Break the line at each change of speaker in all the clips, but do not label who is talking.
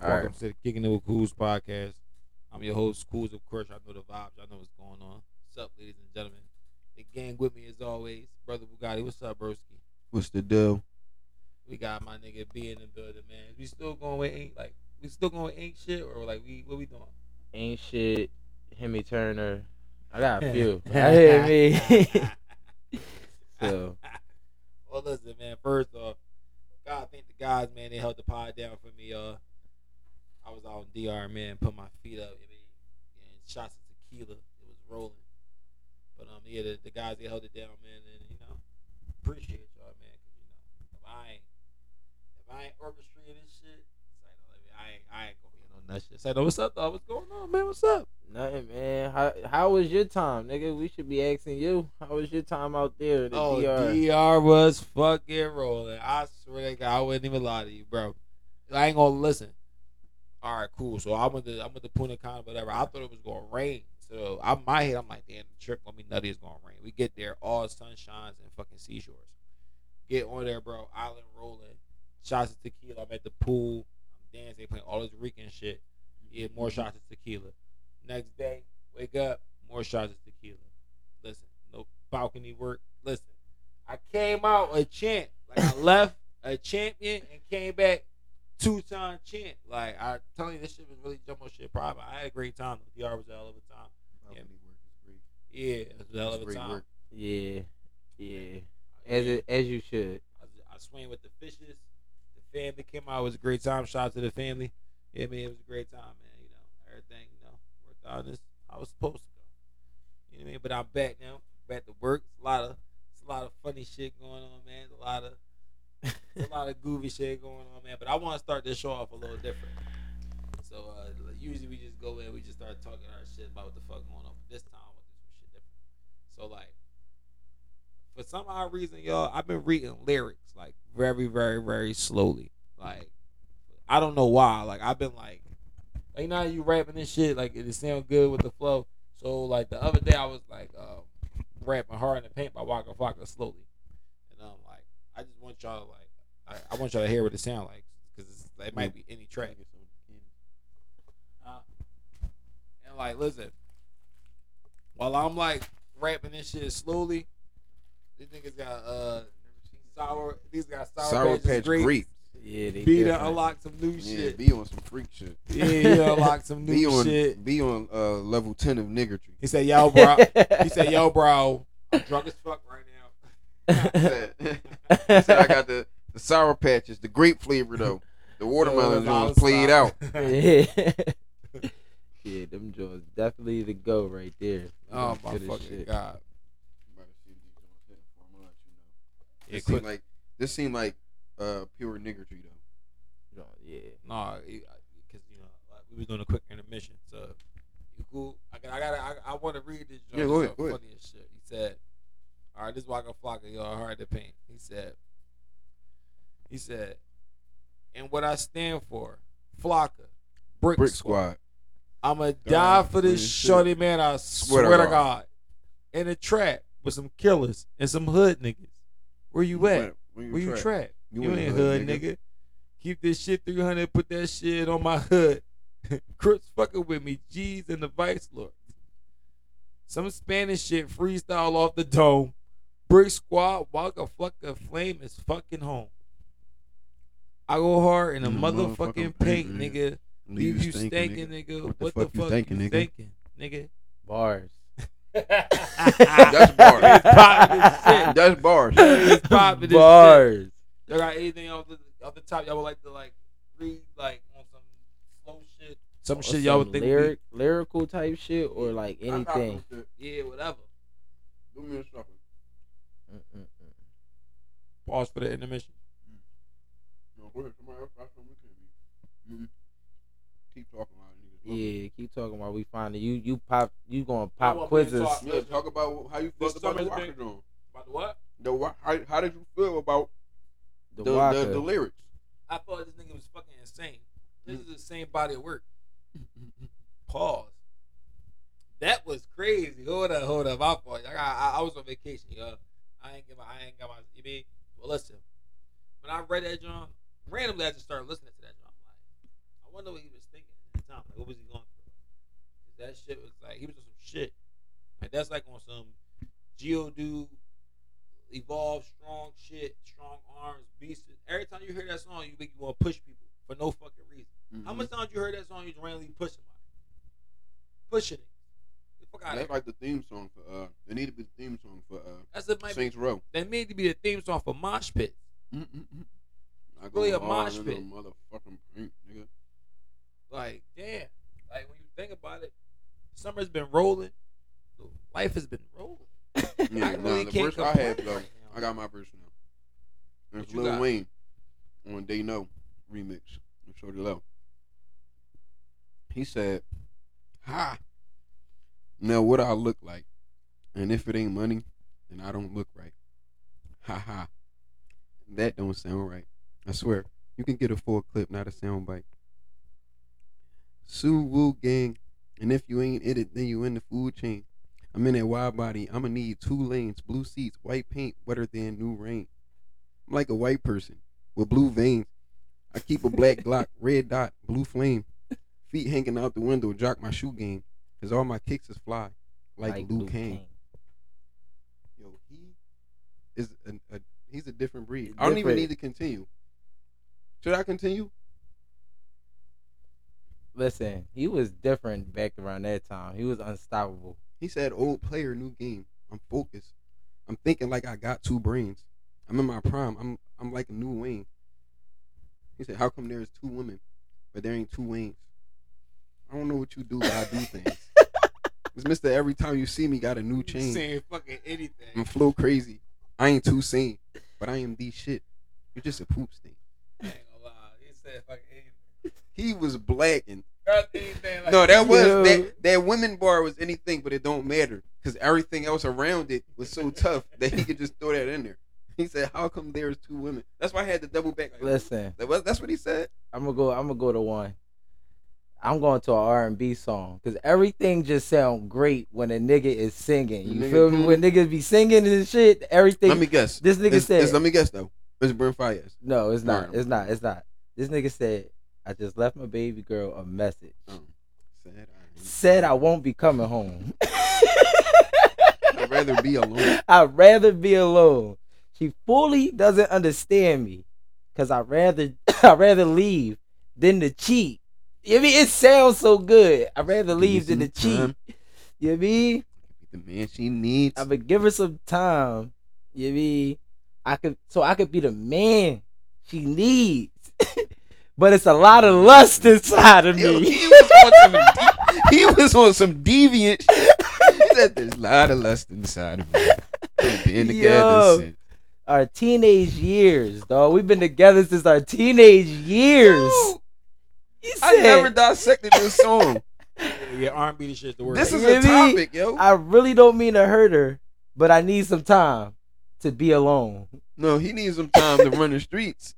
All Welcome to the Kicking It With Cools podcast. I'm your host, Cools, of course. Y'all know the vibes. Y'all know what's going on. What's up, ladies and gentlemen? The gang with me, as always. Brother Bugatti, what's up, broski?
What's the deal?
We got my nigga B in the building, man. We still going with ink, like, we still going with ink shit, or like, we what we doing?
Ain't shit. Hemi Turner. I got a few. I hear me. so
well, listen, man. First off, God thank the guys, man. They held the pod down for me. Uh, I was out in DR, man, put my feet up. I mean, and shots of tequila. It was rolling. But um, yeah, the, the guys they held it down, man, and you know, appreciate y'all, man. 'cause, you know, if I ain't if I ain't orchestrating this shit, it's like, I ain't I ain't gonna be in on that shit. It's like, "No, what's up, though? What's going on, man? What's up?
nothing, man. How how was your time, nigga? We should be asking you. How was your time out there? in The
oh,
DR?
DR was fucking rolling. I swear to God, I wouldn't even lie to you, bro. I ain't gonna listen. All right, cool. So I went to I went to Punta Cana, whatever. I thought it was gonna rain. So I my head, I'm like, damn, the trip gonna be nutty. It's gonna rain. We get there, all sunshines and fucking seashores. Get on there, bro. Island rolling. Shots of tequila. I'm at the pool. I'm dancing. They playing all this Rican shit. Yeah, more shots of tequila. Next day, wake up, more shots of tequila. Listen, no balcony work. Listen, I came out a champ. Like I left a champion and came back two time champ. Like I telling you, this shit was really jumbo shit. Probably I had a great time. The DR was a hell of a time. Yeah. Yeah, it was a hell of a
Great
time.
work.
Yeah, yeah. As it, as you should.
I, I swam with the fishes. The family came out. It was a great time. Shout out to the family. Yeah, man, it was a great time, man. You know, everything, you know, worked out this I was supposed to go. You know what I mean? But I'm back now. Back to work. It's a lot of it's a lot of funny shit going on, man. It's a lot of it's a lot of goofy shit going on, man. But I want to start this show off a little different. So uh, usually we just go in, we just start talking our shit about what the fuck going on. But this time I want to do some shit different. So like, for some odd reason, y'all, I've been reading lyrics like very, very, very slowly. Like, I don't know why. Like I've been like, like now you rapping this shit like it sound good with the flow. So like the other day I was like um, rapping hard in the paint by Waka Flocka slowly, and I'm like, I just want y'all to like, I, I want y'all to hear what it sound like because it might be any track. Uh, and like, listen, while I'm like rapping this shit slowly, these niggas got uh sour. These got sour,
Sour
patch,
Patch
grapes.
Grape.
Yeah, they
B
different.
to unlock some new
Yeah,
shit.
be on some freak shit.
Yeah, he unlocked some new
Be on,
shit.
be on uh, level ten of niggardry.
He said, "Yo, bro." he said, "Yo, bro, I'm drunk as fuck right now."
He said, he said, "I got the, the sour patches, the grape flavor though. The watermelon
Yo,
ones played out.
yeah. yeah, them joints definitely the go right there.
oh my
Good as
fucking
shit.
god!
It
quit-
seemed like this seemed like uh, pure niggardry though.
Joint, Yeah.
Nah, because you know like, we was doing a quick intermission, so you cool. I got, I got, I, I want to read this. Joint.
Yeah, go ahead,
It's so
go ahead.
Funny as shit. He said, "All right, this Waka Flocka, y'all hard to paint." He said, "He said, and what I stand for, Flocka, Brick,
Brick
squad.
Squad.
I'ma die for this
free shit.
shorty, man. I swear, to God. In a trap with some killers and some hood niggas. Where you at? Where you
trapped?
trapped? You, ain't hood, nigga. Keep this shit 300. Put that shit on my hood. Crips fucking with me. G's and the Vice Lord. Some Spanish shit freestyle off the dome. Brick Squad, Waka Flocka, Flame is fucking home. I go hard in a
In the
motherfucking,
motherfucking paint,
paint, nigga. Leave you
stinking,
stinking,
nigga.
nigga.
What the
What the fuck,
fuck you thinking,
you
nigga?
thinking, nigga?
Bars.
That's bars.
It's popping as shit.
That's bars.
It's popping as shit.
Bars.
Y'all got anything off the, off the top y'all would like to like read like on some slow shit? Some shit y'all would
Some
think. we-
lyric, lyrical type shit or like
I got
anything.
some shit.
yeah, whatever.
Do me a shuffle.
Mm-mm-mm.
Pause for the intermission.
No, go ahead. Somebody else got something we can do. Keep talking about it, niggas.
Yeah, keep talking about we finding you. You pop. You gonna
I
pop
want me to
quizzes.
talk.
Yeah, talk about how you
This
felt about the
summer's
Walker
been-
Drum.
About the what?
The wa- how, how did you feel about
The
the the,
Waka.
the, lyrics?
I thought this nigga was fucking insane. This is the same body of work. Pause. That was crazy. Hold up, hold up. My fault. I, got, I, I was on vacation, y'all. I ain't get my, I ain't got my. You mean? Well, listen. When I read that John, randomly I just started listening to that John. I'm wonder what he was thinking at the time. Like, what was he going through? 'Cause that shit was like he was on some shit. Like that's like on some Geodude, evolve strong shit, strong arms, beast. Every time you hear that song, you think you want to push people for no fucking reason. How much
Mm-hmm.
times you heard that song? You just randomly push somebody, pushing it.
Mm-hmm.
Get the fuck out
That's
of here.
like the theme song for uh. It need to be the theme song for uh.
That's it. Might be,
Saints Row.
that need to be the theme song for mosh pit.
Mm-mm-mm. I
Really a
hard
mosh
into
pit.
Motherfucking paint, nigga.
Like, damn. Like when you think about it, summer's been rolling. Life has been rolling.
Yeah, nah,
really
the
can't
verse I
complain
have though,
right now.
I got my verse now. And
What
It's
you
Lil
got?
Wayne on They Know remix with Shorty Low. He said, "Ha, now what I look like, and if it ain't money, then I don't look right. Ha ha, that don't sound right. I swear, you can get a full clip, not a sound bite. Sue Woo gang, and if you ain't in it, then you in the food chain." I'm in a wide body. I'ma need two lanes, blue seats, white paint, wetter than new rain. I'm like a white person with blue veins. I keep a black Glock, red dot, blue flame. Feet hanging out the window, jock my shoe game. Cause all my kicks is fly, like, Luke, Kane. Yo, he is a, a he's a different breed. I don't even
Different.
need to continue. Should I continue?
Listen, he was different back around that time. He was unstoppable.
He said, "Old player, new game. I'm focused. I'm thinking like I got two brains. I'm in my prime. I'm I'm like a new Wayne." He said, "How come there's two women, but there ain't two Waynes? I don't know what you do, but I do things. It's Mister. Every time you see me, got a new chain.
Saying fucking
I'm
anything.
flow crazy. I ain't too sane, but I am the shit. You're just a poop stain."
I ain't gonna lie. He said fucking anything.
He was black and
Girl, anything like
no, that was
Yo.
that that women bar was anything, but it don't matter because everything else around it was so tough that he could just throw that in there. He said, "How come there's two women?" That's why I had to double back. Like,
Listen,
that was- that's what he said.
I'm gonna go. I'm gonna go to one. I'm going to an R&B song because everything just sound great when a nigga is singing. You
Nigga,
feel me?
hmm.
When niggas be singing and shit, everything.
Let me guess.
this nigga
It's-
said.
it's- "Let me guess though." It's Brent Fires.
no, it's not.
Alright,
It's
I'm-
not. It's not. This nigga said, "I just left my baby girl a message.
Um, said I.
Said I won't be coming home.
I'd rather be alone.
I'd rather be alone. She fully doesn't understand me, cause I rather I rather leave than to cheat. You mean it sounds so good. I'd rather
Give me
leave than to
some
cheat.
time.
You mean
Be the man she needs.
I would give her some time. You mean I could so I could be the man she needs. but it's a lot of lust inside of
Yo,
me.
he, was on some de- he was on some deviant. shit. He said, "There's a lot of lust inside of me. We've been together
Yo.
since."
Our teenage years, dog. We've been together since our teenage years.
Yo,
He
I
said-
never dissected this song.
that. Yeah, R&B the shit's the worst.
This is
You
a
mean-
topic, yo.
I really don't mean to hurt her, but I need some time to be alone.
no, he needs some time to run the streets.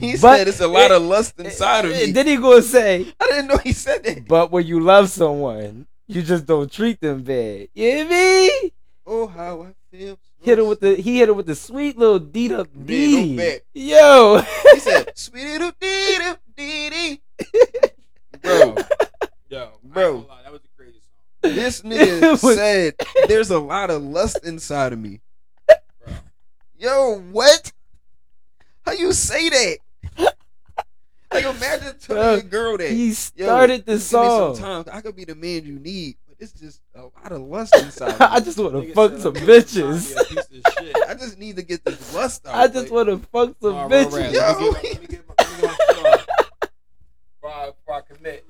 He
But-
said it's a lot of lust inside of me.
Then he gonna say,
I didn't know he said that.
but when you love someone, you just don't treat them bad. You hear me?
Oh, how I feel.
Hit her with the he hit her with the sweet little D to
Man, no
D.
bet.
Yo,
He said, "Sweetie doo dee doo dee dee." Bro,
Yo,
Bro.
bro, lie, that was the craziest song,
this nigga
It was-
said, "There's a lot of lust inside of me."
bro.
Yo, what? How you say that? Like, imagine telling a girl that.
he
Yo,
started this
Give me some
song.
time. I could be the man you need, but it's just a lot of lust inside. me.
I just want to
Nigga
fuck
said,
some
"I'm gonna find
bitches.
me a piece of shit."
I just need to get this lust out.
I just
like,
want to fuck some
Nah, bro,
bitches.
Yo.
Let me get my- let me get my- let me get my shit off. Before I- before I commit.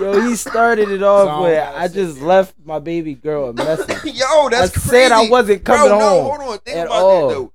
Yo, he started it off
Song
with
gotta
I
sit
just
there.
left my baby girl a message.
Yo, that's
I
crazy.
said I wasn't coming
Bro,
home.
No, hold on. Think
at
about
all.
that though.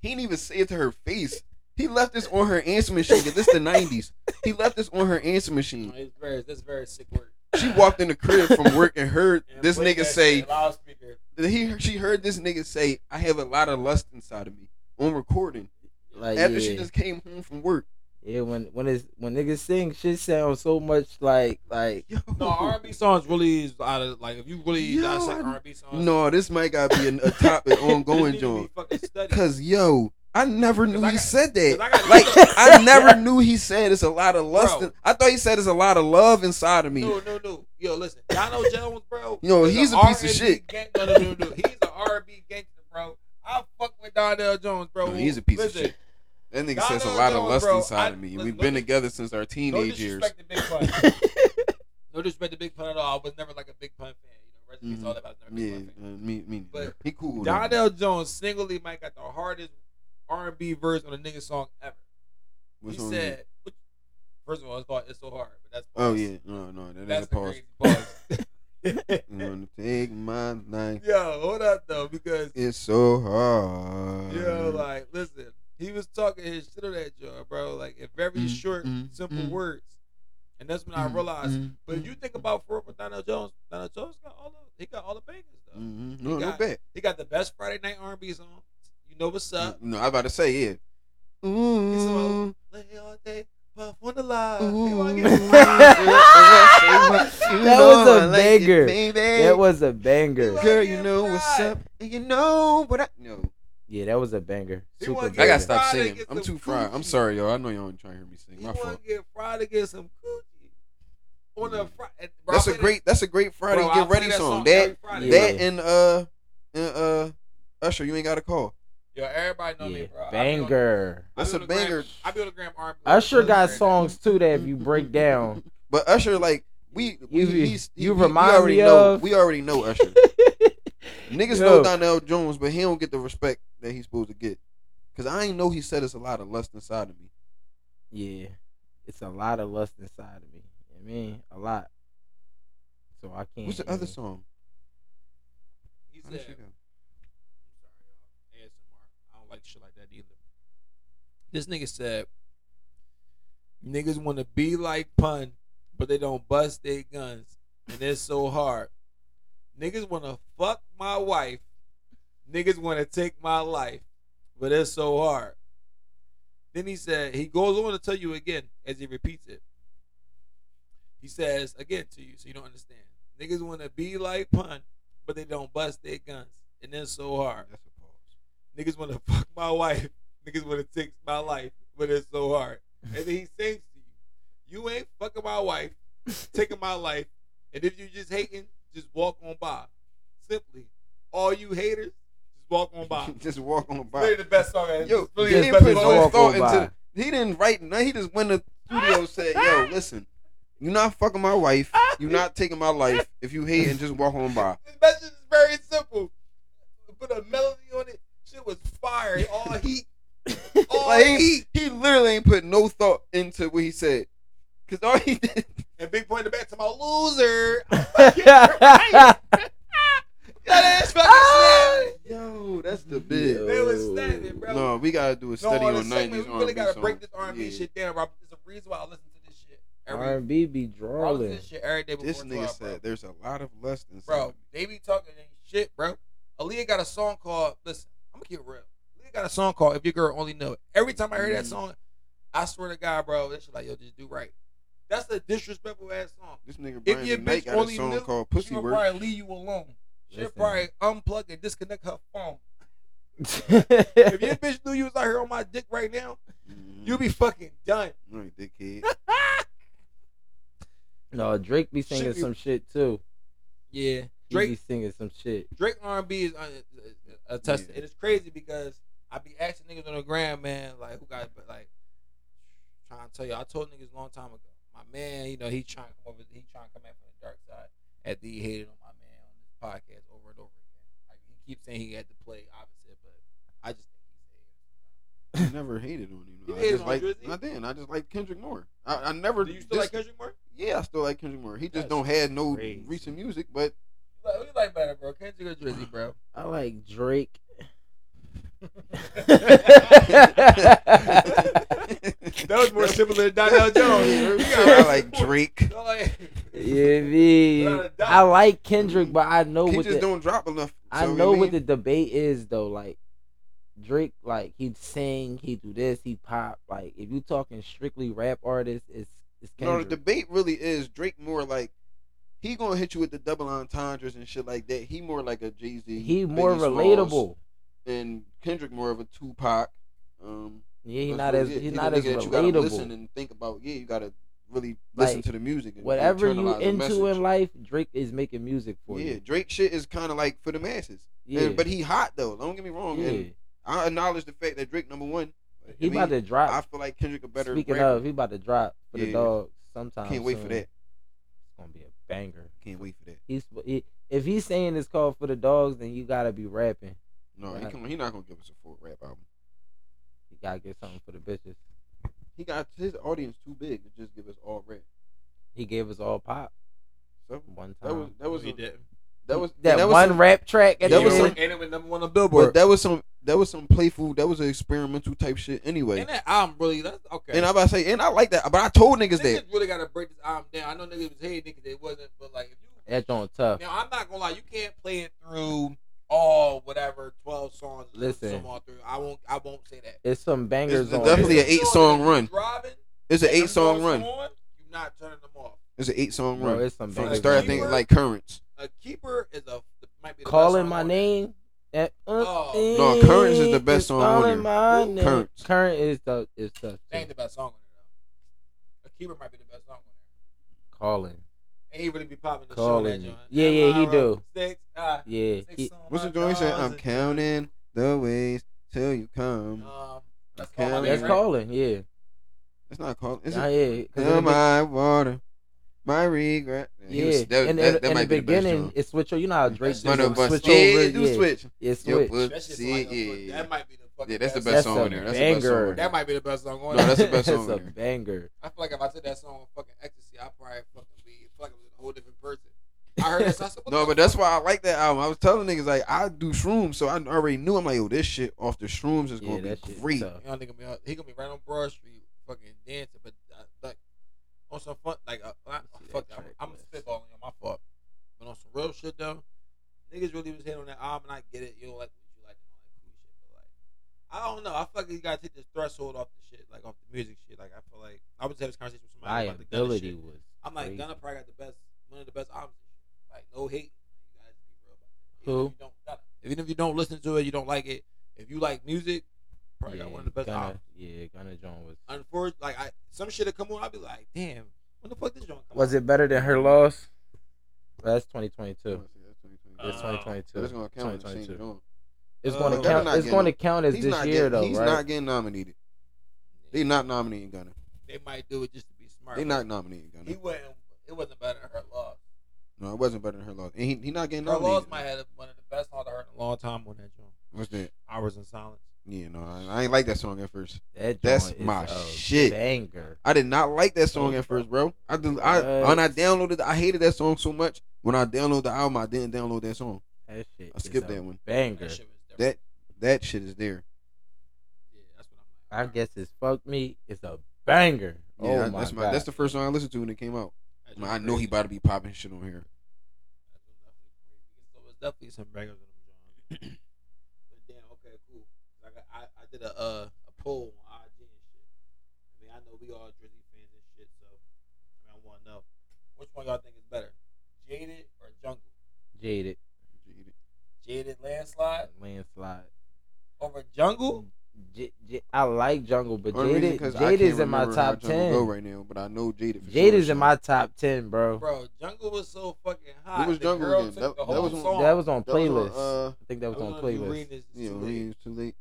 He didn't even say it to her face. He left this on her answer machine. 'cause This the nineties. He left this on her answer
No,
machine.
it's very, that's very sick work.
She walked in the crib from work and heard
And
this
play
nigga
that
say
shit, loudspeaker.
that he she heard this nigga say, I have a lot of lust inside of me on recording.
Like
After
Uh, yeah.
she just came home from work.
Yeah, when when it's when niggas sing, shit sounds so much like like
Yo.
No, R&B songs really is out of like if you really
Yo,
dissect
I-
R&B songs.
No, this might gotta be an, a topic
this
ongoing,
need to be
John.
fucking studied.
Cause yo, I never knew
I
he
got-
said
'Cause
that.
I got
Like I never knew he said it's a lot of lust.
Bro.
I thought he said it's a lot of love inside of me.
No, no, no. Yo, listen, Dono Jones, bro.
You know,
is
he's a piece of
R&B
shit.
Gang- no, no, no, no. He's an R&B gangster, bro. I fuck with Donnell Jones, bro.
No, he's a piece
listen,
of shit. That nigga
Y'all
says a
know
lot
Jones,
of lust
bro.
inside
I-
of me.
listen,
We've
don't
been
dis-
together since our
No
teenage years.
disrespect to Big Pun. no disrespect to Big Pun at all. I was never like a Big Pun fan. You know, rest in peace,
Mhm.
all that. I was never a Big
Yeah,
Pun fan.
uh, me, me.
But
he cool. though.
Donnell Jones singly might got the hardest R&B verse on a nigga song ever.
What's
he
wrong with
said, which- first of all, it's called "It's So Hard," but that's
you? "Oh
pause.
yeah, no, no, that is
that's
a
the
pause."
crazy pause.
I'm gonna take my knife.
Yo, hold up though, because
It's so hard.
yo, like, listen, he was talking his shit on that job, bro. Like, in very
Mm,
short,
mm,
simple
mm.
words, and that's when I
Mm,
realized.
mm,
But if
mm,
you think about for with Donnell Jones, Donnell Jones got all the he got all the bangers though.
mm, mm. no, no
got-
bet.
He got the best Friday night R&B song. You know what's up?
No, I was about to say yeah.
Mm-hmm.
uh,
smoke. Lay all day, puff on the line. They wanna get-
that
That was a banger. That was a banger.
was-
Girl, you know what's up, and you know what I know.
Yeah, that was a banger.
He
Super
wanna
banger.
get
I gotta stop
Friday,
singing.
get
I'm
some
too fried. I'm
coochie.
sorry, y'all. I know y'all ain't trying to hear me sing.
He
My
want
fault.
to get fried to get some coochie on a Friday.
Mm. That's a great. That's a great Friday
Bro, I
get
play
ready
that
song.
song
That
every Friday.
that
Yeah.
and uh and uh Usher, you ain't got a call.
Yo, everybody know
Yeah,
me, bro. I be on-
banger.
I be
That's a
on the gram-
banger.
I be on the gram arm.
Usher got
Right
songs too that if you break down.
But Usher, like we, we
You-
he's, he-
you
we-
remind
we already
me
know
of-
we already know Usher. Niggas know
Yo.
Donnell Jones, but he don't get the respect that he's supposed to get. Cause I ain't know he said it's a lot of lust inside of me.
yeah, it's a lot of lust inside of me. I mean, a lot. So I can't.
What's the
even-
other song?
Mm-hmm. He
How
said,
did she
"I'm
go?
sorry, y'all. ASMR. I don't like shit like that either." This nigga said, "Niggas want to be like pun, but they don't bust their guns, and it's so hard. Niggas want to fuck my wife. Niggas want to take my life, but it's so hard." Then he said, he goes on to tell you again as he repeats it. He says again to you, so you don't understand. Niggas want to be like pun, but they don't bust their guns, and it's so hard.
That's a pause.
Niggas want to fuck my wife. Niggas want to take my life, but it's so hard. And then he sings to you, you ain't fucking my wife, taking my life, and if you just hating, just walk on by. Simply, all you haters, just walk on by.
Just walk on by.
Really the best song. I-
Yo,
really
he
the
Just
didn't put
best
walk
no
song.
on
thought into.
by.
He didn't write. No, he just went to the studio said, "Yo, listen, you're not fucking my wife. You're not taking my life. If you hate and just walk on by."
This message is very simple. Put a melody on it. Shit was fire. All heat. All
Like
heat.
he, he literally ain't put no thought into what he said, cause all he did.
And Big pointed back to my loser.
yeah,
That ass fucking snapped.
Yo, that's the big.
They was snapping, bro.
No, we gotta do a
No,
study
on the
on nineties
segment, we really
R&B
gotta
songs.
break this R&B
Yeah.
shit down, bro. There's a reason why I listen to this shit. Every,
R&B be
I listen to
drawing.
this shit every day before
This nigga
12, bro.
said there's a lot of lust inside.
Bro,
me."
they be talking and shit, bro. Aaliyah got a song called, listen, I'm gonna keep it real. Aaliyah got a song called If Your Girl Only Knew It. Every time I hear that
Mhm.
song, I swear to God, bro, that shit like, yo, just do right. That's a disrespectful ass song.
this nigga
If
Brian
your
Knight
bitch
got a
only
song
knew-
called "Pussy
She'll
Work."
probably leave you alone. She'll
Listen.
probably unplug and disconnect her phone. if your bitch knew you was out here on my dick right now, you be fucking done.
All right, Mm-hmm. dickhead.
no, Drake be singing
Should be-
some shit too.
Yeah,
He
Drake
be singing some shit.
Drake R and B is un- a test,
Yeah.
and it's crazy because I be asking niggas on the gram, man, like who got but like trying to tell you. I told niggas a long time ago, my man, you know he trying to come over, he trying to come at from the dark side. At the he hated on my man on this podcast over and over again. Like he keeps saying he had to play opposite, but I just think he's hating.
I never hated on him.
You
I
hated
just
on
like
Drizzy?
I didn't. I just like Kendrick more. I, I never.
Do you still like
dis-
Kendrick Moore?
Yeah, I still like Kendrick more. He
That's
just don't have no
crazy.
recent music, but
Who you like better, bro? Kendrick or Drizzy, bro?
I like Drake.
That was more similar to Donnell Jones. You got
I like Drake.
No, like-
Yeah, me.
Without a doubt.
I like Kendrick, but I know
He
what the
just don't drop enough.
I
so, you
know
mean?
what the debate is though. Like Drake, like he'd sing, he do this, he pop. Like if you talking strictly rap artists, it's it's
No, the
Kendrick.
debate really is Drake more like he gonna hit you with the double entendres and shit like that. He more like a Jay Z.
he more relatable.
and Kendrick more of a Tupac. Um,
Yeah, he
that's
not
really
as
it.
he's
the
not as
nigga that you gotta listen
relatable.
and think about. Yeah, you gotta really listen
Like,
to the music. And
Whatever you
internalize the
into
message.
in life, Drake is making music for
Yeah,
you.
Drake shit is kind of like for the masses.
Yeah,
And- but he hot though. Don't get me wrong.
yeah.
And I acknowledge the fact that Drake number one. I
he
mean,
about to drop.
I feel like Kendrick a better.
Speaking
rapper.
of, he about to drop for the
Yeah.
dogs sometime.
can't wait for
soon.
that.
It's gonna be a banger.
Can't wait for that.
He's he, if he's saying it's called for the dogs, then you gotta be rapping.
No, he
Right.
can, he not gonna give us a full rap album.
You gotta get something for the bitches.
He got his audience too big to just give us all rap.
He gave us all pop
So
one time.
that was that was
he
a,
did.
that was
that,
that was
one
some-
rap track at
that
the
was some-
end.
and it went number one on
but
Billboard.
that was some that was some playful that was an experimental type shit anyway.
and that album really that's okay.
And I about to say, and I like that, but I told niggas
niggas
that.
really gotta break this album down. I know niggas was hating niggas, it wasn't, but like if you
That joint tough.
now I'm not gonna lie, you can't play it through all whatever twelve songs. and
Listen.
some all through. I won't. I won't say that.
It's some bangers
It's
on
definitely
it.
an eight-song run.
Driving,
It's an
and them
eight song
songs
run.
come on, you're not turning them off.
It's an eight song
Bro,
run.
it's some
From
bangers.
the
like
start, I
on
Bieber.
think
it.
it's like currents.
A keeper is a might be the best
calling
song
my
on there.
name. And,
Oh.
No, Currents is the best song on
calling
there.
my name.
Currents.
Current is the is tough.
That ain't
too.
the best song on there though. A keeper might be the best song on there.
Calling.
And he really be popping the
Calling
show that
me.
joint.
Yeah, yeah, he
Lyra,
do.
Sticks, ah,
Yeah.
sticks
He,
on
What's
my
the joint? He said,
jaws
"I'm
and-
counting the ways till you come."
Um, that's
Count
called.
it.
that's
Right.
calling. Yeah.
It's not called. It's
Yeah. yeah. 'Cause in the
Fill
be-
my water, my regret. He
Yeah,
was- that,
and,
that-
and,
that
and
might
the
be best
beginning,
song.
it's switch. over- You know how Drake
Front
do
of
the
us.
switch
Yeah,
over.
yeah, do
yeah,
switch.
yeah,
Your
switch.
pussy,
That's just like
yeah,
a,
yeah.
that might be the fucking
Yeah, that's the
That's
best song
a
on there. That's the best song. on
banger.
there.
That might be the best song on
No,
there.
that's the best
That's
song
a
there.
banger.
I feel like if I took that song on fucking ecstasy, I probably fucking be I feel like I was a whole different person. I heard that. song, I said, what
No,
the
but that's why I like that album. I was telling niggas like I do shrooms, so I already knew. I'm like, oh, this shit off the shrooms is
Yeah,
gonna
that
be
shit.
great.
tough.
You know, nigga be on, he gonna be right on Broad Street, fucking dancing, but uh, like on some fun, like uh, I,
see that
fuck, I'm,
track
I'm
list.
spitballing on my fault, but on some real shit though, niggas really was hitting on that album, and I get it. You don't like what you like and all that cool shit, but like, I don't know. I feel like you gotta take the threshold off the shit, like off the music shit. Like I feel like I was having this conversation with somebody about the Gunna
Liability
shit.
was.
I'm like
crazy.
Gunna probably got the best, one of the best albums. and shit. Like no hate, you guys be real about that.
Who?
Even if you don't, Gunna. even if you don't listen to it, you don't like it. If you like music, probably
yeah,
got one of the best
Gunna,
albums
Yeah, Gunna John was.
unfortunately, like I some shit will come on, I'll be like, damn, when the fuck this joint come
Was
out?
it better than her loss? That's 2022. It's
Uh,
2022.
That's gonna count. in the same
2022.
genre.
It's
Uh,
going
Gunna
to count.
not
It's
getting
going to
it.
count as
He's
this
not
year
getting,
though,
he's
right?
not getting nominated. They not nominating Gunna.
They might do it just to be smart.
They not nominating Gunna.
He wasn't. It wasn't better than her loss.
no, it wasn't better than her loss. And he, he not getting
Her loss
nominated.
might have one of the best songs I heard in a long time on that joint.
What's that?
Hours in silence.
Yeah, no, I, I ain't like that song at first.
That
That's
joint is
my
a
shit.
Banger.
I did not like that song at first, bro. I did, I
What?
when I downloaded, it, I hated that song so much. When I downloaded the album, I didn't download that song.
That shit.
I
is
skipped
a
that one.
Banger.
That shit was different.
That that shit is there.
yeah, that's what I'm
I
like.
guess it's fuck me. It's a banger.
Yeah,
oh
I-
my
that's my
god.
that's the first song I listened to when it came out.
That
I'm
joint
like, I know he
crazy.
about to be popping shit on here.
So it's definitely some bangers in them joints. but damn, okay, cool. Like I, I did a uh, a poll on IG and shit. I mean, I know we all Drizzy fans and shit, so I mean, I want to know which one y'all think is better, Jaded or Jungle?
Jaded
Jaded landslide
landslide.
over Jungle?
J- J- I like Jungle, but
Only reason
Jade
'cause I
Jade
can't
is in my
remember how
top
Jungle Go
ten.
right now, but I know Jade. for
Jade
sure,
is in
so.
my top ten, bro.
Bro, Jungle was so fucking hot.
What was
The
Jungle
girl
again?
took
That-
the
that
whole
was on-
song.
That was on
That was on,
playlist.
uh,
I think that was
I
on
don't know if you reading
playlist.
this, it's
yeah,
too
when
late.
it was too late.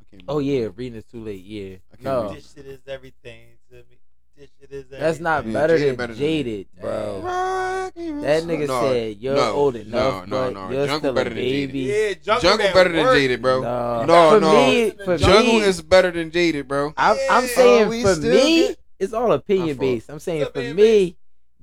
I can't
Oh
remember.
yeah, reading is too late. Yeah,
I can't
no,
read
This shit is everything to me. This shit is everything.
Oh. that's not
Yeah,
better
Jaded
than
better than
Jaded, bro.
Rock and
That
roll.
nigga
No,
said you're
no,
old enough,
no, no,
but
no.
you're
Jungle
still
better
a
than
baby.
Yeah, Jungle,
Jungle
that
better than
work.
Jaded, bro.
No,
No,
for
no.
me, for
Jungle
me,
is better than Jaded, bro.
I'm, I'm
Yeah.
Are we
saying for
still
me,
good?
it's all
My
opinion
fault.
based. I'm saying
It's
for
opinion
me,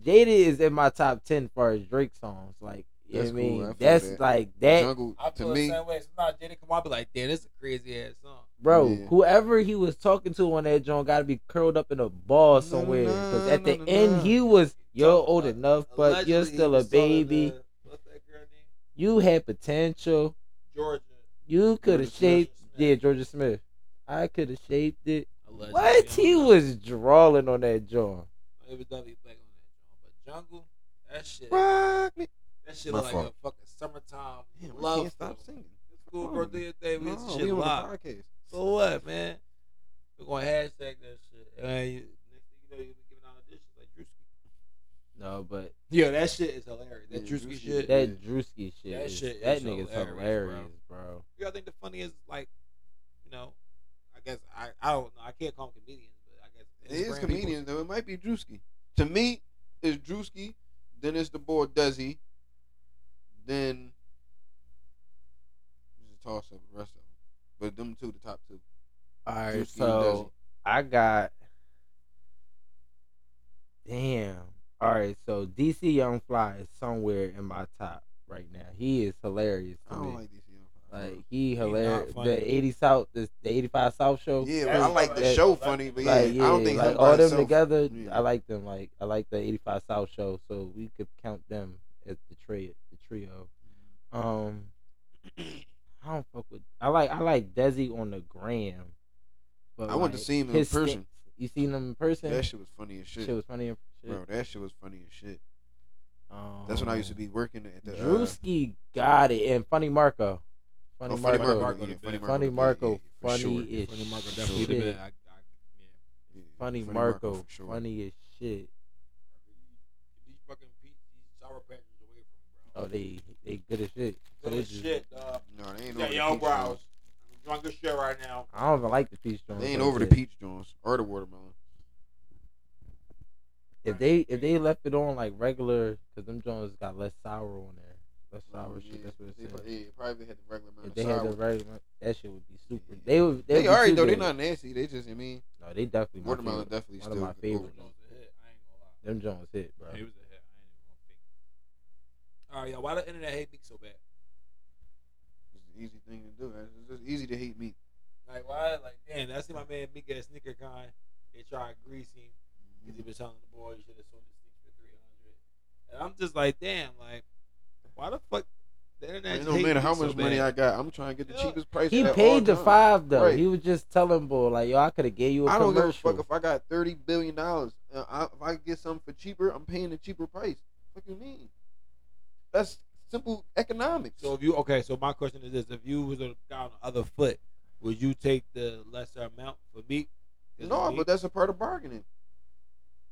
Jada is in my top ten far as Drake songs. Like, you know
That's
what I mean,
cool. I feel
that's
that.
like that,
Jungle
I
to
feel the
me.
same way. Sometimes Jada come on, I be like, damn, this is a crazy ass song.
bro.
Yeah.
Whoever he was talking to on that joint got to be curled up in a ball somewhere. Because at the end, he was you're old enough, but you're
Allegedly,
still
he
a
was selling
baby.
the- what's that girl name?
You had potential.
Georgia.
You could
Georgia
have
Smith.
shaped. Yeah, Georgia Smith. I could have shaped it.
Allegedly.
What he was drawing on that joint.
It was W Black on that joint, but Jungle, that shit,
Rock me.
that shit
My
look like
fault.
a fucking summertime
Damn, I
love.
can't stop
song.
singing.
school
Come on.
birthday and thing. We
No,
get
we
shit
on the
live.
podcast.
So what, man? We're gonna hashtag that shit. And you, next thing you know, you'll be giving out auditions like Drewski.
No, but
Yeah, that shit is hilarious. That
Yeah,
Drewski
Drewski.
shit.
that
Yeah.
Drewski shit.
That
is-
shit
that
is
nigga's
hilarious,
hilarious, bro.
You know, I think the funny is like, you know, I guess I I don't know. I can't call them comedians, but I guess
It is
Instagram people-
comedians though. It might be Drewski. To me, it's Drewski. Then it's the boy Duzzy. Then it's a toss up. The rest of them, but them two, the top two.
All right,
Drewski
so I got. Damn. All right, so DC Young Fly is somewhere in my top right now. He is hilarious
I
to
don't
me.
like these young fellas.
Like he hilarious.
funny.
The eighty South, the, the eighty five South show.
yeah,
That's
I like the
that-
show funny, but yeah,
like, yeah,
I don't think
like
him by
all them
himself-
together.
yeah.
I like them. Like I like the eighty five South show, so we could count them as the trio. The trio. Um, I don't fuck with. I like I like Desi on the gram. But
I went to
like,
see him in
his
person.
sta- you seen him in person?
That shit was funny as shit,
shit. was funny. and Shit.
bro. That shit was funny as shit.
Um,
That's when I used to be working at the. Uh,
Drewski got it, and Funny Marco. Funny
oh,
Marco.
Funny Marco.
Marco.
yeah,
Funny
yeah,
Marco.
yeah, for
funny
sure.
as
Funny Marco
shit.
definitely would have been. I, I, yeah.
Yeah,
Funny, Marco.
for sure.
Funny as shit.
These fucking pe- these sour patches away from
Oh,
me, bro.
they they good as shit. So
Good as
they just-
shit, dog.
No, they ain't
Yeah,
over
yo,
the peach
bro.
joints.
I'm drunk as shit right now.
I don't even like the peach joints.
They ain't
like
over the
that.
peach joints or the watermelon.
If they if they left it on like regular, cause them joints got less sour on there, less sour
Oh, Yeah,
shit. That's what
they
it said.
pro- Yeah, probably had the regular amount
If
of
they had
sour.
the regular, that shit would be super.
Yeah.
They would. They, would
they
be
alright
too
though. They're
good.
not nasty. They just, I mean,
No, they definitely. my
watermelon
favorite.
definitely
One of
still.
my
good.
favorites.
It was a hit. I ain't gonna lie.
Them joints hit, bro.
It was a hit. I ain't gonna fake it. All right, y'all. Why the internet hate me so bad?
It's an easy thing to do. It's just easy to hate meat.
Like, why? Like, damn, I see my man Meek at Sneaker Con. They tried to grease him because he was telling the boy you should have sold the sneakers for 300 And I'm just like, damn, like, why the fuck the internet
It
hate
don't matter
me
how
so
much money I
bad?
got. I'm trying to get the
Yeah.
cheapest price.
He
at all
paid the
times.
five though.
Right.
He was just telling boy like, yo, I could have gave you a
I don't give a
commercial.
fuck if I got thirty billion dollars. Uh, I, if I get something for cheaper, I'm paying the cheaper price. What you mean? That's simple economics.
So if you okay, so my question is this: If you was a guy on the other foot, would you take the lesser amount for Meek? 'Cause
no,
Meek-
but that's a part of bargaining.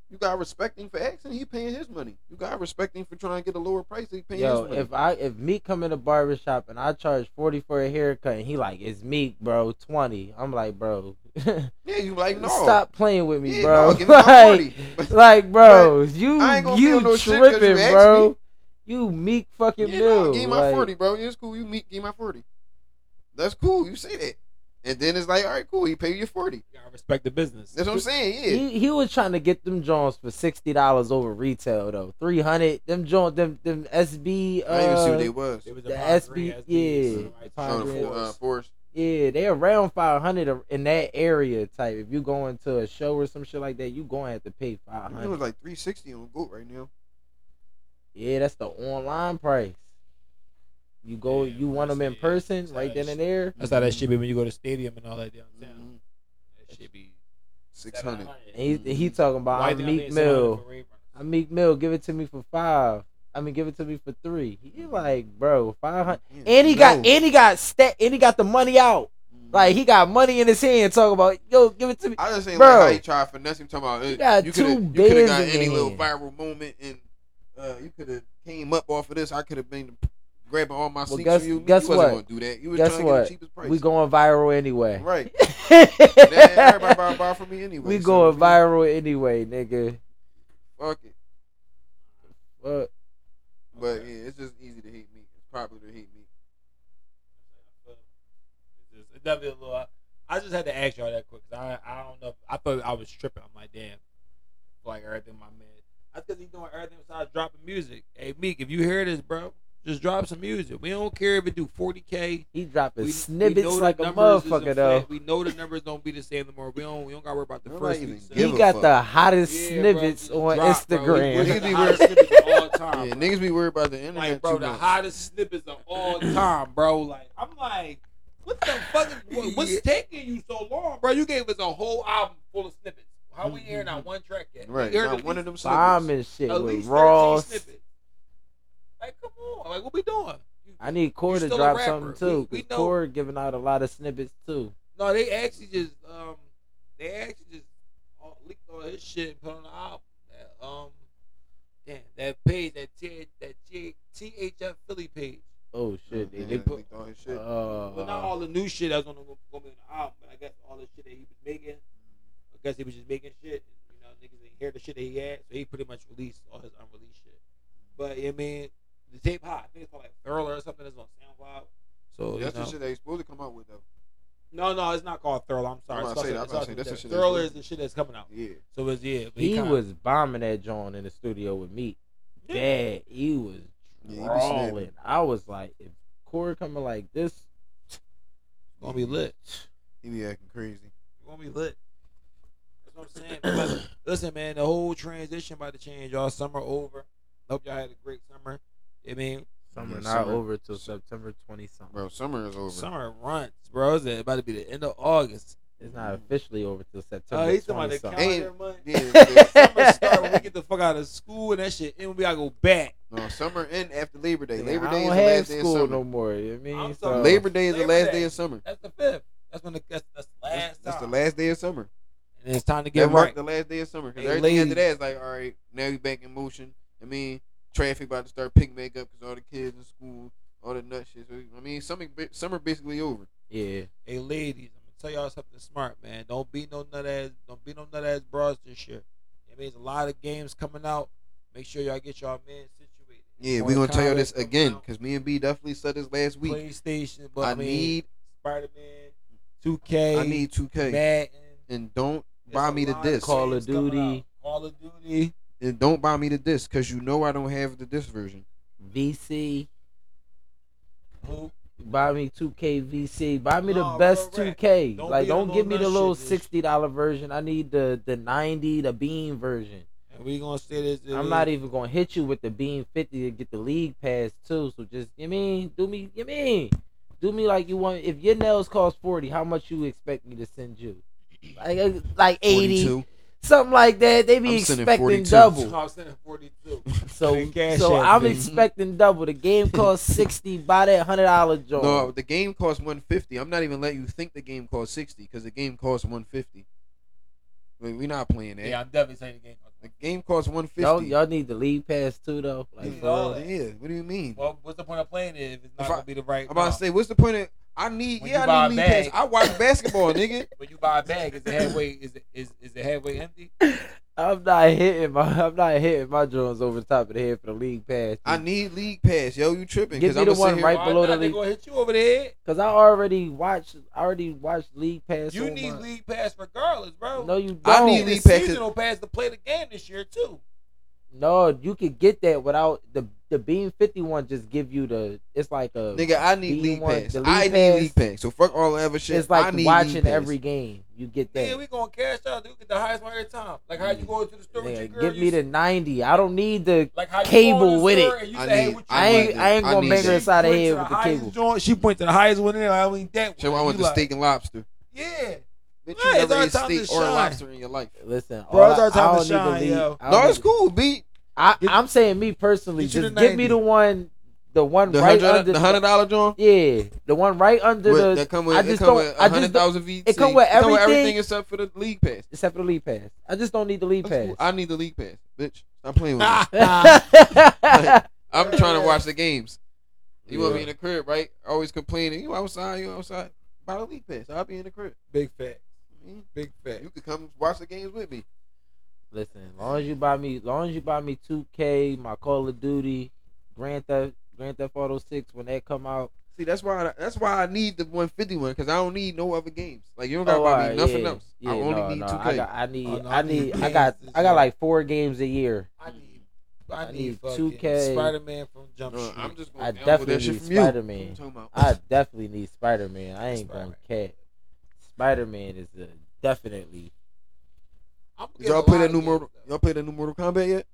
You got respecting for asking. He paying his money. You got respecting for trying to get a lower price. He paying
Yo,
his money.
if I if Meek come in a barber shop and I charge forty for a haircut and he like it's Meek, bro, twenty. I'm like, bro,
yeah, you like no.
stop playing with me,
Yeah,
bro.
no, give me my
like,
40.
like, bro, you
I ain't gonna
you
feel no shit 'cause you
tripping,
asked
bro.
me.
You Meek fucking
Yeah,
Mill.
no, give me my
like,
forty, bro. Yeah, it's cool. You meet, give me my forty. That's cool. You say that, and then it's like, all right, cool. He paid you forty.
you gotta respect the business.
That's what I'm saying. Yeah.
He, he was trying to get them Jones for sixty dollars over retail though. Three hundred them Jones them them SB. Uh,
I didn't even see what they was.
It was
The
a
SB
SB,
yeah,
right,
Oh, the
Andre-
four, uh, forest.
Yeah, they around five hundred in that area type. If you going to a show or some shit like that, you going to have to pay
I
five
think It was
hundred.
like 360 on Goat right now.
Yeah, that's the online price. You go,
Yeah,
you want them in
yeah.
person,
That's
right
how
then
that
and there.
That's how that should be when you go to stadium and all that downtown.
Mhm.
That should be
600.
And he,
Mm-hmm.
he talking about
Why
I'm
they
Meek
only sell it
Mill.
for Ray Brown?
I'm Meek Mill. Give it to me for five. I mean, give it to me for three. He like, bro, five hundred.
Yeah.
And he got,
No.
and he got stat, and he got the money out. Like he got money in his hand. Talking about, yo, give it to me.
I just saying,
Bro.
like, how he tried to finesse him, talking about, uh,
You got
you
two
coulda- you could have
bands
got
in
any little
hand.
viral moment and uh, you could have came up off of this. I could have been grabbing all my seats
guess-
from you.
guess
you wasn't
what?
going to do that. You was
Guess
trying
what?
to get the cheapest price.
We going viral anyway.
Right. That- Everybody
we
buy, buy from me anyway. so,
going
I mean,
viral anyway, nigga.
Fuck it.
What?
But
Okay.
yeah, it's just easy to hate me. It's popular to hate me.
It's just- It's definitely a little. I just had to ask y'all that quick. 'cause I I don't know. I thought I was tripping. I'm like, damn, like everything my man. That's because he's doing everything besides dropping music. Hey Meek, if you hear this, bro, just drop some music. We don't care if it do 40k.
He dropping
We, we
snippets
know the
like a
numbers is
motherfucker
inflated.
though.
We know the numbers don't be the same anymore. We don't. We don't got to worry about the
Nobody
first.
even
week's
give
He
sales.
a
got
fuck.
the hottest
Yeah, bro,
snippets
just
on
drop, bro. We-
Instagram.
we
Niggas
got the
be
hottest
wearing-
snippets of all
Yeah,
time. bro.
niggas be worried about the internet.
Like, bro,
too
the
much.
hottest snippets of all time, bro. Like, I'm like, what the fuck? Is, what, what's
Yeah.
taking you so long, bro? You gave us a whole album full of snippets. How we hearing not one track yet?
Mm-hmm. Right.
We heard
Not
at
one of
least-
them
Bomb
snippets.
and shit
at
with
least 13
Ross.
snippets. Like, come on, like, what we doing? You
I need Core
You
to
still a
drop
rapper.
something too.
We- we
Cause
know-
Core giving out a lot of snippets too.
No, they actually just um, they actually just all, leaked all his shit and put on the album. That, um, damn, that page, that T that T THF Philly page.
Oh shit, they, they put.
on his shit.
Uh,
Well, not all the new shit that's gonna, gonna be on the album, but I guess all the shit that he was making, I guess he was just making shit. You know, niggas didn't hear the shit that he had, so he pretty much released all his unreleased shit. But I mean, the tape hot. I think it's called like Thriller or something. That's on SoundCloud. So
that's
you know.
the shit they supposed to come out with though.
no, no, it's not called Thriller. I'm sorry.
I'm about
It's
to say
called-
that. I'm about to
it's
say
called-
that's the shit that's
Thriller
good.
is the shit that's coming out.
Yeah.
So it's yeah. But
he
kinda-
was bombing that John in the studio with me. Bad. He was
Yeah, he be snapping.
drawing. I was like, if Core coming like this,
gonna be lit.
He be acting crazy.
gonna be lit. That's what I'm saying. Because, listen, man, the whole transition about to change. Y'all summer over. Hope y'all had a great summer. I mean,
summer
Yeah,
not
summer.
over till September twenty something.
Bro, summer is over.
summer runs, bro. It's about to be the end of August.
It's not
Mhm.
officially over till September.
Oh, he's talking about
20
the
something.
calendar month.
Yeah, yeah.
Summer start when we get the fuck out of school and that shit, and we gotta go back.
no, summer and after Labor Day. Labor
I
Day is
don't
the
have
last day of
school
summer.
no more. You know what I mean,
I'm
so
sorry.
Labor Day is the
Labor
last
Day.
day of summer.
That's the fifth. That's when the that's, that's the last
That's, that's the
time.
last day of summer.
And it's time to get
That
right.
marked the last day of summer because
Hey,
everything
ladies.
after that is like, all right, now we back in motion. I mean, traffic about to start picking back up because all the kids in school, all the nut shit. So, I mean, summer bi- summer basically over.
yeah,
Hey, ladies, I'm gonna tell y'all something smart, man. Don't be no nut ass. Don't be no nut ass bras this year. It means a lot of games coming out. Make sure y'all get y'all men situated.
Yeah,
More
we're gonna tell y'all
college
this
coming
again
out,
because me and B definitely said this last week.
PlayStation, but
I
I mean,
need
Spider Man, 2K,
I need 2K
Madden.
and don't
There's
buy
a
me the
lot of
disc
Call
games
of
coming
Duty.
out. Call of Duty.
and don't buy me the disc because you know I don't have the disc version.
VC.
Who?
Buy me 2K VC. Buy me
No,
the best
correct.
2K.
Don't
like,
be on
don't
no
give me the
nut
little
shit, bitch.
sixty dollar version. I need the the ninety, the bean version.
And we gonna say this. it
I'm
is-
not even gonna hit you with the beam fifty to get the league pass too. So just you mean do me you mean do me like you want. If your nails cost forty, how much you expect me to send you? Like uh, like eighty,
42.
something like that. They be
I'm sending
expecting
42.
double.
I'm saying 42.
So
Then cash
so
app,
I'm
baby.
expecting double. The game costs sixty. Buy that hundred dollar joint.
No, the game costs 150. I'm not even letting you think the game costs 60 because the game costs 150. Like, we're not playing that.
Yeah, I'm definitely saying the game.
The game costs 150.
y'all y'all need the league pass too though. Like
Yeah,
for
all
real.
that.
yeah, what do you mean?
Well, what's the point of playing it if it's not
If I-
gonna be the right?
I'm about to
time?
say, what's the point of? I need,
When you
yeah,
buy
I
a
need league
bag-
pass. I watch basketball, nigga.
when you buy a bag, is the halfway is the- is is the halfway empty?
I'm not hitting my I'm not hitting my drones over the top of the head for the league pass.
I need league pass, yo. You tripping?
Give
Because
me
I'm
the
gonna sit
one
here-
right
Why
below
not?
the
They
league.
gonna hit you over the head.
Cause I already watched, I already watched League Pass.
You
on
need
my-
league pass regardless, bro.
No, you don't.
I need
you need
league pass.
seasonal pass to play the game this year too.
No, you could get that without the the Beam Fifty One. Just give you the. It's like a.
Nigga, I need
You
league
want
pass.
the league
I
pass?
need league pass. So fuck all the other shit.
it's like
I need league
watching
pass.
every game. You get that.
Yeah, we gonna cash out. You get the highest one every time. Like how you go to the store with your
Nigga,
girl?
give
you
me
s-
the ninety. I don't need the.
like how you
cable
go to the
with
store
it.
And you
I
say, hey,
need-
what you
I
I
got?
ain't.
need
I ain't
it. I
gonna
need
make her
it.
inside the
She
head
went
with
to
the
highest
cable.
joint. She went to the highest one in there. I don't need that one.
So I went
You
to
like,
steak and lobster.
Yeah.
Bitch,
Right,
you
it's our
never ate
time to
steak or
shine.
lobster in your life.
Listen,
Bro,
all
it's
I,
our time
I
to
don't
shine,
need the league.
yo.
I don't
No, it's
need-
cool, B.
I,
Get-
I'm saying me personally.
Get you
Just
the
give me
90.
the one, the one
The
right
hundred,
under
the hundred dollar John.
Yeah, the one right under
With-
the
that come with,
I
it
just
come
don't-
with
I
a
just
hundred
don't-
thousand VT.
it come with everything.
except for the league pass.
except for the lead pass. I just don't need the lead
That's cool.
pass.
I need the league pass, bitch. I'm playing with me.
I,
I'm trying to watch the games. You want
Yeah.
me in the crib, right? Always complaining. You outside? You outside? Buy the league pass. I'll be in the crib.
Big fat.
Mhm.
Big fat.
You could come watch the games with me.
Listen, as long as you buy me, as long as you buy me 2K, my Call of Duty, Grand Theft, Grand Theft Auto 6 when that come out.
See, that's why I, that's why I need the 151 because I don't need no other games. Like you don't gotta
Oh,
buy me
alright,
nothing
yeah.
else.
Yeah,
I only
no,
need
no,
2K.
I, got, I need,
Oh, no,
I
I need
need, I got,
games
I got
this
like four games a year.
I need. I,
I
need
need
fucking
2K.
Spider Man from Jump
No,
Street.
Uh, I'm just gonna
I
download that
definitely
shit
need
from you. What
Spider
you
Man.
talking about?
I definitely need Spider Man. I ain't gonna
Spider-Man.
cat. Spider Man is a, definitely
I'm
Did y'all play that new Mortal? Y'all play that new Mortal Kombat yet?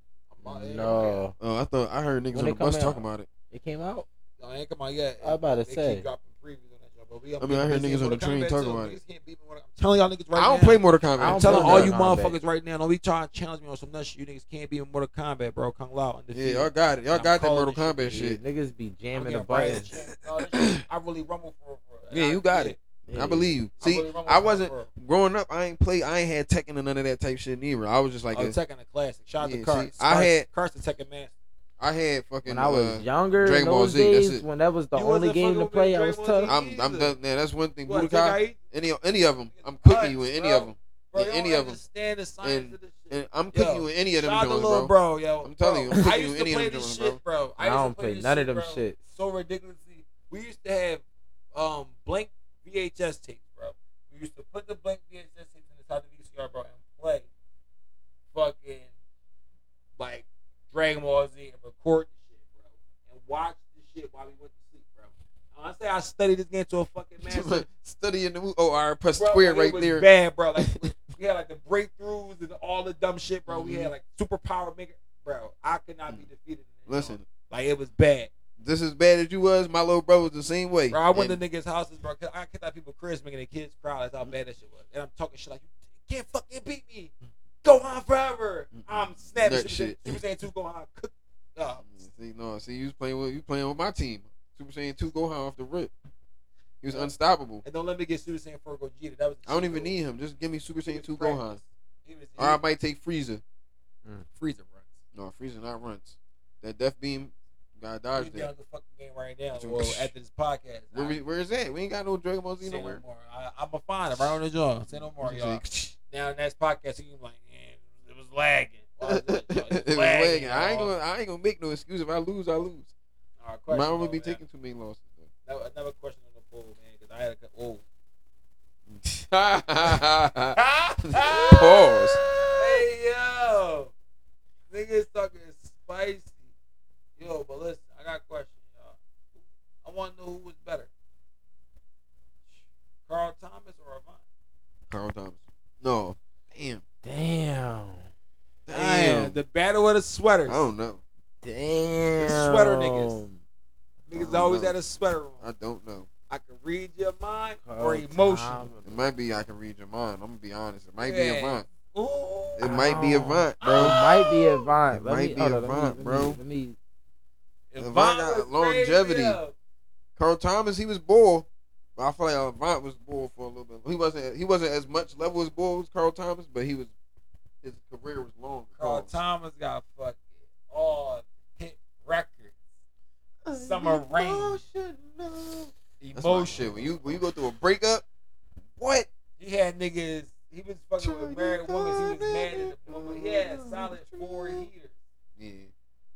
no.
Oh, I thought I heard niggas
When
on
it
the bus
come out?
talking about it.
It came out.
No, it ain't come out yet.
I about to
they
say.
Keep dropping previews on that joint, But we-
I mean, I hear
we
niggas on the
Mortal
train
Kombat
talking
too.
about
Niggas
it.
can't beat Mortal- I'm telling y'all niggas right
I don't
now.
play Mortal Kombat.
I
I'm
am telling
playing
all you
Mortal Kombat.
motherfuckers right now, don't be trying to challenge me on some nut shit. You niggas can't be in Mortal Kombat, bro. Kung Lao
Yeah,
undefeated.
y'all got it. Y'all
I'm
got that
calling
Mortal Kombat
Yeah,
shit.
niggas be
I'm
jamming the
getting fried as
buttons.
shit. No, this shit- I really rumble for it, bro. And
Yeah,
I-
you got it.
Yeah.
I believe you.
I
See,
really rumble
I
for it,
wasn't
bro.
growing up. I ain't play. I ain't had Tekken or none of that type shit neither. I was just like,
oh,
a-
Tekken a classic. Shout out
Yeah,
to
see,
Carson.
I had-
Carson Tekken Master.
I had fucking.
When I was
uh,
younger,
Dragon
in
Ball
those
Z, that's
days,
it.
when that was the
You
only
wasn't
game
fucking
to
with
play,
me,
I was
Dragon Ball Z?
tough.
I'm I'm done. Man, that's one thing.
What,
Budokai,
Tekken eight?
any any of them, I'm
Nuts,
cooking you in any
bro.
of them.
Bro,
in
you
any
don't
of 'em.
understand the science
And-
of this shit.
And I'm cooking
Yo,
you in any of them
Shout out to
joints,
Lil
bro.
Bro, yo.
I'm telling
bro,
you, I'm
I
picking
used
you
to
any of
play
them
this
joints,
shit, bro.
I,
used to
don't play
this
none of them
bro,
shit.
So ridiculously, we used to have um blank VHS tapes, bro. We used to put the blank VHS tapes in the side of the VCR, bro, and play fucking like Dragon Ball Z and record the shit, bro, and watch the shit while we went to sleep, bro. And I say I studied this game to a fucking master.
Studying the movie. Oh, I press
Bro,
square
like, it
right
was
there.
Bad, bro. Like we had like the breakthroughs and all the dumb shit, bro. We had
Mm-hmm.
like superpower maker, bro. I could not be defeated. In that
Listen,
joint. like it was bad,
this is bad as you was. My little brother was the same way.
bro. I went
And Mm-hmm.
to niggas' houses, bro. 'cause I kicked out people cribs, making the kids proud. That's how bad that shit was. And I'm talking shit like, you can't fucking beat me. Go on forever. I'm snapping.
That
Super Saiyan-
Mm-hmm. shit. Mm-hmm.
Super Saiyan two, go on. Cook. Uh,
See, no, see, you was playing with you playing with my team. Super Saiyan two Gohan off the rip. He was unstoppable.
and don't let me get Super Saiyan four Gogeta. That was.
I don't even need him. Just give me Super Saiyan two Gohan,
He was,
or I might take Frieza.
freezer runs.
No, Frieza not runs. That death beam, gotta
We're
dodge that.
down the fucking game right now.
That's what-
Well, after this podcast,
Where, we- where is that? We ain't got no Dragon Ball Z
Say no more.
nowhere.
I, I'm gonna find it right on the jaw. Say no more,
Just
y'all.
like,
Now next podcast, you can be like, eh, it was lagging. Well, I was like, yo,
it was lagging. I ain't gonna, I ain't gonna make no excuse. If I lose, I lose.
All right,
Mine
question,
would
though,
be
man.
taking too many losses. though.
Another, another question on the poll, man, because I had a co- oh.
Pause.
Hey yo, niggas talking spicy. Yo, but listen, I got a question, y'all. I want to know who was better, Carl Thomas or Avant?
Carl Thomas. No. Damn.
Damn,
Damn.
the battle of the
I
sweaters.
don't know.
damn,
sweater niggas. Niggas
I
always
don't know.
had a sweater on.
I don't know.
I can read your mind
Carl
or emotion.
Thomas.
It might be I can read your mind. I'm gonna be honest. It might be
Yeah.
a mind.
Ooh.
It might be a
Oh.
mind,
It
bro.
might be a vine.
It
Let
might
me,
be
hold
a
on, let me-
vine,
let me-
bro.
Let me.
If
Devon
Von
got
was
longevity.
crazy, yo.
Carl Thomas, he was bull. I feel like Avant was bull for a little bit. He wasn't. He wasn't as much level as bull as Carl Thomas, but he was. His career was long.
Carl Thomas got fucking all hit records. Summer Rain.
That's my
Emotion.
shit. When you when you go through a breakup, what?
He had niggas. He was fucking with
Tryna
married women. He
find
was mad at
it
the woman. He had a
all
solid four
true.
heaters,
Yeah.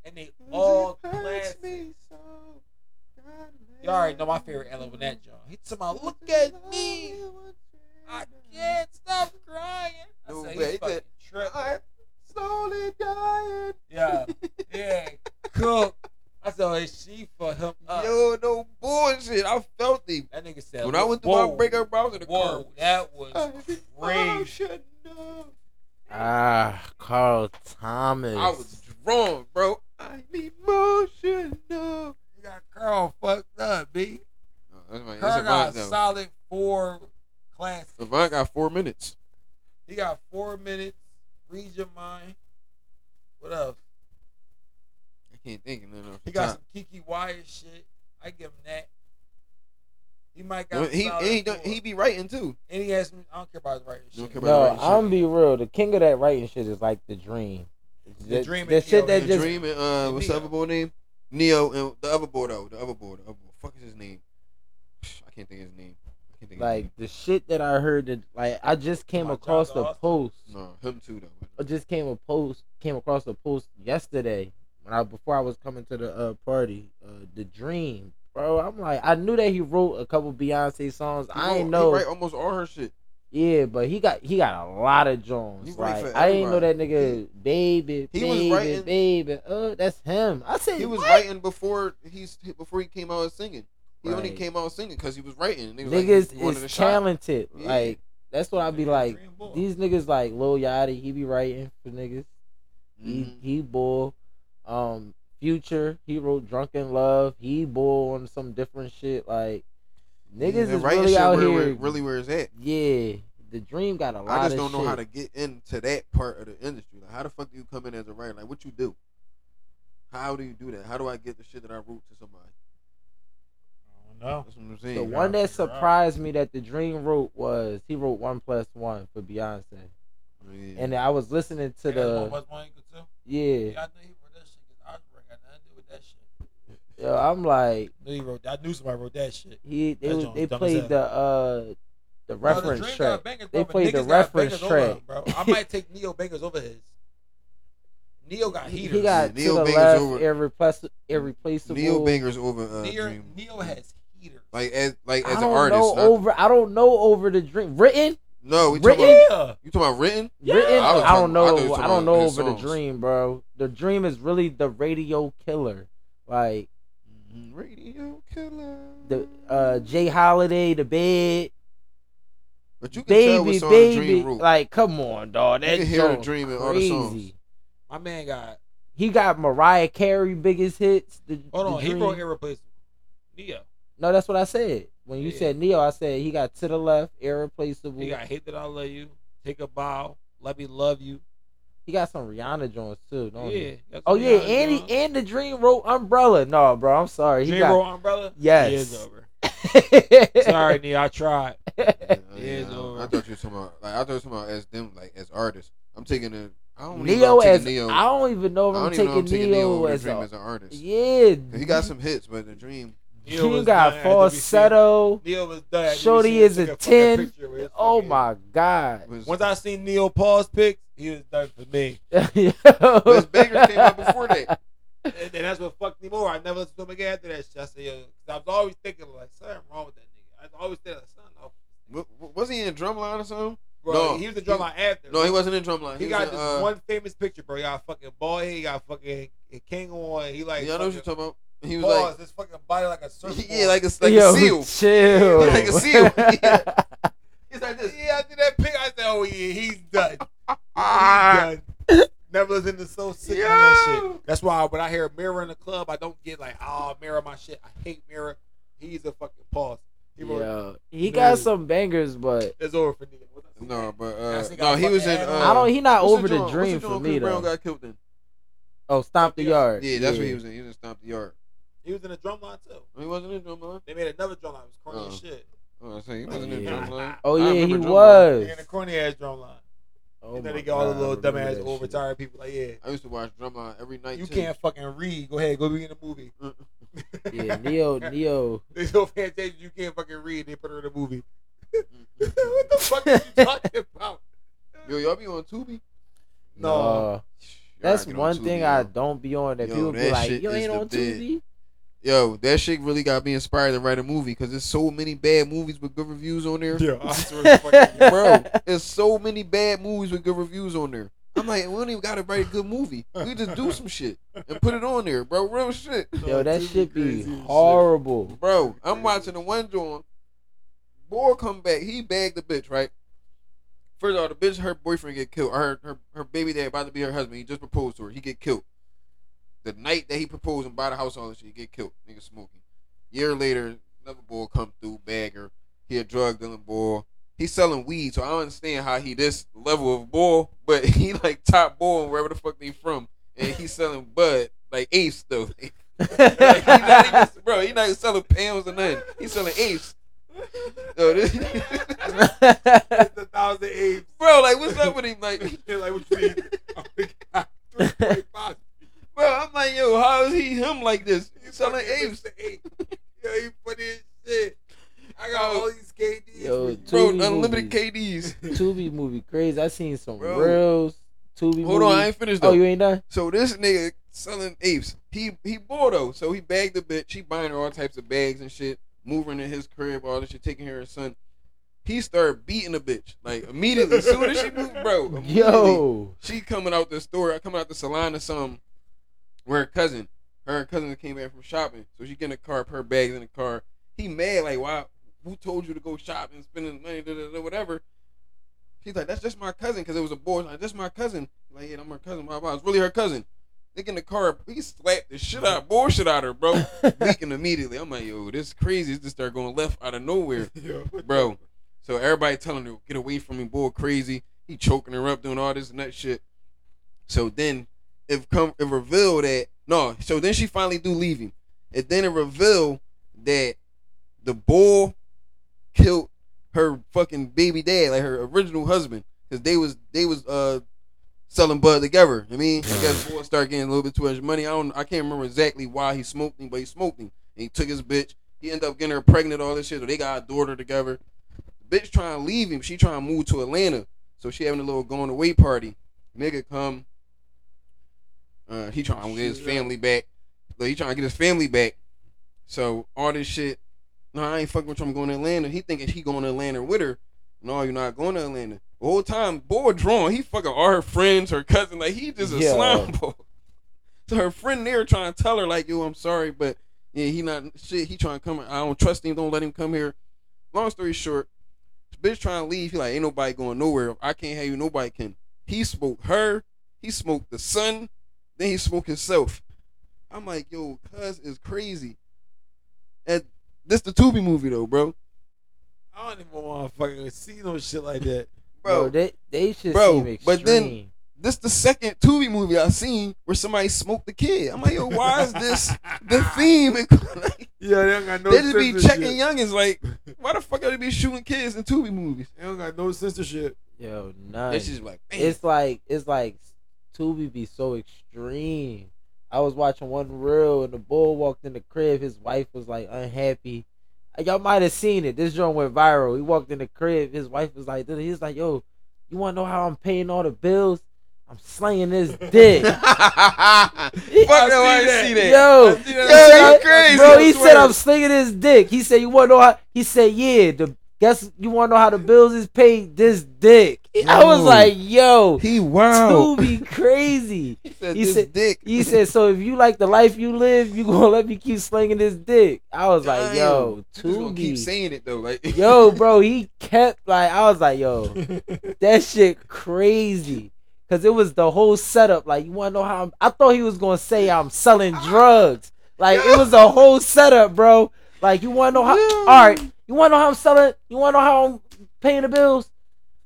and they all
All
classic.
me so.
You already know my favorite element of that, John. He talking about, look at me. I can't stop crying. I
No
said,
way,
he's
he
fucking
said,
tripping.
I'm slowly dying.
Yeah, yeah, cook. I said, oh, is she for him? Up.
Yo, no bullshit. I felt the
That nigga said,
when I went through
whoa,
my breakup, bro, I was in the Oh,
whoa, that was
car. I
crazy.
should know.
Ah, Carl Thomas.
I was drawn, bro. I'm emotional.
You got Carl fucked up, B.
Oh, that's my,
Carl got a
that's Avant,
solid four classics.
though. Avant got four minutes.
He got four minutes. Read your mind. What else?
I can't think of nothing off
He
the
got
top.
some Kiki Wyatt shit. I give him that. He might got. a
he,
solid
and he, done-
four.
he be writing, too.
And he asked me, I don't care about his writing
Don't
shit.
care about
No,
writing
I'm
shit.
gonna be real. The king of that writing shit is like the dream.
The Dream
the
and Neo.
shit that
the
just
Dream and, uh, what's the
Neo.
other boy name? Neo and the other boy, though. The other boy. The other boy. Fuck is his name? I can't think of his name. I can't think of his
like the shit that I heard that like I just came
My
across
John
the
Austin.
post.
name. No, him, too, though.
I just came a post came across a post yesterday when I before I was coming to the uh, party. Uh, the dream, bro. I'm like I knew that he wrote a couple Beyonce songs.
He
I
wrote-
ain't know.
He write almost all her shit.
Yeah, but he got he got a lot of
He
Jones.
write
Like
for
I didn't know that
everybody.
nigga, baby,
He was
baby,
writing-
baby. Oh, that's him. I said
He was
"What?"
writing before he's before he came out singing. He only
Right.
came out singing because he was writing. They was like,
niggas
"You wanted a
is
shot?"
talented.
Yeah.
Like that's what I be
Yeah,
like.
Dream Boy.
These niggas like Lil Yachty, he be writing for niggas. He
Mhm.
he bull. Um, Future, he wrote Drunken Love. He bull on some different shit. Like Niggas
And
is
writing
really
shit
out
where,
here.
where- really where it's at.
Yeah, the dream got a lot.
I just
of
don't know
shit.
how to get into that part of the industry. Like, how the fuck do you come in as a writer? Like, what you do? How do you do that? How do I get the shit that I wrote to somebody?
I don't know.
That's what I'm
The
saying.
gotta
one that
figure it out.
surprised me that the dream wrote was he wrote one plus one for Beyonce,
Yeah.
and I was listening to
Yeah, that's one
the
plus one equal two.
yeah.
Yeah, I knew he wrote that shit because algebra got nothing to do with that shit.
Yo, I'm like
Knew he wrote. I knew somebody wrote that shit.
he they
That
was-
joint
they
was dumb as
played
hell.
the uh
Bro,
the
the
reference
Dream
track.
got bangers,
They
bro, but
played the
niggas got
reference
bangers over
track.
him, bro. I might take Neo bangers over his. Neo got
He,
heaters.
he got
Neil
to the
Binger's
left,
over-
irreplace- irreplaceable.
Neil Banger's over uh,
Neo,
Dream.
Neo has heaters.
Like as like
I
as an
don't
artist.
know
not-
over. I don't know over the dream written.
no, we talking
Written?
about,
yeah.
you talking about written?
Yeah.
written
I was
I, don't
talking- I thought you
know.
were
I,
talking
don't
about
know
his
over the
songs.
dream, bro. The dream is really the radio killer. Like
Mm-hmm. Radio killer.
the uh Jay Holiday, the bed,
but you can tell
baby,
what's on
baby.
the dream route.
Like, come on, dog.
you
That
can hear the
joint
dream in all the songs.
crazy.
My man got.
He got Mariah Carey biggest hits. The,
Hold
the
on. He
Dream.
wrote irreplaceable. Neo.
No, that's what I said. When you
Yeah.
said Neo, I said he got to the left, irreplaceable.
He got hate that I love you. Take a bow. Let me love you.
He got some Rihanna joints too, don't
yeah.
he?
that's
Oh
what
yeah,
Rihanna
and
doing.
he, and the Dream wrote Umbrella. No, bro, I'm sorry. He
Dream
got
roll umbrella.
Yes.
Yeah, it's over. Sorry, Neo. I tried.
Yeah,
Yeah,
I,
no.
I thought you were talking about like I thought you were talking about as them like as artists. I'm taking a I don't even
Neo
know if I'm
as
taking Neo.
I don't even know if
I
I'm
don't
taking,
even know if I'm taking Neo
Neo
over the
as
dream
a
as an artist.
yeah.
He got some hits, but the dream.
Neo
He
was
got
done at WBC.
falsetto.
Neo was done. at
Shorty
WBC.
is
Took
a
fucking
10.
picture with his
Oh
fucking-
my god.
Was,
Once I seen Neo Paul's pics, he was done for me.
Miss Baker came out before that.
and, and that's what fucked me more. I never listened to him again after that shit. I said, yo, 'cause I was always thinking, like, something wrong with that nigga. I was always thinking, like, something off.
W- w- Was he in Drumline or something?
Bro,
No,
he was the drummer after.
No, he wasn't in Drumline.
He
was
got
in,
this
uh,
one famous picture, bro. He got a fucking bald head. He got fucking a king on. He like,
yeah, I know what you're
fucking
talking about. He was
paws, his fucking body like a
like,
surfboard.
yeah, like a, like
Yo,
a seal.
Chill.
Like a seal. Yeah. He's like this.
yeah, after that pic, I said, oh, yeah, he's done.
Ah.
He's done. Never listened to so sick on that shit. That's why when I hear mirror in the club, I don't get like, oh, mirror my shit. I hate mirror. He's a fucking pause. He wrote,
Yo, he
Man.
got some bangers, but
It's over for Neo. What the-
No, but
That
uh,
shit got
no, he was in.
fucking
Uh,
animal.
I don't. He not
what's the
over the
joint-
dream
what's
for
joint
me
Chris Brown
though.
got killed in?
Oh, stomp the
Yeah,
yard.
Yeah, that's what he was in. He was in Stomp the Yard.
He was in a drum line too.
No, He wasn't in Drumline.
They made another drum line. It was corny as
Oh.
shit.
Oh, I say he wasn't in
yeah.
Drumline.
Oh
I
yeah,
remember
he
Drumline.
They
was.
in a corny ass drum line.
Oh,
and then
my
they get all the
God,
little
I remember
dumbass
that
old
shit.
retired people like, yeah,
I used to watch Drumline every night.
you
too.
can't fucking read. Go ahead, go be in the movie.
Yeah, Neo, Neo.
They so fantastic you can't fucking read. They put her in a movie. what the fuck are you talking about?
Yo, y'all be on Tubi?
No.
Nah.
Y'all
That's
get on
one
Tubi,
thing
yo.
I don't be on that
Yo,
people be
that
like,
shit
"You
is
ain't
the
on
bit.
TV."
Yo, that shit really got me inspired to write a movie because there's so many bad movies with good reviews on there.
Yeah, I swear to fucking God.
Bro, there's so many bad movies with good reviews on there. I'm like, we don't even gotta write a good movie. We just do some shit and put it on there, bro. Real shit,
Yo, that
Tubi
shit be
crazy as shit.
horrible.
bro. I'm watching the one joint. Boy, come back. He bagged the bitch, right? First of all, the bitch, her boyfriend get killed. Her, her, her baby dad about to be her husband. He just proposed to her. He get killed. The night that he proposed and buy the house, all that shit, he get killed. Nigga smoking. Year later, another boy come through, bagger. He a drug dealing boy. He's selling weed, so I don't understand how he this level of boy, but he like top boy wherever the fuck they from, and he's selling bud like apes though. Like, he not even, bro, he not even selling pounds or nothing. He's selling apes. Yo, this-
It's the thousand apes.
bro, like, what's up with him? Like,
They're like, what you mean? Oh my God. 3.5.
bro, I'm like, yo, how is he him like this? He's selling
fucking
apes.
Mr. Ape. Yo, he funny as shit. I got
Yo.
all these KDs.
Yo,
for you.
two-
Bro,
Tubi
unlimited
movies.
KDs.
Tubi movie crazy. I seen some
Bro.
reels. Tubi
Hold
movie.
on, I ain't finished though.
oh, you ain't done.
So this nigga selling apes. He he bought though. So he bagged the bitch. She buying her all types of bags and shit. Moving in his crib, all this shit, taking care of his son. He started beating the bitch like immediately. As soon as she moved, bro. immediately.
Yo,
she coming out the store, coming out the salon or something, where her cousin, her cousin came back from shopping. So she get in the car, put her bags in the car. He mad, like, why? Who told you to go shop and spend his money, da, da, da, whatever? She's like, that's just my cousin, because it was a boy. Like, that's my cousin. Like, yeah, I'm her cousin, blah, blah. It's really her cousin. They get in the car. He slapped the shit out, bullshit out of her, bro. Leaking immediately. I'm like, yo, this is crazy. This just start going left out of nowhere, bro. So everybody telling her, get away from me, boy, crazy. He choking her up, doing all this and that shit. So then, if come it revealed that no, so then she finally do leave him. And then it revealed that the bull killed her fucking baby dad, like her original husband, because they was they was uh selling bud together. I mean, I guess boy start getting a little bit too much money. I don't, I can't remember exactly why he smoked him, but he smoked him and he took his bitch. He ended up getting her pregnant, all this shit. So they got a daughter together. Bitch trying to leave him. She trying to move to Atlanta, so she having a little going away party. Nigga come. Uh, he trying to get his family back. Like, he trying to get his family back. So all this shit. No, I ain't fucking with you. I'm going to Atlanta. He thinking he going to Atlanta with her. No, you're not going to Atlanta. The whole time, boy, drawn. He fucking all her friends, her cousin. Like he just a
Yeah.
slime ball. So her friend there trying to tell her like, yo, I'm sorry, but yeah, he not shit. He trying to come. I don't trust him. Don't let him come here. Long story short, this bitch trying to leave. He like, ain't nobody going nowhere. If I can't have you. Nobody can. He smoked her. He smoked the son. Then he smoked himself. I'm like, yo, cuz is crazy. And this the Tubi movie though, bro.
I don't even want to fucking see no shit like that.
Bro,
they they should
Bro,
seem extreme.
but then- this the second Tubi movie I seen where somebody smoked the kid. I'm like, yo, why is this the theme? Like,
Yeah, they don't got no.
they just be
censorship.
checking youngins. Like, why the fuck are they be shooting kids in Tubi movies?
They don't got no censorship.
yo, none.
This is like, man,
it's like it's like Tubi be so extreme. I was watching one reel and the bull walked in the crib. His wife was like unhappy. Y'all might have seen it. This joint went viral. He walked in the crib. His wife was like, he's like, yo, you want to know how I'm paying all the bills? I'm slaying this dick.
fuck no, I didn't see that.
Yo,
I see
He
that.
said-
That's crazy.
bro,
I
he
swear.
said I'm slinging his dick. He said you want to know how? He said yeah. The guess you want to know how the bills is paid? This dick. I was
Yo.
like, yo,
He wow.
Tubi crazy.
He said
He
this
said-
dick.
He said, so if you like the life you live, you gonna let me keep slinging this dick. I was like,
Damn.
yo,
You just gonna keep
Tubi.
saying it though, like
Yo, bro, he kept like I was like, yo, that shit crazy. Cause it was the whole setup. Like, you wanna know how I'm, I thought he was gonna say I'm selling drugs. Like, it was a whole setup, bro. Like, you wanna know how?
Yo.
All right, you wanna know how I'm selling? You wanna know how I'm paying the bills?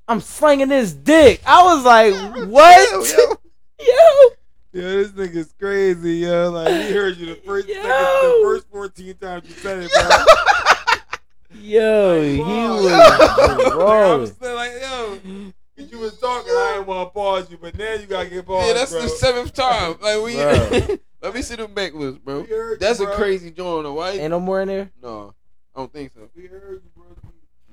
I'm slinging this dick. I was like,
Yo,
what?
yo.
Yo,
Yeah, this nigga's crazy, yo. Like he heard you the first,
Yo.
second, the first fourteen times you said it, bro.
Yo, he
Pause.
was
I was
wrong.
still like, yo, 'cause you was talking, I didn't want to pause you, but now you gotta get paused,
Yeah, that's
bro.
the seventh time. Like we,
Bro.
let me see them backwards, bro.
We heard
That's
you,
a
bro.
crazy joint. though. Why?
Ain't no more in there.
No, I don't think so.
We heard you, bro.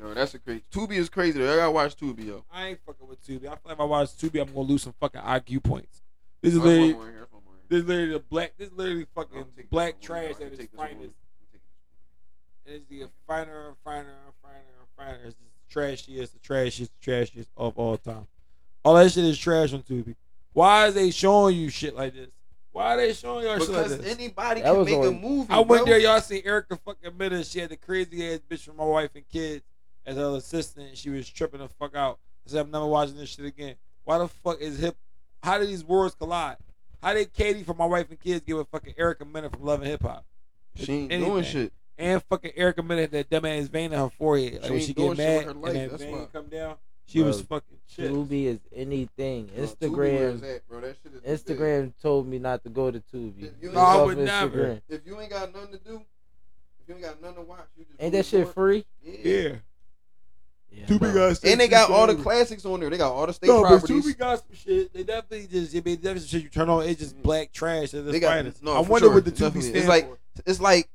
No, that's a crazy. Tubi is crazy. Though. I gotta watch Tubi, yo.
I ain't fucking with Tubi. I feel like if I watch Tubi, I'm gonna lose some fucking IQ points. This is
There's one
literally,
more in here. There's one more in here.
this is literally the black, this is literally
I'm
fucking
taking this
black
one.
trash
I'm
at its
taking this one.
finest. And it's getting finer and finer and finer and finer. It's just the trashiest, the trashiest, the trashiest of all time. All that shit is trash on Tubi. Why is they showing you shit like this? Why are they showing y'all shit like
Because
this?
anybody
That
can
was
make a
on-
movie.
I went
bro.
there, y'all seen Erica fucking Miller. and She had the crazy ass bitch from my wife and kids as her assistant. She was tripping the fuck out. I said, I'm never watching this shit again. Why the fuck is hip? How did these worlds collide? How did Katie from my wife and kids give a fucking Erica Miller from Love and Hip Hop?
She ain't doing
Anything.
shit.
And fucking Erica Miller had that dumbass vein in her forehead. Like
She
when
ain't
she
doing
get
shit with
mad
her
and
life,
that
that's
vein
why.
come down, she
Bro,
was fucking shit.
Tubi is anything.
Bro, Tubi where it's
Instagram,
at, bro. That shit is big.
Instagram told me not to go to Tubi.
You
It's
No, I
off
would
Instagram.
never.
If you ain't got nothing to do, if you ain't got nothing to watch, you just
Ain't
really
that shit
bored.
free?
Yeah.
Yeah,
Tubi
bro.
got some
And they
shit
got all the
forever.
classics on there. They got all the state
No, but
properties.
Tubi got some shit. They definitely just, I mean, definitely some shit you turn on, it's just black trash. It's
They
just
got-
finest.
no,
I
for
wonder
sure,
what the Tubi
definitely.
stands
It's like-
for.
It's like,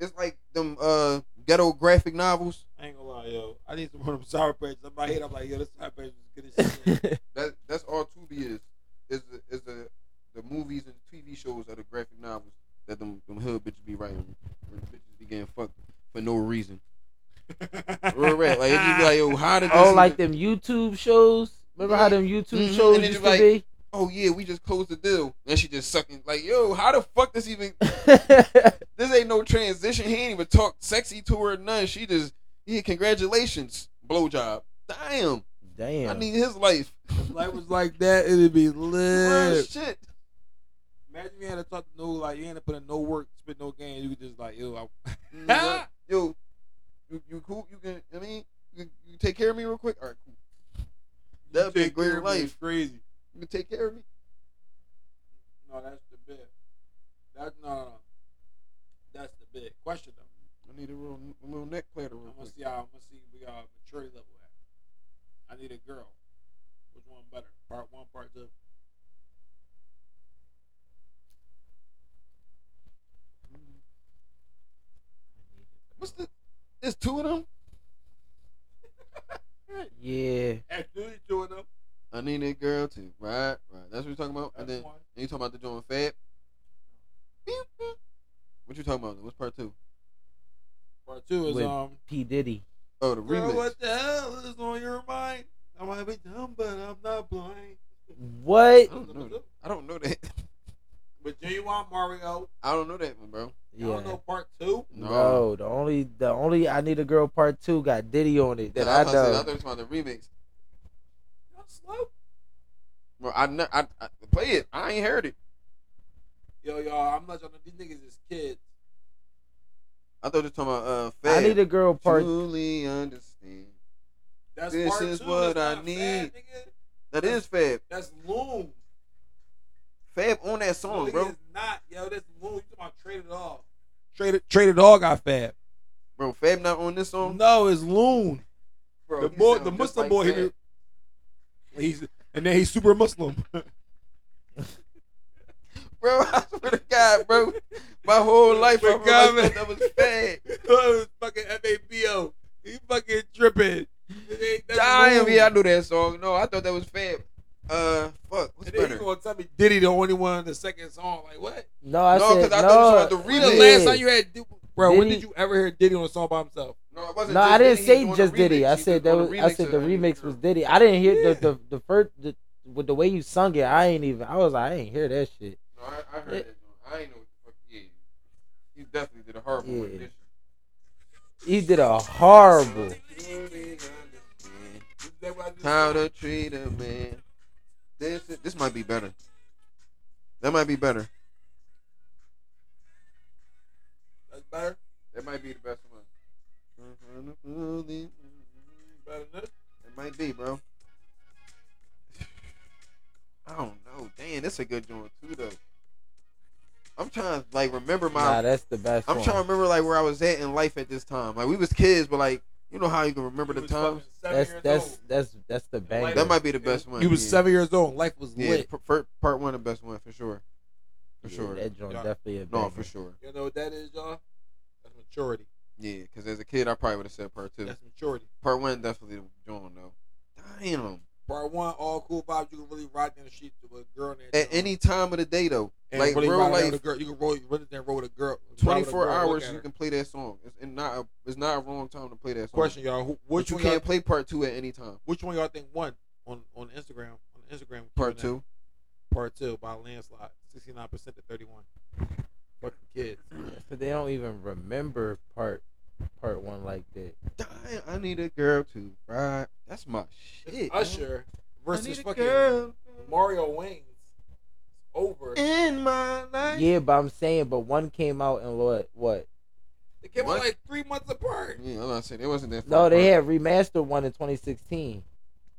it's like them uh ghetto graphic novels.
I ain't gonna lie, yo. I need some more of them sour patch. In my head, I'm like, yo, this sour patch is good as shit.
That that's all Tubi is. Is the, is the the movies and TV shows are the graphic novels that them, them hood bitches be writing. Where the bitches be getting fucked for no reason. Real rap. Like it just be like, yo, how did this?
oh, like
even-
them YouTube shows. Remember how them YouTube
Mhm,
shows
and it's
used to
like-
be?
oh yeah, we just closed the deal. And she just sucking like, yo, how the fuck this even this ain't no transition. He ain't even talk sexy to her or none. She just yeah, congratulations, blowjob. Damn.
Damn.
I need his life.
If life was like that, it'd be
Real
lit.
shit.
Imagine you had to talk to no like you had to put in no work, spit no game. You could just like yo, I,
You know what? Yo, you you cool? You can I mean you, you take care of me real quick. All right, cool. That'd be a
Take
great
care of me, it's
life.
Crazy.
You can take care of me.
No, that's the bit. That's no, no, no. That's the bit. Question though.
I need a little a little neck clatter real
I'm gonna
quick.
see how I'm gonna see we are maturity level at. I need a girl. Which one better? Part one, part two.
What's the? It's two of them.
Yeah.
Absolutely two of them.
I need a girl to right, right. That's what you're talking about.
That's
And then
one.
and you talking about the joint Fab. Beep, beep. What you talking about? What's part two?
Part two is
With-
um
P Diddy.
Oh, the
Girl,
remix.
what the hell is on your mind? I might be dumb, but I'm not blind.
What?
I don't know. That. I don't know that.
But genuine Mario.
I don't know that one, bro.
I don't know part two.
No.
No. the only the only I need a girl part two got Diddy on it that
I,
I
was about to say, I
know.
thought you was talking about the remix.
Y'all slow.
Bro, I, ne- I, I play it. I ain't heard it.
Yo, y'all, I'm not trying to. These niggas is kids.
I thought you were talking about uh. Fab.
I need a girl part.
Truly understand.
That's
This
part
is
two.
what
That's
I
not
need.
Fab, nigga.
That is Fab.
That's Loom.
Fab on that
No,
song,
it
bro.
is not, yo. That's Loom. You talking about traded off? Traded, traded all got Fab.
Bro, Fab not on this song.
No, it's Loon.
Bro,
The
he
boy,
sound
the
just
Muslim
like
boy.
Fab.
He, he's and then he's super Muslim.
Bro, I swear to God, bro. My whole life, I
But God,
realized that was Fab.
was fucking FABO. He fucking tripping.
Damn, yeah, I knew that song. No, I thought that was Fab. Uh, fuck,
And
what's
then you
better?
gonna tell me Diddy the only one in the second song? Like what?
No, I
No,
said
'cause I
no.
thought you
When
said
the
Diddy.
last time you had, Diddy- bro? When
Diddy-
did you ever hear Diddy on a song by himself?
No, it wasn't
No,
just
I didn't
Diddy, he
say
was on
just
the
Diddy.
remix.
I
He
said that
on the
was, I
remix
said
of
the
I Need a
remix
Girl.
was Diddy. I didn't hear
Yeah.
the, the the first the, with the way you sung it. I ain't even. I was like, I ain't hear that shit.
No, I, I heard
Yeah.
that song. I ain't know what the fuck. Yeah, he definitely did a horrible
Yeah.
rendition.
He did a horrible.
How to treat a man. This this might be better. That might be better.
That's better.
That might be the best one. That
Better than this.
might be, bro. I don't know. Damn, that's a good joint too, though. I'm trying to like remember my.
Nah, that's the best.
I'm
one.
trying to remember like where I was at in life at this time. Like we was kids, but like you know how you can remember the
You was
times.
fucking seven
That's
years
that's
old.
that's that's the banger.
That might be the best one.
You was
yeah.
seven years old. Life was
Yeah,
lit.
p- fir- part one, the best one for sure. For
Yeah,
sure.
That joint
Yeah.
definitely a banger.
No, for sure.
You know what that is, y'all? That's maturity.
Yeah, because as a kid, I probably would have said part two.
That's maturity.
Part one definitely the joint though. Damn.
Part one, all cool vibes. You can really ride down the street to a girl. in that
At
joint.
any time of the day though,
And
like
really
real
ride down
life,
with a girl. You can roll, you really down roll with a girl. ride with a
twenty four
girl, look
hours
at
you
her.
can play that song. It's and not a, it's not a wrong time to play that song.
Question, y'all. Who,
But
which
you
one y'all,
can't play part two at any time.
Which one y'all think won on on Instagram? On Instagram,
Part
Q&A.
two.
Part two by a landslide, sixty nine percent to thirty one. Fucking kids.
But they don't even remember part part one like that.
Damn, I need a girl to ride. That's my shit. man.
Usher
I need
versus
a
fucking
girl
Mario Waynes. Over.
in my life.
Yeah, but I'm saying, but one came out in what what?
They came
What? Mm.
out like three months apart.
Yeah, I was gonna say it wasn't that.
No,
far
they
apart.
had remastered one in 2016.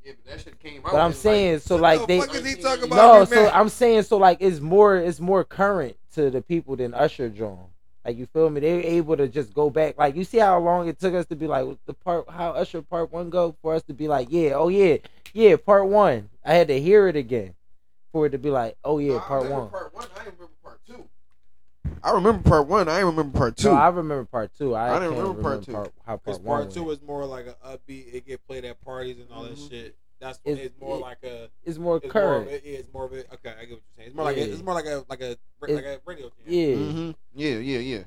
Yeah, but that shit came out.
But I'm
in,
saying, so like
what
they
the fuck
Mm.
is he talking about?
no,
Iron
so
Man?
I'm saying, so like it's more it's more current to the people than Usher drawn. Like you feel me? They were able to just go back. Like you see how long it took us to be like the part how Usher part one go for us to be like yeah oh yeah yeah part one. I had to hear it again for it to be like oh
No,
yeah
I
part
remember
one.
Part one. I didn't remember part two. I remember part one. I didn't remember part two.
No, I remember part two. I,
I
can't
didn't
remember,
remember part two.
how part
Because
one.
part two
went.
is more like a upbeat. It get played at parties and all
Mhm.
that shit. That's it's,
Mm-hmm. It's-
it's more
it-
like a it's
It's more
more of
current.
a, yeah, it's more of a okay. I get what you're saying. It's more like
Yeah.
a, it's more like a like a like a radio. Jam.
yeah.
hmm Yeah, yeah, yeah. And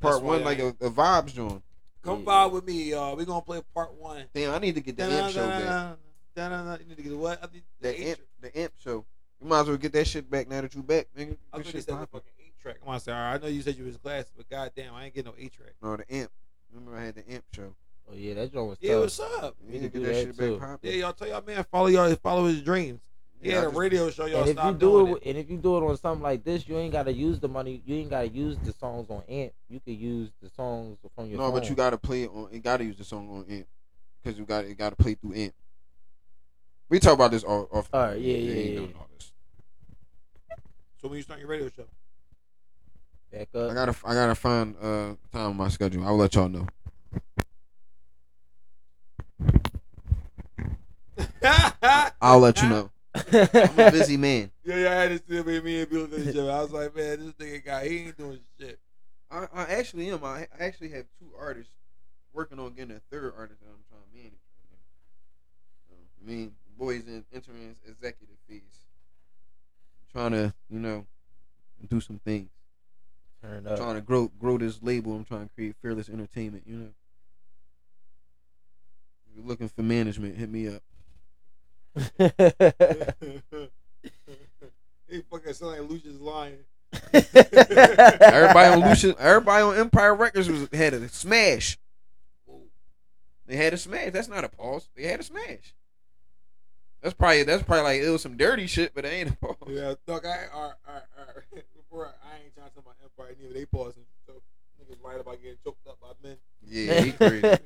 part
That's why
one,
I-
like a, a vibes joint.
Come
Yeah.
vibe with me, y'all. We gonna play part one.
Damn, I need to get the amp show back.
Da-na-na-na-na. Da-na-na. You need to get what? I think
The
eight
amp,
tr-
the amp show. You might as well get that shit back now that you back,
I
nigga. This
think
shit
it's that
poppin'.
fucking eight track. I'm gonna say, all right. I know you said you was class, but goddamn, I ain't getting no eight track.
No, the amp. Remember, I had the amp show.
Oh yeah, that joint was
Yeah,
tough.
what's up?
You
We
need to
can
get
do
that
that
shit
too.
back poppin'.
Yeah, y'all tell y'all man follow y'all follow his dreams. He had a radio show. Y'all
And if you
stopped
do
doing
it,
it.
with- and if you do it on something like this, you ain't gotta use the money. You ain't gotta use the songs on amp. You could use the songs from your.
No, but
phone.
you gotta play it on. You gotta use the song on amp because you got it. Got to play through amp. We talk about this all off.
Alright, yeah, yeah,
ain't
yeah,
doing
yeah.
all this.
So when you start your radio show,
back
I
up.
gotta, I gotta find uh time on my schedule. I'll let y'all know. I'll let you know. I'm a busy man.
Yeah, yeah, I had to see me, me and Bill did the show. I was like, man, this nigga guy, he ain't doing shit.
I, I actually am. I, I actually have two artists working on getting a third artist that I'm trying to manage. So, I mean, boys in entering his executive phase, trying to you know do some things,
Turn up.
trying to grow grow this label. I'm trying to create fearless entertainment. You know, if you're looking for management, hit me up.
he fucking sound like Lucius Lion.
Everybody on Lucius, everybody on Empire Records was had a smash. They had a smash. That's not a pause. They had a smash. That's probably that's probably like it was some dirty shit, but it ain't a pause.
Yeah, dog, I, all right, all right, all right. Before I, I ain't trying to tell my empire neither. They pausing. So niggas right about getting choked up by men.
Yeah, he crazy.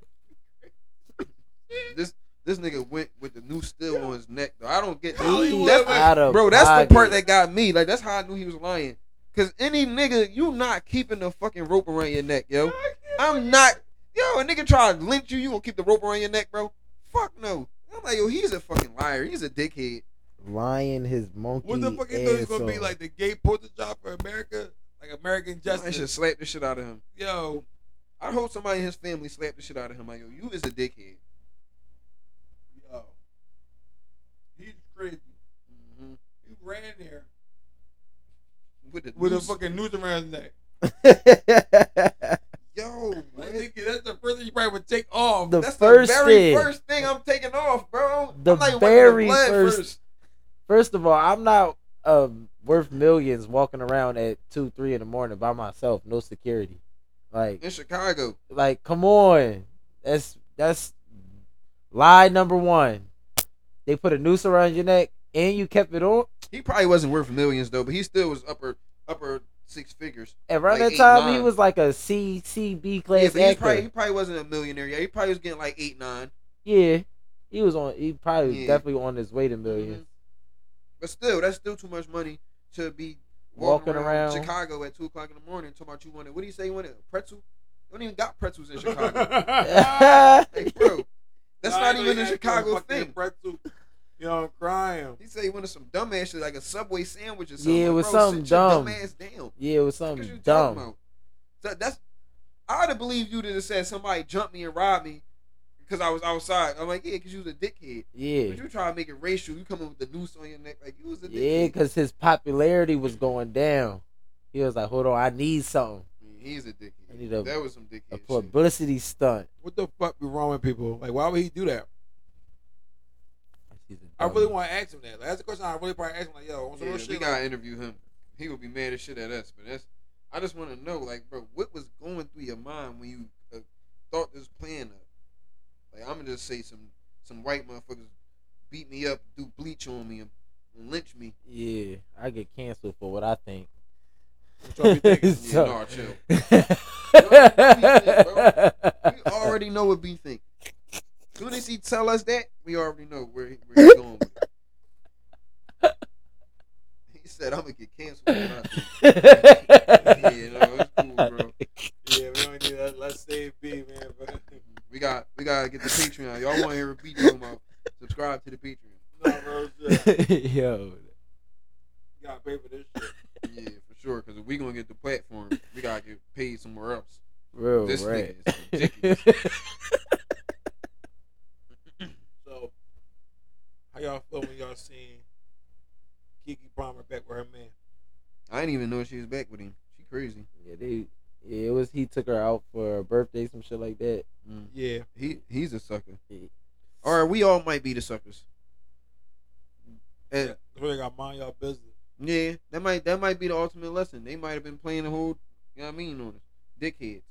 this this nigga went with the new steel on his neck. Though I don't get
Hollywood,
that's-
man.
Out of
bro. That's the
pocket.
part that got me. Like that's how I knew he was lying. Cause any nigga, you not keeping the fucking rope around your neck, yo. I'm not. Yo, a nigga try to lynch you. You gonna keep the rope around your neck, bro? Fuck no. I'm like, yo, he's a fucking liar. He's a dickhead.
lying his monkey.
What the fuck you thought it was
ass
gonna be
off.
like the gay porter job for America? Like American
I should
justice.
slap the shit out of him.
Yo,
I hope somebody in his family slap the shit out of him. Like, yo, you is a dickhead.
yo. He's crazy. He ran there
Mm-hmm. With the
with a
noose.
fucking noose around his neck.
yo,
That
man.
nigga- That's the first thing you probably would take off.
the
That's
first
the very
thing.
first thing I'm taking off, bro.
The
I'm not even
very
wiping the blood
first- First of all, I'm not um, worth millions walking around at two, three in the morning by myself, no security. Like,
in Chicago.
like, come on. That's that's lie number one. They put a noose around your neck and you kept it on.
He probably wasn't worth millions though, but he still was upper upper six figures.
Around
Like
that time,
eight,
he
nine.
was like a C, C, B
Yeah,
class
but he
actor.
probably he probably wasn't a millionaire. Yeah, he probably was getting like eight nine.
yeah, he was on. He probably was
Yeah.
definitely on his way to 1000000s
But still, that's still too much money to be walking,
Walking
around,
around.
Chicago at two o'clock in the morning talking about you wanted. What do you say you wanted? A pretzel? They don't even got pretzels in Chicago. like, bro, that's
I
not
ain't
even
gonna
a
ask
Chicago
for a fucking
thing.
pretzel. Yo, I'm crying.
He said he wanted some dumb ass shit like a Subway sandwich or something.
Yeah, it
Like,
was
bro,
something
sit your
dumb.
dumb ass down.
yeah, it was
What you
something
talking
dumb.
about? That, that's I'd have believed you to have said somebody jumped me and robbed me because I was outside. I'm like, yeah, because you was a dickhead.
Yeah.
But you try to make it racial. You come in with the noose on your neck like you was a
Yeah,
dickhead.
because his popularity was going down. He was like, hold on, I need something.
Man, he's a
I
dickhead.
need a-
that was some
A
dickhead shit.
publicity stunt.
What the fuck be wrong with people? Like, why would he do that? I really want to ask him that. Like, that's the question I really probably ask him. Like, yo, on some
Um, Yeah,
real
we
shit, like,
gotta interview him. He would be mad as shit at us. But that's I just want to know, like, bro, what was going through your mind when you uh, thought this plan up? Like, I'm gonna just say some some white motherfuckers beat me up, do bleach on me, and lynch me.
Yeah, I get canceled for what I think.
what y'all be thinking?
Yeah,
So-
nah, chill. We
yeah,
already know what B think. Soon as he tell us that, we already know where, he, where he's going. With it. He said, "I'm gonna get canceled." for what I think." yeah, no, it's cool, bro.
yeah, we don't need that. Let's save B, man. But,
We got we gotta get the Patreon. Y'all want to hear a beat talking about? Subscribe to the Patreon.
no, bro, shit.
Yo,
You gotta pay for this shit.
Yeah, for sure. Because if we gonna get the platform, we gotta get paid somewhere else.
real
This
right.
nigga is ridiculous.
So, how y'all feel when y'all seen Kiki Palmer back with her man?
I didn't even know she was back with him. She crazy.
yeah, they, yeah, it was he took her out for her birthday, some shit like that.
Mm.
Yeah.
He he's a sucker.
Yeah.
All right, we all might be the suckers. And
Yeah. Really got mind y'all business.
Yeah, that might that might be the ultimate lesson. They might have been playing the whole, you know what I mean, on us, dickheads.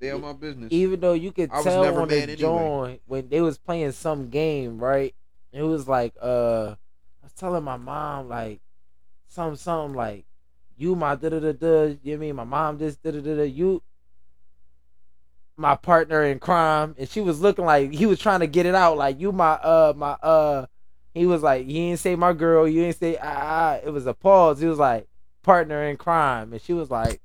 They are my business.
even though you could
I was
tell
never
on
mad
the
anyway.
joint when they was playing some game, right? It was like uh I was telling my mom like some something like you my da da da da. You know what I mean my mom this da da da da. You my partner in crime, and she was looking like he was trying to get it out. Like you my uh my uh. He was like, you ain't say my girl, you ain't say ah. ah." It was a pause. He was like, partner in crime, and she was like,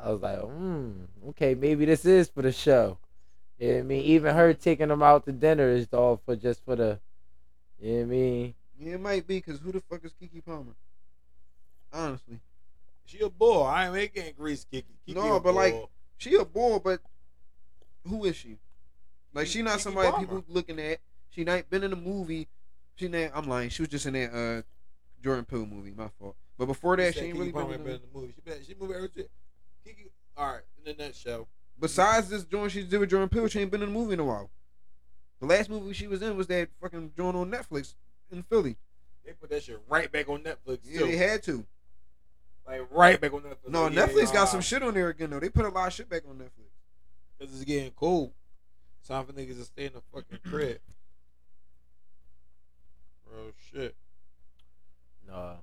I was like, hmm, okay, maybe this is for the show. You know what I mean? Even her taking them out to dinner is all for just for the, you know what I mean?
Yeah, it might be because who the fuck is Kiki Palmer? Honestly,
She a bull. I ain't making grease Kiki. Kiki
No,
a
but, like,
bull.
she a bull, but who is she? Like she not
Keke
somebody
Palmer.
people looking at. She not been in a movie. She not, I'm lying. She was just in that uh, Jordan Peele movie. My fault. But before
You
that, she
said
ain't
Keke
really been.
Palmer
in
been
a-
in the movie. She been, she moved every shit. Kiki. All right, in the nutshell.
Besides this joint she did with Jordan Peele, she ain't been in a movie in a while. The last movie she was in was that fucking joint on Netflix in Philly.
They put that shit right back on Netflix
Yeah,
too.
they had to.
like right back on Netflix.
No,
Like, yeah,
Netflix
uh,
got some shit on there again though. They put a lot of shit back on Netflix.
Cause it's getting cold. Time for niggas to stay in the fucking crib. Bro, shit.
No.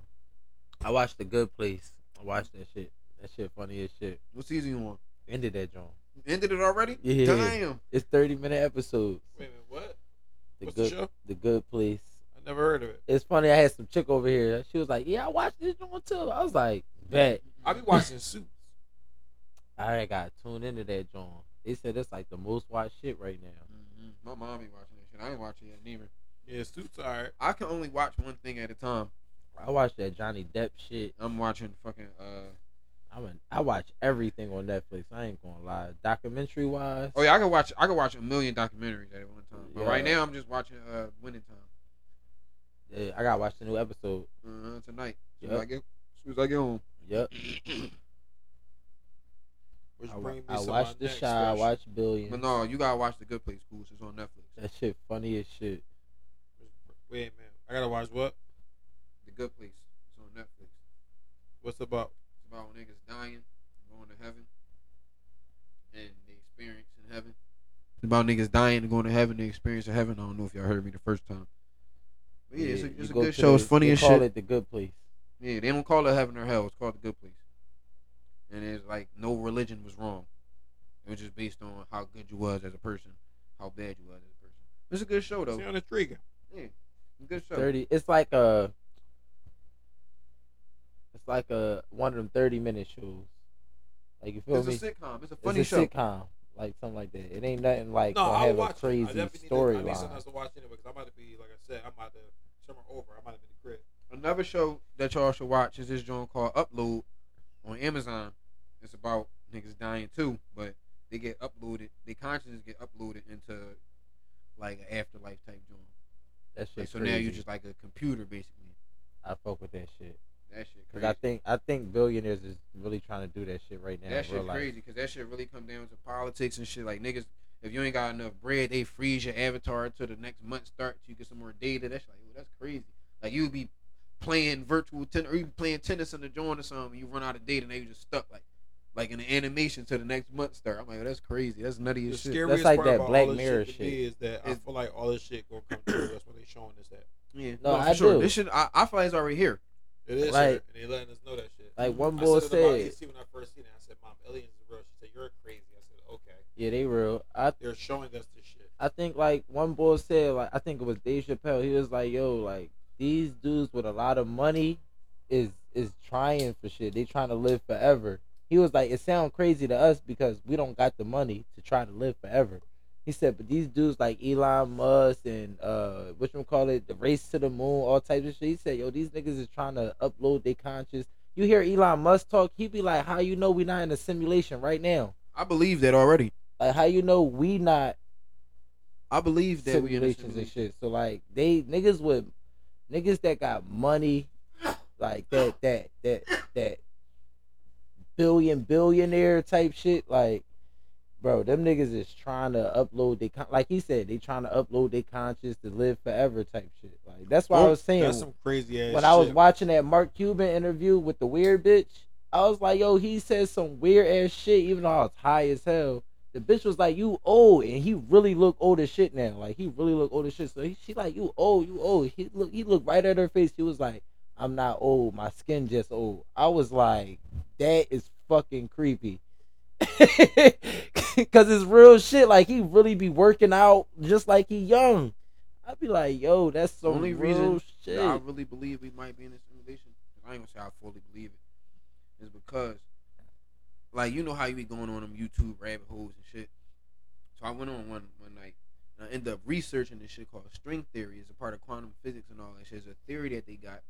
I watched The Good Place. I watched that shit. That shit funny as shit.
What season you on?
Ended that joint.
Ended it already?
Yeah.
Damn.
It's 30 minute episodes.
Wait a minute, what?
The
What's
Good
the show?
the Good Place.
I never heard of it.
It's funny, I had some chick over here. She was like, Yeah, I watched this joint too. I was like, Bet.
I be watching Suits.
I already got tuned into that joint. They said it's like the most watched shit right now.
Mhm. My mom be watching that shit. I ain't watching it neither.
Yeah, Suits. All right.
I can only watch one thing at a time.
I watched that Johnny Depp shit.
I'm watching fucking uh
I'm a, I watch everything on Netflix. I ain't gonna lie. Documentary wise,
Oh yeah, I can watch I can watch a million documentaries at one time. But right
Yeah.
now I'm just watching uh Winning Time.
yeah, I gotta watch the new episode.
Uh, tonight. As soon as I
Yep,
get as soon as I get home.
yep.
Which
I, wa-
brings me
I
to my
watched The
next
Shy. I
question.
watched Billions.
But no, you gotta watch The Good Place Schools. It's on Netflix.
that shit funny as shit.
Wait a minute. I gotta watch what?
The Good Place. It's on Netflix.
What's about?
It's about when niggas dying, going to heaven, and the experience in heaven. It's about niggas dying and going to heaven, the experience of heaven. I don't know if y'all heard me the first time. But yeah, it's a,
you
it's a
go
good
to
show.
the-
it's funny
they
as
call
shit.
it the good place.
Yeah, they don't call it heaven or hell. It's called the good place. And it's like no religion was wrong. It was just based on how good you was as a person, how bad you was as a person. It's a good show though.
Sound intriguing.
Yeah, it's a good show.
Thirty. It's like a. It's like a one of them thirty minute shows. Like you feel
It's a
me?
sitcom. It's a
It's
funny
a
show.
sitcom, like something like that. It ain't nothing like
No,
gonna
I'll
have
watch.
a
it.
crazy
I definitely Need, I need something
storyline.
else to watch anyway because I might be like I said, I might have summer over. I might have been the crib.
Another show that y'all should watch is this joint called Upload on Amazon. It's about niggas dying too, but they get uploaded. Their consciousness get uploaded into like an afterlife type joint.
That shit.
Like, so
crazy.
now you're just like a computer basically.
I fuck with that shit.
That shit
Cause
crazy.
I think I think billionaires is really trying to do that shit right now.
that
in real
shit
life.
crazy because that shit really come down to politics and shit. Like niggas, if you ain't got enough bread, they freeze your avatar till the next month starts. You get some more data. That's like, well, that's crazy. Like you be playing virtual tennis or you be playing tennis in the joint or something. And you run out of data and they just stuck like, like in the animation till the next month start. I'm like, well, that's crazy. That's nutty
The
as shit.
scariest
like
part
that
about
Black
all this
Mirror
shit, to me
shit.
is that I
It's-
feel like all this shit gonna come true. That's what they showing us that.
yeah,
No,
for
I do.
This shit, I, I feel like it's already here.
It is
Like-
here, and they letting us know that shit.
Like one
I
boy
said, it about EC
said,
when I first seen it, I said, "Mom, aliens is real." She said, "You're crazy." I said, "Okay."
yeah, they real. I
They're showing us this shit.
I think like one boy said, like I think it was Dave Chappelle. He was like, "Yo, like these dudes with a lot of money is is trying for shit. They trying to live forever." He was like, "It sound crazy to us because we don't got the money to try to live forever." He said, "But these dudes like Elon Musk and uh, what you call it, the race to the moon, all types of shit." He said, "Yo, these niggas is trying to upload their conscious." You hear Elon Musk talk, he be like, "How you know we not in a simulation right now?
I believe that already.
Like, how you know we not
I believe that we in a
simulations and
simulation.
shit. So like they niggas with niggas that got money, like that that that that billion billionaire type shit. Like, bro, them niggas is trying to upload they con- like he said they trying to upload their conscience to live forever type shit. Like that's why I
Well,
was saying
That's some crazy ass.
when I was
shit.
watching that Mark Cuban interview with the weird bitch, I was like, yo, he said some weird ass shit, even though I was high as hell. The bitch was like, "You old," and he really look old as shit now. Like he really look old as shit. So he, she like, "You old, you old." He look, he looked right at her face. He was like, "I'm not old. My skin just old." I was like, "That is fucking creepy," because it's real shit. Like he really be working out just like he young. I'd be like, "Yo, that's
The
so
only
real
reason
shit."
that I really believe we might be in a simulation. I ain't gonna say I fully believe it, is because, like, you know how you be going on them YouTube rabbit holes and shit. So I went on one one night, and I ended up researching this shit called string theory. It's a part of quantum physics and all that shit. It's a theory that they got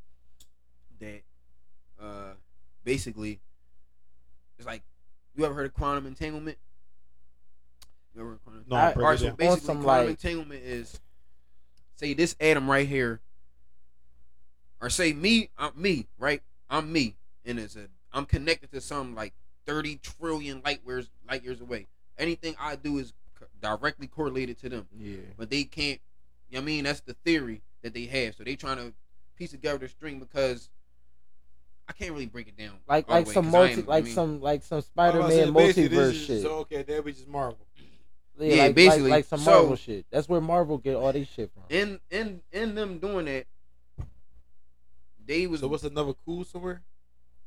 that, uh, basically, it's like, you ever heard of quantum entanglement? You ever heard of quantum
No,
I-
break
all
it
right, so
down.
On
basically,
some,
quantum
like-
entanglement is say this atom right here, or say me, I'm me, right? I'm me, and it's a I'm connected to some like 30 trillion light years light years away. Anything I do is co- directly correlated to them,
yeah,
but they can't. You know what I mean, that's the theory that they have. So they trying to piece together the string because I can't really break it down.
like
all the
like
way,
some
'cause I
multi,
ain't- I
like
mean-
some like some
I'm about to say,
Spider-Man
basically,
multiverse
this is-
shit.
So okay, that was just Marvel.
Yeah,
Yeah,
like,
basically.
like, like some
So-
Marvel shit. That's where Marvel get all this shit from.
in in in them doing that, they was
So what's another cool somewhere?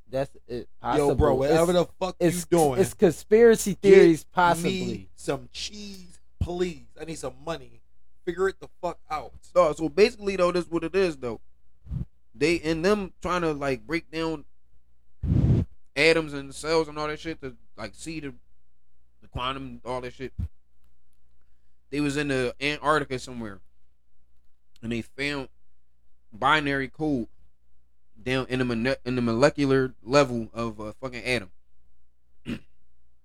That's it. Possible.
Yo, bro,
It's-
whatever the fuck you
it's,
doing,
It's conspiracy theories, possibly.
me some cheese, please. I need some money. Figure it the fuck out.
No, so basically though, this what it is though. They and them trying to like break down atoms and cells and all that shit to like see the the quantum all that shit. They was in the Antarctica somewhere, and they found binary code down in the mone- in the molecular level of a fucking atom. the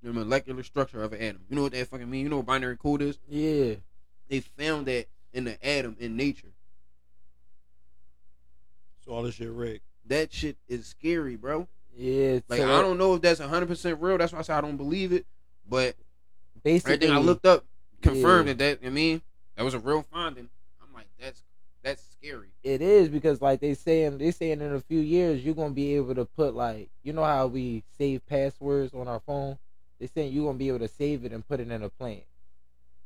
molecular structure of an atom. You know what that fucking mean? You know what binary code is?
Yeah.
They found that in the atom in nature.
So all this shit rigged.
that shit is scary, bro.
Yeah.
Like
so
I don't know if that's hundred percent real. That's why I say I don't believe it. But
basically
everything I looked up confirmed
Yeah.
that that I mean that was a real finding. I'm like that's that's scary.
it is because like they saying they saying in a few years you're gonna be able to put like you know how we save passwords on our phone. They saying you're gonna be able to save it and put it in a plant.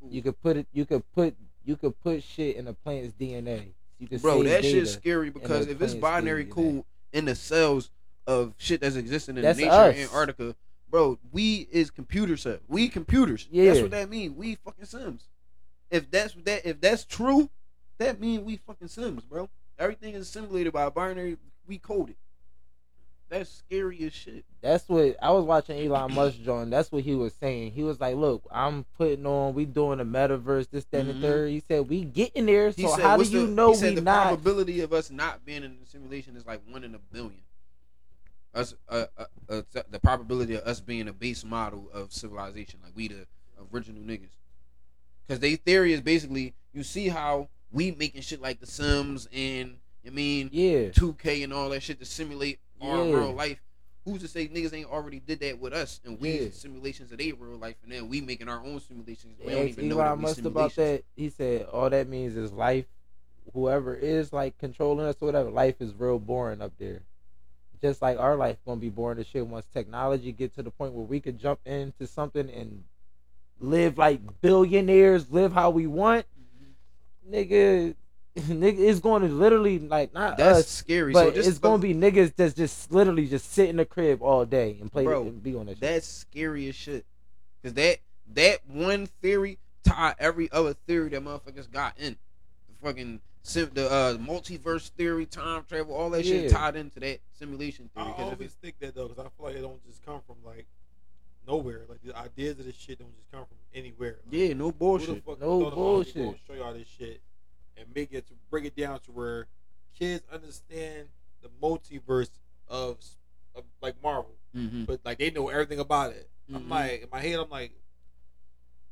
You could put it. You could put. You could put shit in a plant's DNA. You could
bro,
save
that
data.
shit's scary because
the
if it's
plants
binary
being
code in the cells of shit that's existing in
That's
nature
us.
in Antarctica, bro, we is computer cells. We computers.
Yeah.
That's what that mean. We fucking Sims. If that's what that if that's true, that mean we fucking Sims, bro. Everything is simulated by binary we coded. That's scary as shit.
That's what I was watching Elon Musk John. That's what he was saying. He was like, "Look, I'm putting on. We doing a metaverse. This, that, and
Mhm.
the third. He said, "We getting there.
He
so
said,
how do
what's
you
the-
know
he said
we
the
not?
probability of us not being in the simulation is like one in a billion. Us, uh, uh, uh, th- the probability of us being a base model of civilization, like we the original niggas, because they theory is basically you see how we making shit like The Sims and I mean
yeah,
2K and all that shit to simulate our
Yeah.
real life. Who's to say niggas ain't already did that with us and we
Yeah.
simulations of their real life and then we making our own simulations. We don't
asked
even know that
Elon
we
Musk about
simulations.
that. He said, all that means is life. Whoever is like controlling us or whatever, life is real boring up there. Just like our life gonna be boring as shit once technology get to the point where we could jump into something and live like billionaires, live how we want, nigga. Nigga, it's going to literally like not
That's
us,
scary.
but
so just
it's gonna be niggas that's just literally just sit in the crib all day and play
Bro,
and be on that shit.
That's scary as shit. Cause that that one theory tie every other theory that motherfuckers got in. The fucking sim, the uh, multiverse theory, time travel, all that
Yeah.
shit tied into that simulation
I
theory. 'cause if
always
it's-
think that though, because I feel like it don't just come from like nowhere. Like the ideas of this shit don't just come from anywhere. Like,
yeah, no
who the
bullshit.
fuck
No
thought about it? We
bullshit.
gonna Show y'all this shit and make it to break it down to where kids understand the multiverse of, s- of like Marvel,
Mm-hmm.
but like they know everything about it.
Mhm.
I'm like in my head, I'm like,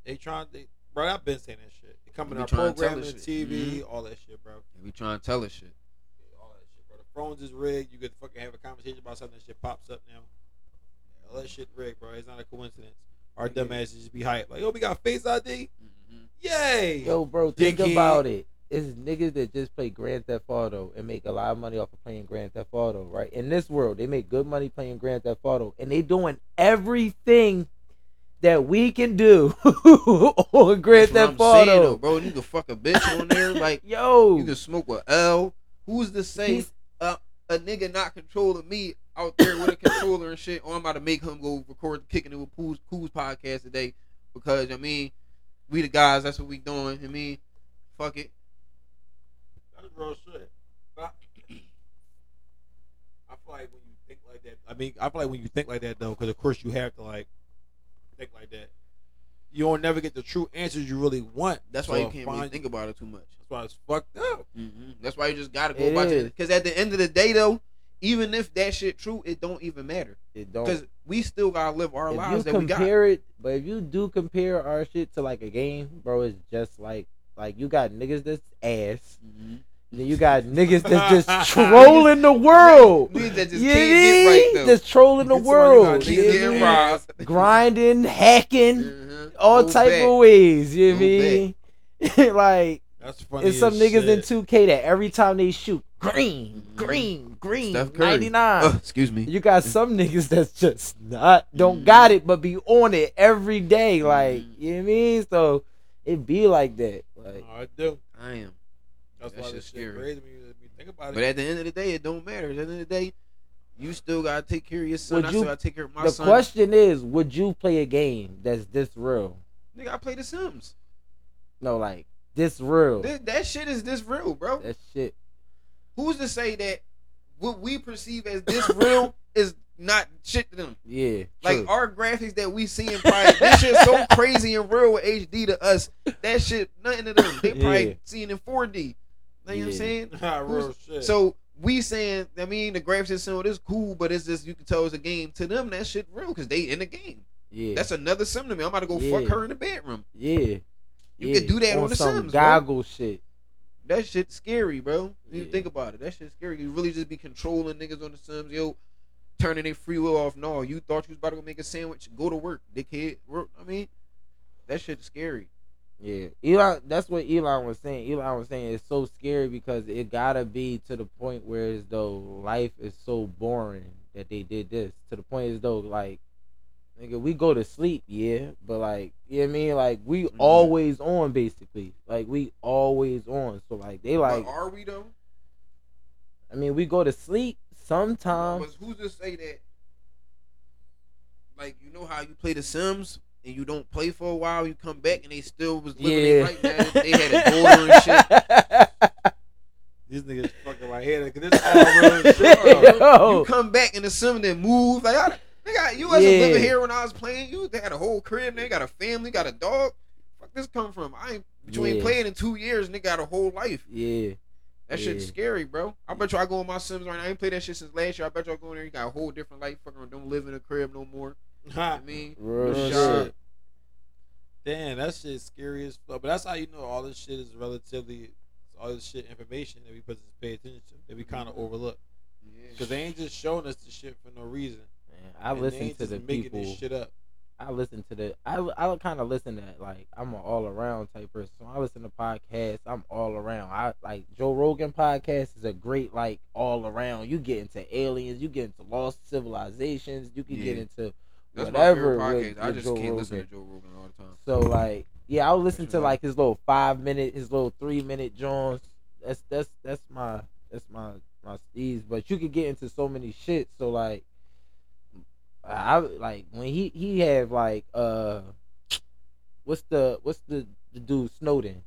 they trying, they, bro. I've been saying that shit. They come in
They
our
trying to tell
programming,
us Mm-hmm.
the
shit.
TV, all that shit, bro.
We trying to tell us shit.
all that shit, bro. The phones is rigged. You could fucking have a conversation about something that shit pops up now. All that shit rigged, bro. It's not a coincidence. Our dumb asses just be hyped. Like, yo, we got Face ID?
Mm-hmm.
Yay!
Yo, bro, think
Dickhead.
about it. It's niggas that just play Grand Theft Auto and make a lot of money off of playing Grand Theft Auto, right? In this world, they make good money playing Grand Theft Auto, and they doing everything that we can do on Grand
That's
Theft
what I'm saying, though,
Auto.
bro. You can fuck a bitch on there, like you
Yo,
can smoke with L. Who's to say
he's-
a nigga not controlling me out there with a controller and shit? Or I'm about to make him go record kicking it with Pooh's, Pooh's podcast today because I mean, we the guys. That's what we doing. I mean, fuck it.
That's real shit. But I, I feel like when you think like that, I mean, I feel like when you think like that though, because of course you have to like think like that. You don't never get the true answers you really want.
That's
So
why you
I'll
can't really
find-
think about it too much.
That's why it's fucked up.
That's why you just gotta go
Mm-hmm. It
about it.
is.
Because at the end of the day, though, even if that shit true, it don't even matter.
it don't.
Because we still gotta live our
Oh. if you
lives that we got.
compare it, but if you do compare our shit to like a game, bro, it's just like like you got niggas that's ass,
Mm-hmm.
and then you got niggas that's just trolling the world.
Niggas that just
You
can't get right
mean?
though.
Just trolling the
That's why you got
world.
niggas
Niggas
you
that
getting
mean?
ass.
robbed.
Grinding, hacking,
Mhm.
all
Go
type
back.
of ways. You
Go
mean? like
That's funny.
it's some
as
niggas
shit.
in 2K that every time they shoot, green,
Mhm.
green, green,
Steph Curry.
99.
Uh, excuse me.
You got some niggas that's just not don't
Mhm.
got it, but be on it every day. Like
Mhm.
you know what I mean? So it be like that. Like
No, I do.
I am.
That's
That
why
shit's
this shit
scary.
crazy. when you when you think about
But
it.
at the end of the day, it don't matter. At the end of the day, you still gotta take care of your son.
Would
I
you-
still gotta take care of my
the
son.
question is, would you play a game that's this real?
Nigga, I play The Sims.
No, like this real.
Th- that shit is this real, bro.
Oh. that shit.
Who's to say that what we perceive as this real is not shit to them?
Yeah.
Like
true.
our graphics that we see in probably this shit's so crazy and real with HD to us. That shit, nothing to them. They probably
Yeah.
seeing in 4D. You know what I'm
Yeah.
saying?
Nah, real
who's-
shit.
So we saying, I mean, the graphics and so it is cool, but it's just you can tell it's a game. To them, that shit real because they in the game.
yeah.
That's another sim to me. I'm about to go
Yeah.
fuck her in the bedroom.
yeah. You
You can do that on The
some
Sims, bro.
goggle shit.
That shit's scary, bro. You
Yeah.
think about it. That shit's scary. You really just be controlling niggas on the Sims, yo, turning their free will off. No, you thought you was about to go make a sandwich. Go to work, dickhead. Work- I mean, that shit's scary.
Yeah, Elon. That's what Elon was saying. Elon was saying it's so scary because it gotta be to the point where as though life is so boring that they did this. To the point as though like, nigga, we go to sleep, yeah, but like, you know what I mean? Like we
Mhm.
always on basically. Like we always on. So like they like,
but are we though?
I mean, we go to sleep sometimes.
But who's to say that? Like you know how you play The Sims and you don't play for a while, you come back and they still was living their
Yeah,
life. man. They had a daughter and shit.
these niggas fucking right here. Cause this all Oh, real shit. bro.
Yo.
Oh.
You come back and the Sims then move. Like I, nigga, you wasn't
Yeah.
living here when I was playing. You they got a whole crib. They got a family. Got a dog. Fuck this come from? I ain't. But you ain't
Yeah.
playing in two years, and they got a whole life.
yeah,
That shit's
Yeah.
scary, bro. I bet you I go on my Sims right now. I ain't played that shit since last year. I bet you I go in there. You got a whole different life. Fucking don't live in a crib no more. I
Ha.
mean,
real
Real
shit.
shit. Damn, that shit's scary as fuck. But that's how you know all this shit is relatively all this shit information that we supposed to pay attention to that we kind of overlook
yeah.
because they ain't just showing us the shit for no reason.
Man, I
And they
listen
ain't
to
just
the
making
people.
this shit up.
I listen to the I I kind of listen to like I'm an all around type person. So I listen to podcasts. I'm all around. I like Joe Rogan podcast is a great like all around. You get into aliens. You get into lost civilizations. You can get
Yeah.
into
That's
whatever
my favorite
with-
podcast. I
with
just
Joe
can't listen to
Rogan.
Joe Rogan all the time.
so like yeah. I'll listen to
Sure.
like his little five minute, his little three minute Johns. That's that's that's my that's my my steez. But you could get into so many shit. So like I I- like when he he have like uh what's the what's the, the dude Snowden?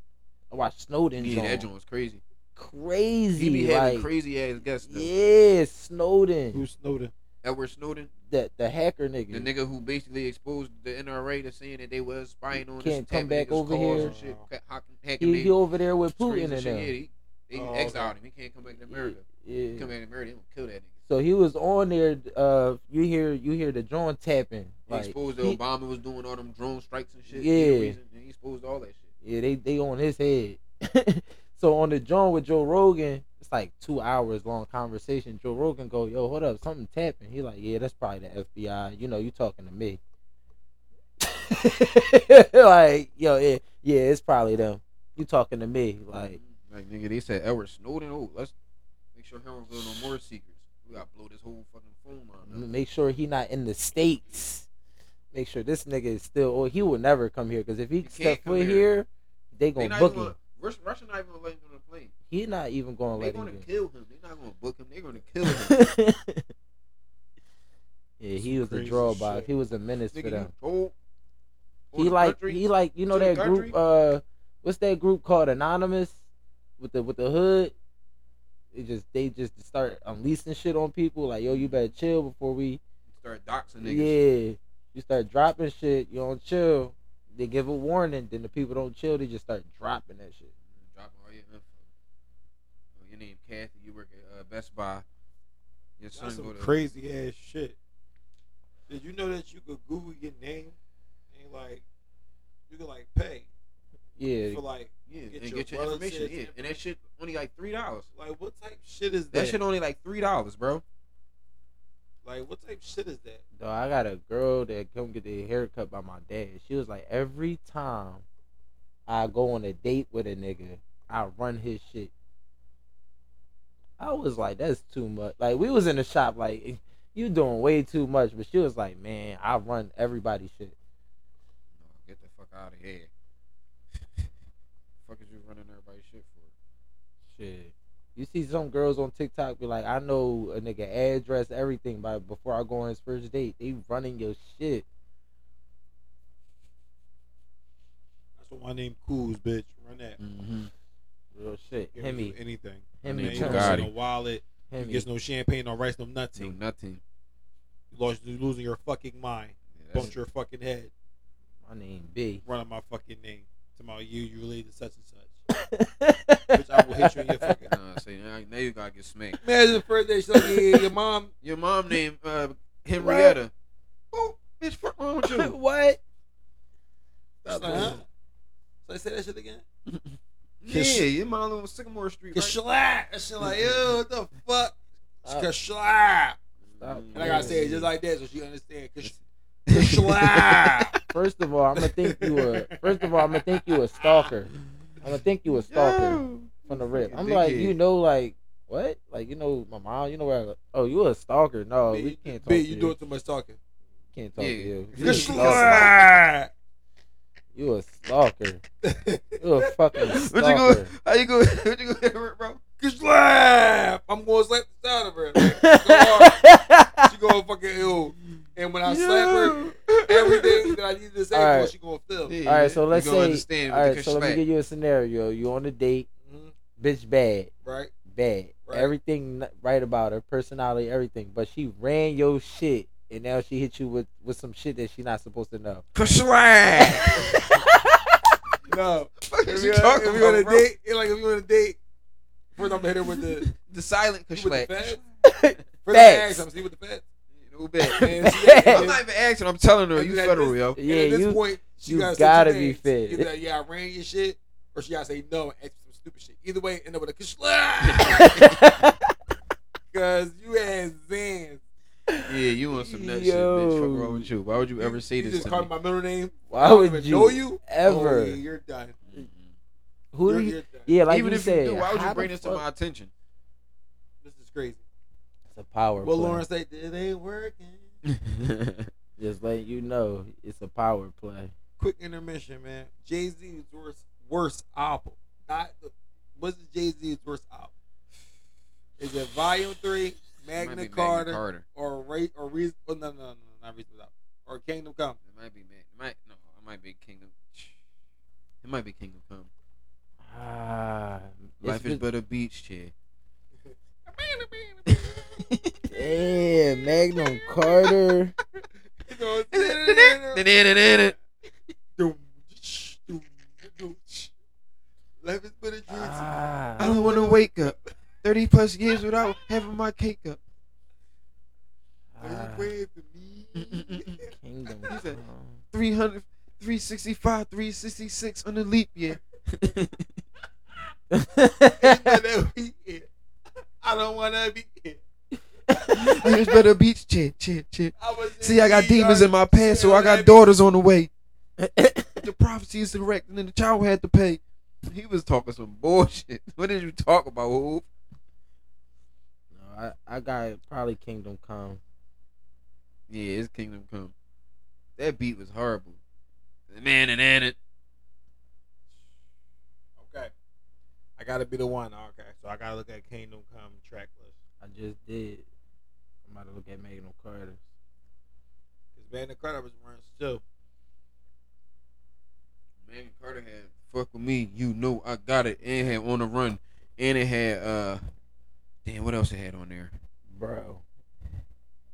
I watched Snowden.
Yeah, that
joint.
joint was crazy. He
Crazy,
be
like
having crazy ass guests. Though.
yeah, Snowden,
Who's Snowden?
Edward Snowden.
the the hacker nigga.
The nigga who basically exposed the NRA to saying that they was spying on
Can't
us,
come
tapping
back
niggas'
over
cars
here.
and shit, ca- hacking, hacking
he,
their
he over there with
screens
Putin
and
and
shit.
them.
Yeah, he, they
Oh,
exiled
okay.
him. He can't come back to America.
Yeah.
He come back to America, they gonna kill that nigga.
So he was on there. Uh, you hear you hear the John tapping.
He
Like,
exposed that
he-
Obama was doing all them drone strikes and shit.
Yeah.
He, the reason- he exposed all that shit.
yeah, they they on his head. so on the John with Joe Rogan, it's like two hours long conversation. Joe Rogan go, yo, hold up, something tapping. He like, yeah, that's probably the FBI. You know, you talking to me. like, yo, yeah, yeah, it's probably them. You talking to me, like,
like nigga, they said Edward Snowden. Oh, let's make sure he don't reveal no more secrets. We gotta blow this whole fucking phone line. up.
m- make sure he not in the states. make sure this nigga is still or he will never come here because if he,
He can't
step
come
foot here,
here.
they
They
gonna
not
book
even
him.
gonna, Russia, Russia not even gonna let him on the plane.
He not even gonna
They
let
gonna
him. in.
kill him. They not gonna book him. They gonna kill him.
yeah, he
Some
was a
crazy
drawback.
shit.
He was a menace to
Nigga,
them.
you told on
He
the
like
country,
he like you know
to the
that group
country?
uh what's that group called Anonymous with the with the hood? It just they just start unleashing shit on people like yo you better chill before we
start doxing niggas.
yeah you start dropping shit you don't chill they give a warning then the people don't chill they just start dropping that shit
Drop all your info. Oh, Your name Kathy. You work at uh, Best Buy. Your son
That's
go
some
to
crazy ass shit. Did you know that you could Google your name and like you could like pay
yeah
for like
yeah,
Get
and
your
get your information.
relatives
Yeah, and that shit only like three dollars.
like what type shit is that?
That shit only like three dollars, bro.
like what type shit is that?
though I got a girl that come get their haircut by my dad. She was like, every time I go on a date with a nigga, I run his shit. I was like, that's too much. Like we was in the shop, like you doing way too much. But she was like, man, I run everybody's shit.
No, get the fuck out of here. fuck is you running everybody's shit for?
Shit. You see some girls on TikTok be like, I know a nigga address, everything, but before I go on his first date, they running your shit.
That's what my name Cools, bitch. Run that.
Mm-hmm.
Real shit.
Give you
Himmy.
anything.
Name
Himmy.
Name,
Tony,
Bugatti.
no wallet. You
Himmy.
gets no champagne, no rice, no nothing.
nothing.
You lost, you losing your fucking mind.
Yeah, that's-
Bumped your fucking head.
My name B.
Running my fucking name. To my you, you related to such and such. Bitch, I will hit you in your fucking.
Nah, see, now now you gotta get smacked.
Imagine the first day she's like, yeah, your mom.
Your mom named uh, Henrietta. Oh, bitch, fuck wrong with you?
what?
She's like, huh? So I say that shit again.
yeah, your mom live on Sycamore Street.
Cause
Right? Uh,
slap. That shit like, yo, what the fuck?
Stop.
Cause slap.
Stop.
Mm.
And I gotta say it just like that so she understand. Cause
That's-
slap.
Uh, First of all, I'm gonna think you a. First of all, I'm gonna think you a stalker. I'm gonna think you a stalker
Yo,
from the rip.
fucking
I'm like,
dickhead.
you know, like what? Like you know, my mom. You know where? I go, oh, you a stalker? No,
B,
we can't talk
B,
to
you
you.
doing too much talking.
can't talk
Yeah.
to you. You a
Cause
stalker.
slap.
You a stalker. You a fucking
What you go?
stalker.
How you go? What you go, bro?
Cause slap. I'm gonna slap the side of her. Like, she gonna fucking ill. And when I slap her, everything that I need to say
All
for
right.
she gonna feel.
Yeah,
All right, so
you
let's
gonna
say-
Understand
All
with the
right, so let me
slack.
give you a scenario. You on a date,
hmm
bitch bad.
Right?
bad.
Right.
Everything n- right about her, personality, everything. But she ran your shit, and now she hit you with with some shit that she not supposed to know.
Slap.
No.
What
If
is
you
you
if
talking
you on
about,
a
bro?
date, like if you on a date, first I'm gonna hit her with the
The silent
with the
slack.
feds. First
Facts.
I'm see with the feds.
No bet.
And she-
I'm not even asking. I'm telling her
And
you
at
federal,
this-
yo.
and at
Yeah,
this
you-
point, she
you
gotta, say
gotta
two
be
things.
fed.
Either yeah, I ran your shit, or she gotta say no and ask for some stupid shit. Either way, end up with a kishla because you had zans.
Yeah, you want some nut shit, bitch.
Yo.
Fuck wrong with you. Why would you ever say
you
this
just
to
called
me?
my middle name. I
Why
don't
would
even
you
know you
ever?
Oh, yeah, you're done.
Mhm.
Who
you're,
do you?
you're done.
Yeah, like
Even
you
if
said,
you do, why would you
how
bring
the
this to
fuck-
my attention?
This is crazy.
It's a power
Well,
play.
Lauren said it ain't working.
Just letting you know, it's a power play.
Quick intermission, man. Jay Z's worst worst album. Not the, what's Jay Z's worst album? Is it Volume Three,
It might
Magna
be
Carta,
Carter.
or Ra- or Reason? Oh, no, no, no, not Reason Without. Or Kingdom Come.
It might be man. It might no. It might be Kingdom. It might be Kingdom Come.
Ah, it's
Life is
been-
but a beach chair.
Damn, Magnum Carter.
You know, doom, shh, doom, doom, shh. Life is but a dream.
I
Ah,
don't want to wake up 30 plus years without having my cake up.
Are you
ah,
waiting for me?
Kingdom.
He said-
Come.
300, 365, 366 on the leap year.
Ain't gonna be it. I don't wanna be it.
I just better beach chair, chair, chair.
I was in
See, I got
DR
demons in my past, so I got daughters on the way. the prophecy is correct, and then the child had to pay. He was talking some bullshit. What did you talk about, Hope?
No, I, I got probably Kingdom Come.
Yeah, it's Kingdom Come.
That beat was horrible.
The man and then it.
Okay. I gotta be the one. Oh, Okay. So I gotta look at Kingdom Come track list.
I just did. I'm about to look at Magnum Carter.
Cause man, the credit was runs too.
Man Carter had fuck with me. You know I got it. And had on the run. And it had uh, damn, what else it had on there?
Bro.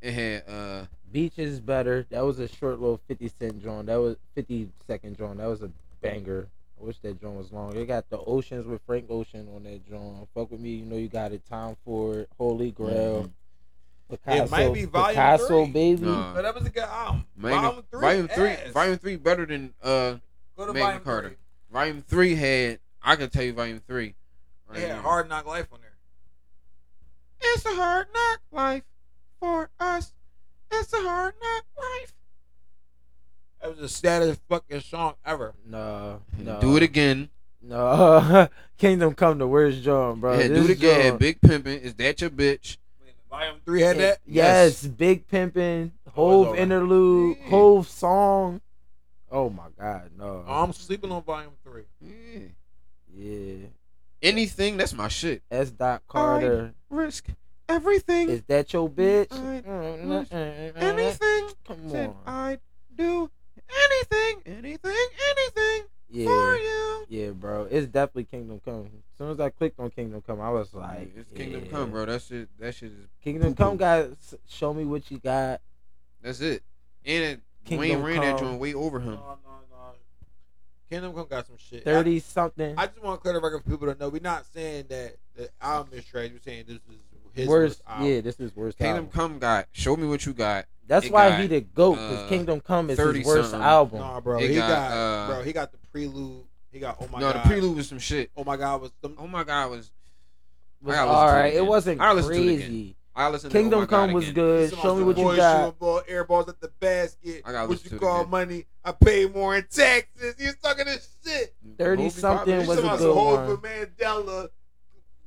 It had uh,
Beach is better. That was a short little 50 cent joint. That was 50 second joint. That was a banger. I wish that joint was long. It got the Oceans with Frank Ocean on that joint. Fuck with me, you know you got it. Time for it. Holy
Mm-hmm.
Grail. Picasso,
It might be volume
Picasso,
three.
baby.
Nah.
But that was a good album.
Magnum-
volume three.
volume three,
ass.
volume three better than uh,
Go to
Magna
volume
Carta.
three.
volume three had. I can tell you volume three.
They had
now.
Hard Knock Life on there.
It's a hard knock life for us. It's a hard knock life.
That was the saddest fucking song ever.
No, no.
Do it again.
No. Kingdom Come, the worst joint, bro.
yeah, do
This uh,
it again.
joint-
Big pimpin'. Is that your bitch?
Wait a minute, Volume three had that.
Yes, Big
Oh,
Pimpin', Hove
alright.
interlude,
Yeah.
Hove song. Oh my God, no.
Oh, I'm sleeping on volume three.
Yeah.
yeah.
Anything. That's my shit.
S. Dot Carter.
Risk everything.
Is that your bitch? Mm,
Alright.
Anything. mm. Come on.
I'd do anything, anything, anything
Yeah.
you.
Yeah, bro. It's definitely Kingdom Come. As soon as I clicked on Kingdom Come, I was like,
it's Kingdom
yeah.
Come, bro. That shit. That shit is.
Kingdom
Poo-poo.
Come, guys. Show me what you got.
That's it. And it,
Kingdom
Wayne ran that
Come. Oh
joint way over
No,
him.
no, no. Kingdom Come got some shit. I-
30 something.
I just want to clear the record for people to know we're not saying that the album is trash. We're saying this is his
worst.
worst album.
Yeah, this is worst.
Kingdom
album.
Come got. Show me what you got.
That's
It
why
got,
he the goat. Because
uh,
Kingdom Come is
30
his worst
something.
album.
Nah, bro.
It
he
got,
got,
uh,
bro. He got the prelude. He got oh my
no,
god.
the prelude was some shit.
Oh my god was
Uh,
some,
Oh my god, was
Was
I gotta listen
all
to it
right. It
again.
wasn't
I gotta listen to it again.
crazy.
I listened. to, oh
Kingdom
my
Come
god,
was
again.
good.
some
Show me
of
what
the
you
boys
got.
shooting Ball, air balls at the basket.
I gotta
what
listen
you
to it
call
again.
money? I pay more in taxes. He's talking this shit.
30
Kobe
something
Bryant.
He's
was
talking
a
about
good
Hova
one.
Mandela,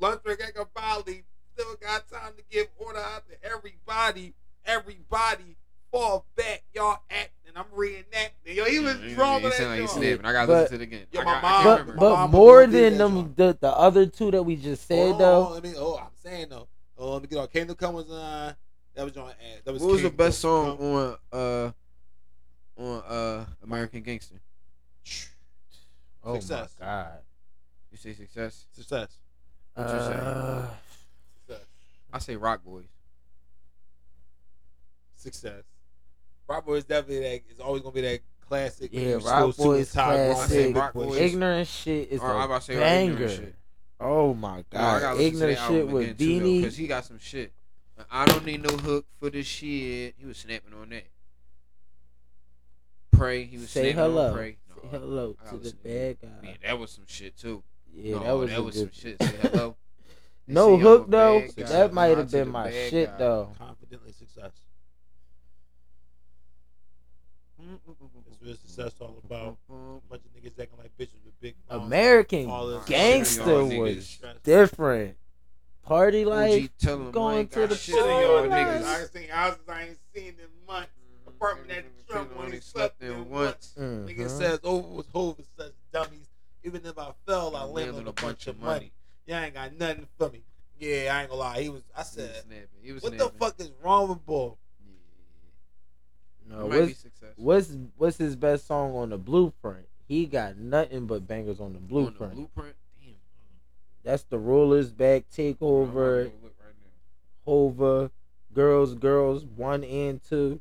Lunthrek Ekabali. Still got time to give order out to everybody. Everybody fall back. Y'all acting. I'm reenacting. Yo, he was
Yeah,
drawn
he
to that.
sound like he
joint.
snapping. I gotta
But-
listen to it again.
Yeah,
I,
my
got,
mom-
I can't
But
My
remember.
but
mama
more
did that
than
joint.
them the, the other two that we just said
Hold on,
though.
hold on, let me- oh, I'm saying though. Oh, let me get on. Kingdom Come was uh, that was on. uh, That was
what was the
Kingdom
best song
Come.
on uh on uh American Gangster?
Oh
Success.
my god.
You say success.
Success.
What you say?
Uh,
Success.
I say Rock Boys.
Success. Rock Boy is definitely that. Is always gonna be that classic.
Yeah,
old
Rock
school
Boy is
suicide grind
classic. I say
shit,
Rock
boy.
Boy is-
ignorant shit is
Or I'm
a
about to say
banger.
ignorant shit.
Oh my
No, I
god.
gotta listen to
ignorant
that
shit
album
with
again too, though,
Beanie.
cause he got some shit. I don't need no hook for this shit. He was snapping on that. Pray. He was
say
snapping
hello.
on pray.
say
No,
hello
I gotta
to the
listen to
bad guy.
man, that was some shit too.
yeah,
no,
that was, a
some
good.
shit. Say hello. They
No
say,
hook
"I'm a
though.
bad guy."
That might
Hello
have
to
been
the
my
bad
shit
guy.
though.
Confidently success. That's what success all about. A bunch of niggas acting like bitches with big mouths.
American
all this-
Gangster
Y'all
was
niggas.
different. Party
OG
life.
tell 'em I ain't
going
got
to the
shit
Shit
on
on y'all niggas.
Boy, nice.
I ain't seen houses I ain't seen in months. Apartment that Trump when he slept in once. Nigga
Mhm.
says over was over such dummies. Even if I fell, I landed on a bunch of money. Y'all ain't got nothing for me. Yeah, I ain't gonna lie. He was. I
He was
said,
snapping. He was
what the
snapping.
fuck is wrong with Bull?
Yeah.
No,
Might be
Uh, what's,
successful.
what's what's his best song on the Blueprint? He got nothing but bangers on the
On the
Blueprint.
Blueprint. Damn.
That's the Rollers Back
Hold on, I'm
Takeover,
gonna look right now.
Hova, Girls, Girls, One and Two,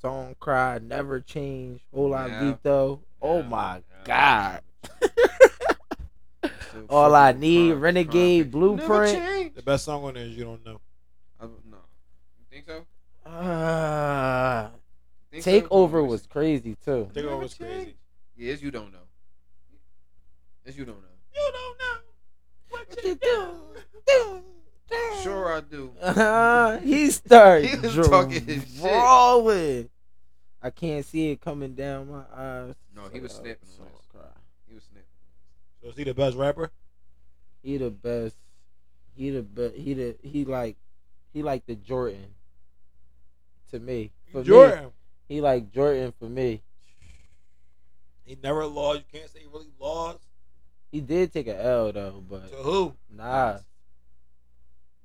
Song Cry, Never Change, Hola
Yeah.
Vito. Oh
Yeah,
my
yeah,
God.
yeah. Still
All I
fucking
Need,
crime-
Renegade,
crime fiction. Never
Blueprint.
change.
The best song on there is you don't know.
I- No. You think so?
Ah,
Think so?
Takeover
Listen.
was crazy too.
Take
Never
over was crazy.
change. Yeah, it's you don't know. It's you don't know.
You don't know what
you
Sure I do.
Uh, he started
He was
dro-
talking his shit.
drawing. I can't see it coming down my eyes.
No, he was snapping on
Song
us.
Cry.
He was snapping.
So is he the best rapper?
He the best. He the best. He the he like he like the Jordan to me. For me,
Jordan.
He like Jordan for me.
He never lost. You can't say he really lost
He did take a L though,
to
but
who?
nah.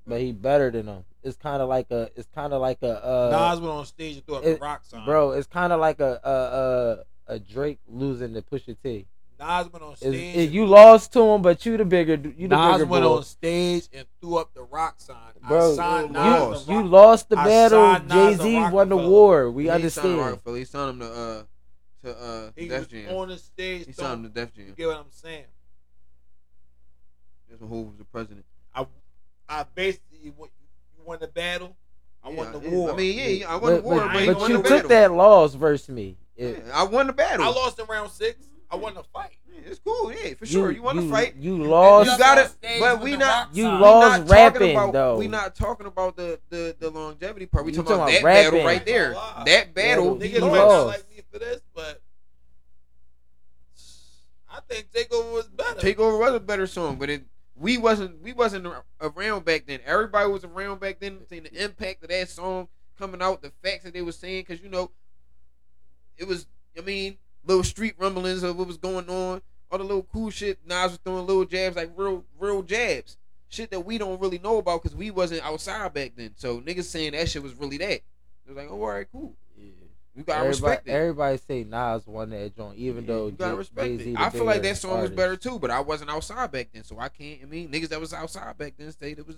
But he better than him. It's kind of like a. It's kind of like a. Uh,
Nas went on stage and threw up
it-
the rock sign.
bro, it's kind of like a a, a a Drake losing to Pusha T.
Nas went on
It's,
stage.
it- you lost to him, but you the bigger. You the
Nas
bigger
went
boy.
on stage and threw up the rock sign.
Bro,
I signed
you-
Nas the
You
Rock-
lost the
I
battle.
signed
Jay
Nas to
Z won the
Rockefeller.
war. We
He ain't signed to
understand.
Rockefeller. He signed him to uh to uh
He
Def
was
Jam.
on the stage.
he
throwing-
signed him to Def Jam.
you get what I'm saying?
That's when Hov was the president.
I, I basically won, you won the battle. I won
Yeah,
the
yeah.
war.
I mean, yeah, yeah, I won the war,
I
but,
ain't
he
but
won
you
the
took
battle.
that loss versus me. It-
Yeah, I won the battle.
I lost in round six. I won the fight.
Yeah, it's cool, yeah, for sure. You, won the fight.
You
lost-
lost.
You got it,
On stage
but
with
we
the
not-
rock
you
sign.
We not
lost
talking
rapping,
about,
though.
We not talking about the the, the longevity part. We
You
talking,
talking
about,
about
that battle
rapping.
right there.
Wow.
That battle,
Battle.
he
Niggas
You
might
lost.
not
lost.
like me for this, but I think Takeover was better.
Takeover was a better song, but it we wasn't we wasn't ar- around back then. Everybody was around back then, seeing the impact of that song coming out, the facts that they were saying, because you know, it was I mean little street rumblings of what was going on, all the little cool shit. Nas was throwing little jabs, like real real jabs, shit that we don't really know about because we wasn't outside back then. So niggas saying that shit was really that. It was like, oh, all right, cool. You gotta
Everybody,
respect it.
everybody say Nas won that joint, even though
You gotta
Jay
respect
Z.
it. I feel like that song was better too, but I wasn't outside back then, so I can't. I mean, niggas that was outside back then stayed. It was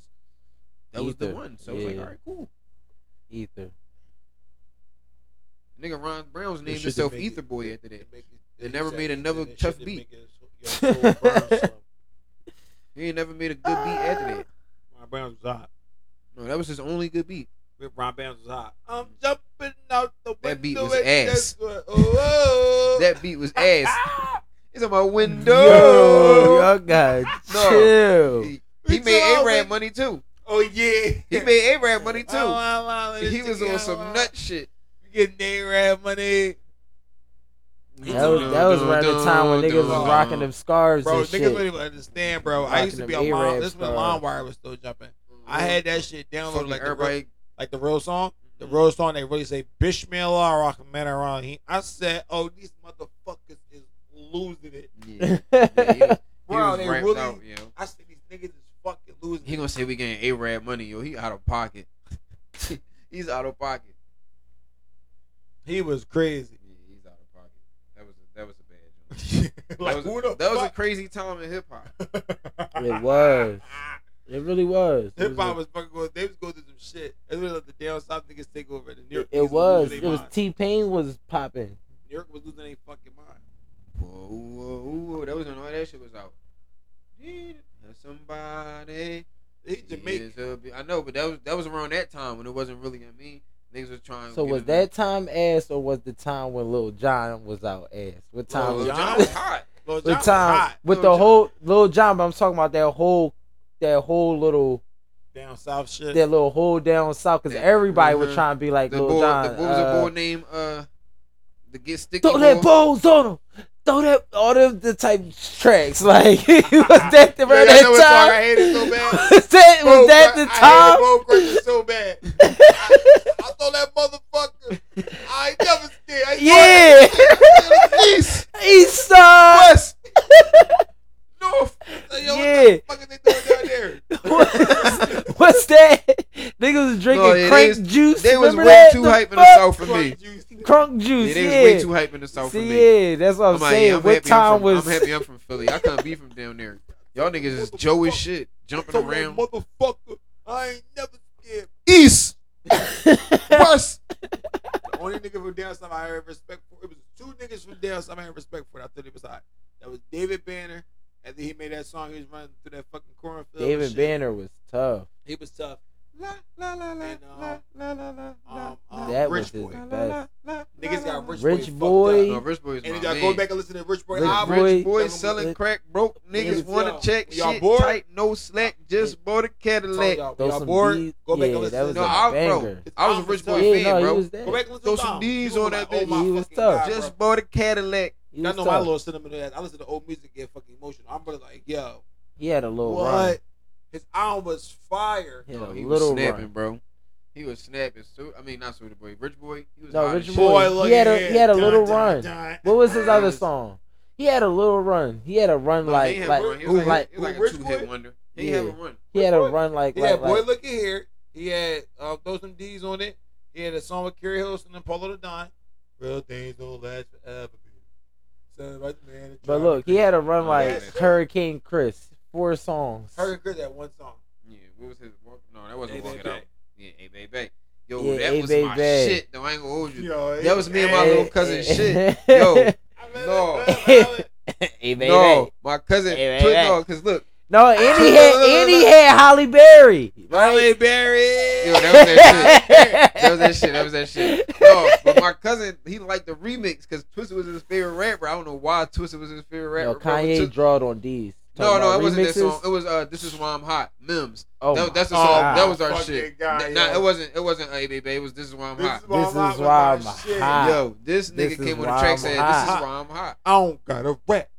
that was the
Ether.
one. So it's like,
Yeah.
all right, cool.
Ether.
Nigga, Ron Brown's
It
named
shouldn't
himself
make
Ether
it-
Boy
it-
after that.
it make it-
They
he
never
said
made
it-
another
and it
tough
shouldn't
beat.
make it- your soul burn some.
He ain't never made a good beat after that.
Ron Brown was hot.
No, that was his only good beat.
Ron Brown was hot. I'm jumping out the window.
Mm-hmm. That beat was
and
ass.
just going, Oh,
That beat was ass. He's on my window.
Yo, y'all got
No.
chill.
He, he
We
made
talking-
A-Rap money too.
oh yeah.
He made A-Rap money
Oh,
too.
I love it.
He was
Yeah,
on
I-
some nut shit.
You getting A-Rab money.
That was that was around the time when niggas was rocking them scarves
Bro,
and
niggas
shit.
don't even understand, bro. I used to
Rocking
be
them
on line.
A-Rab
This when
stars.
LimeWire was still jumping. I had that shit downloaded
Fucking
like the real,
everybody.
like the real song. The real song they really say Bishmael or Rock Man around. He, I said, oh, these motherfuckers is losing it.
Yeah. Yeah, he was- he
Bro,
was
they
ramped
really.
out, yo.
I said these niggas is fucking losing.
He
it.
gonna say we getting A-Rab money, yo. He out of pocket. he's out of pocket.
He was crazy.
Yeah, he's out of pocket. That was a, that was a bad joke.
like
that was,
who
a,
the
that was a
fuck?
crazy time in hip hop.
It was. It really was. It
Hip
was a-
hop was fucking going. They was going through some shit. That's when like the down south niggas take over. The New York
It,
niggas
it was.
losing
It
their
was
mind.
T Pain was popping.
New York was losing their fucking mind.
Whoa, whoa, whoa, That was when all that shit was out. Yeah, somebody.
He Jamaican.
is a bi- I know, but that was that was around that time when it wasn't really I mean. Niggas was trying.
So
to get
was
in
that time ass or was the time when Lil John was out ass? What
the-
time?
Lil
Lil
Jon
Was,
Jon
was-
was hot.
Lil Jon
what
was
time?
hot.
With
Lil
the
Jon.
whole Lil John, but I'm talking about that whole that whole little
Down south shit.
that little hole down south because
Yeah.
everybody was
Mhm.
trying to be like
The
Lil
boy,
John.
the boy was a
uh,
boy named uh, the get sticky.
Throw that
boy.
bones on him. Throw that all them the type tracks like was that the
Yeah,
right
I know what song
time?
I hated so bad.
was that was
Bro,
that
bro,
the
I hated
time?
Bo Crusher so bad. I, I thought that motherfucker. I ain't never scared. I ain't
Yeah,
East,
East Side.
west, north. Like, yo,
Yeah.
What the fuck is they doing down there?
What's, what's that? Niggas was drinking
No, yeah, they
crank
was-
juice.
They was
Remember
way
that?
too
The
hype in the
fuck?
south for me.
Crunk juice.
Crunk juice.
Yeah,
Yeah,
they was way too hype in the south for me.
See, yeah, that's what I'm
like,
saying.
yeah, I'm
what
happy
time
I'm from,
was?
I'm happy I'm from Philly. I couldn't be from down there. Y'all niggas is
What the
Joe as
fuck?
shit, jumping
Told that
around.
motherfucker. I ain't never scared.
East, West.
The only nigga from down south I had respect for. It was two niggas from down south I had respect for. That I thought it was hot. That was David Banner. After he made that song, he was running through that fucking cornfield. and
David
shit.
Banner was tough.
He was tough.
La la la la
And, um,
la la la la la
Um, um,
That
Rich
was his
Boy.
la,
best.
la, la, la,
Niggas
la,
got
la.
Rich,
Rich
Boy. fucked
Boy.
up.
No, Rich Boy is
And
my
you gotta go
man.
back and listen to Rich Boy
Rich
album.
Boy.
Rich Boy
Young
selling
Rich-
crack, broke niggas
Niggas
want
tell.
to check
Y'all
shit
bored?
tight, no slack, just bought a
Told
Cadillac.
y'all,
Those
y'all
some
bored,
beats-
go back
yeah,
and listen
that was
to
No,
it.
a
I, bro,
banger.
I was a Rich Boy
Yeah,
fan,
yeah, no,
bro.
he was that.
Go back and listen
Throw
to
some
it.
D's
You
on
like,
that bitch.
Oh my
He was
fucking
tough.
God, bro.
Just bought a Cadillac.
He,
I
was
know
tough.
my little sentimental ass. I listen to old music, get fucking emotional. I'm really like, yo,
he had a little run.
what? His album was fire.
He had a
Oh, he was
little
snapping,
run.
bro. He was snapping. So I mean, not Soulja Boy, Rich Boy. He was
No,
hot
Rich
as
Boy.
shit.
he had a- he had a little run.
dun.
What was his other
Yes.
song? He had a little run. He had a run
No,
like
he had
like,
run. He
like,
was like, he was
like-
like a
Rich
two
Boy?
hit wonder. He had a
Yeah.
run.
he had a run like
Yeah,
like,
boy,
like
look at here. He had uh, throw some D's on it. He had a song with Kerry Hilson and Polo the Don. Real things don't last forever. baby. Son of a man that
But
tried
look,
to
he had a run
Oh,
like
yeah, that's-
Hurricane Chris, four songs.
create- Heard good that one song.
Yeah, what was his? Walk? No, that wasn't
Hey,
walking
Bay
out.
Bay.
Yeah, hey, Bay Bay. Yo,
Yeah,
that
Hey,
was
Bay
my
Bay.
shit. Though I ain't gonna hold you.
Yo,
That was me and my
hey,
Eh,
little cousin shit. Yo.
I met
No.
him, man,
Hey, baby.
No, my cousin.
Hey, Bay
put,
Bay.
no, cause look,
No, and he had and he had Holly Berry.
Holly Berry.
yo, that was that shit. That was that shit. That was that shit. No, but my cousin, he liked the remix because Twisted was his favorite rapper. I don't know why Twisted was his favorite rapper.
No,
bro, but
Kanye
Twist-
drawed on these.
no,
Talking
no,
about
it wasn't that
remixes?
song. It was uh, this is why I'm hot. Mims.
Oh,
that, that's the
my
song.
God.
that was our
Fucking
shit.
guy,
N- nah,
yo.
it wasn't. It wasn't. Hey, baby, it was. This is why I'm hot.
This is
with
why
my
I'm
shit.
hot.
Yo, this nigga
This is
came
why
on the track
I'm
saying, "This
hot.
is why I'm hot."
I don't got a rap.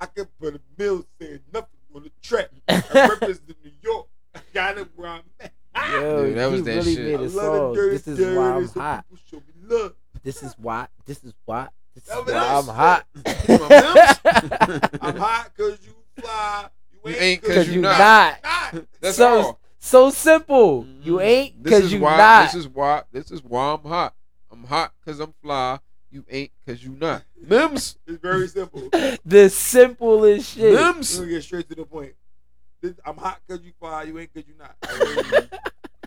I can put a mill saying nothing on the track. I represent New York. I got it where I'm at.
Yo,
Dude, that was
he
that
really
shit.
made
I
a
love
song.
the dirty,
This is why I'm
so
hot.
People show me love.
This is why. This is why. This is
That was
why
that
I'm
shit.
hot.
I'm hot because you fly. You
You
ain't,
ain't 'cause
Cause
you
you
not.
not.
not.
That's
so,
all.
So simple. You
Mhm.
ain't
This
because
is
you
why.
not.
This is why. This is why I'm hot. I'm hot because I'm fly. You ain't because you not. Mims.
It's very simple.
the simplest shit.
We're
Mims.
gonna get straight to the point. This, I'm hot because you fly. You ain't because you not.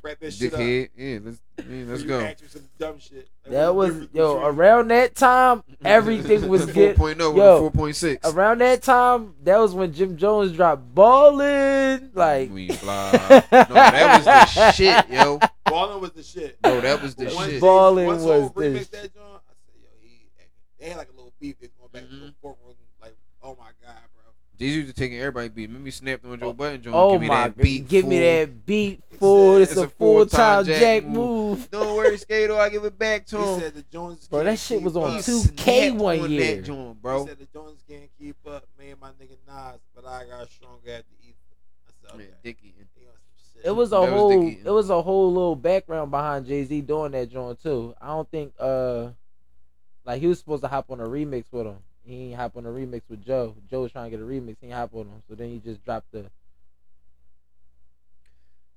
Wrap that shit up.
Dickhead. Yeah, let's yeah, let's
You
go.
ask you some dumb shit.
That was
different
yo
between-
around that time. Everything was good.
4.0 oh, with
Yo.
a 4.6.
Around that time, that was when Jim Jones dropped ballin'. Like
we fly. no, that was the shit, yo.
Ballin was the shit.
No, that was the
But once
shit.
they-
Ballin'
once
was
Hov remixed
this.
That joint, I said, yo, he, they had like a little beef that's going back
Mhm.
and forth. and, Like, oh my god, bro.
These used to taking everybody beat. Remember you snapped on Joe
Oh,
Button Joe.
oh
give me
my,
that beat.
give me
fool.
that beat, fool. It's,
It's
a,
a
full
full-time
time
jack
jack,
move.
move.
Don't worry, Skato, I give it back to
He
him.
said the Jones.
Bro, that
can't
shit was
keep
on
up.
two 2K
Snapped
one
on
year.
that joint,
He
bro.
said the Jones can't keep up. Me and my nigga Nas, but I got stronger after Ether. I said,
Man,
okay.
Dickie.
He on some shit.
It was a
That was the
whole,
key.
it was a whole little background behind Jay Z doing that joint too. I don't think, uh, like he was supposed to hop on a remix with him. He ain't hop on a remix with Joe. Joe was trying to get a remix. He ain't hop on him. So then he just dropped the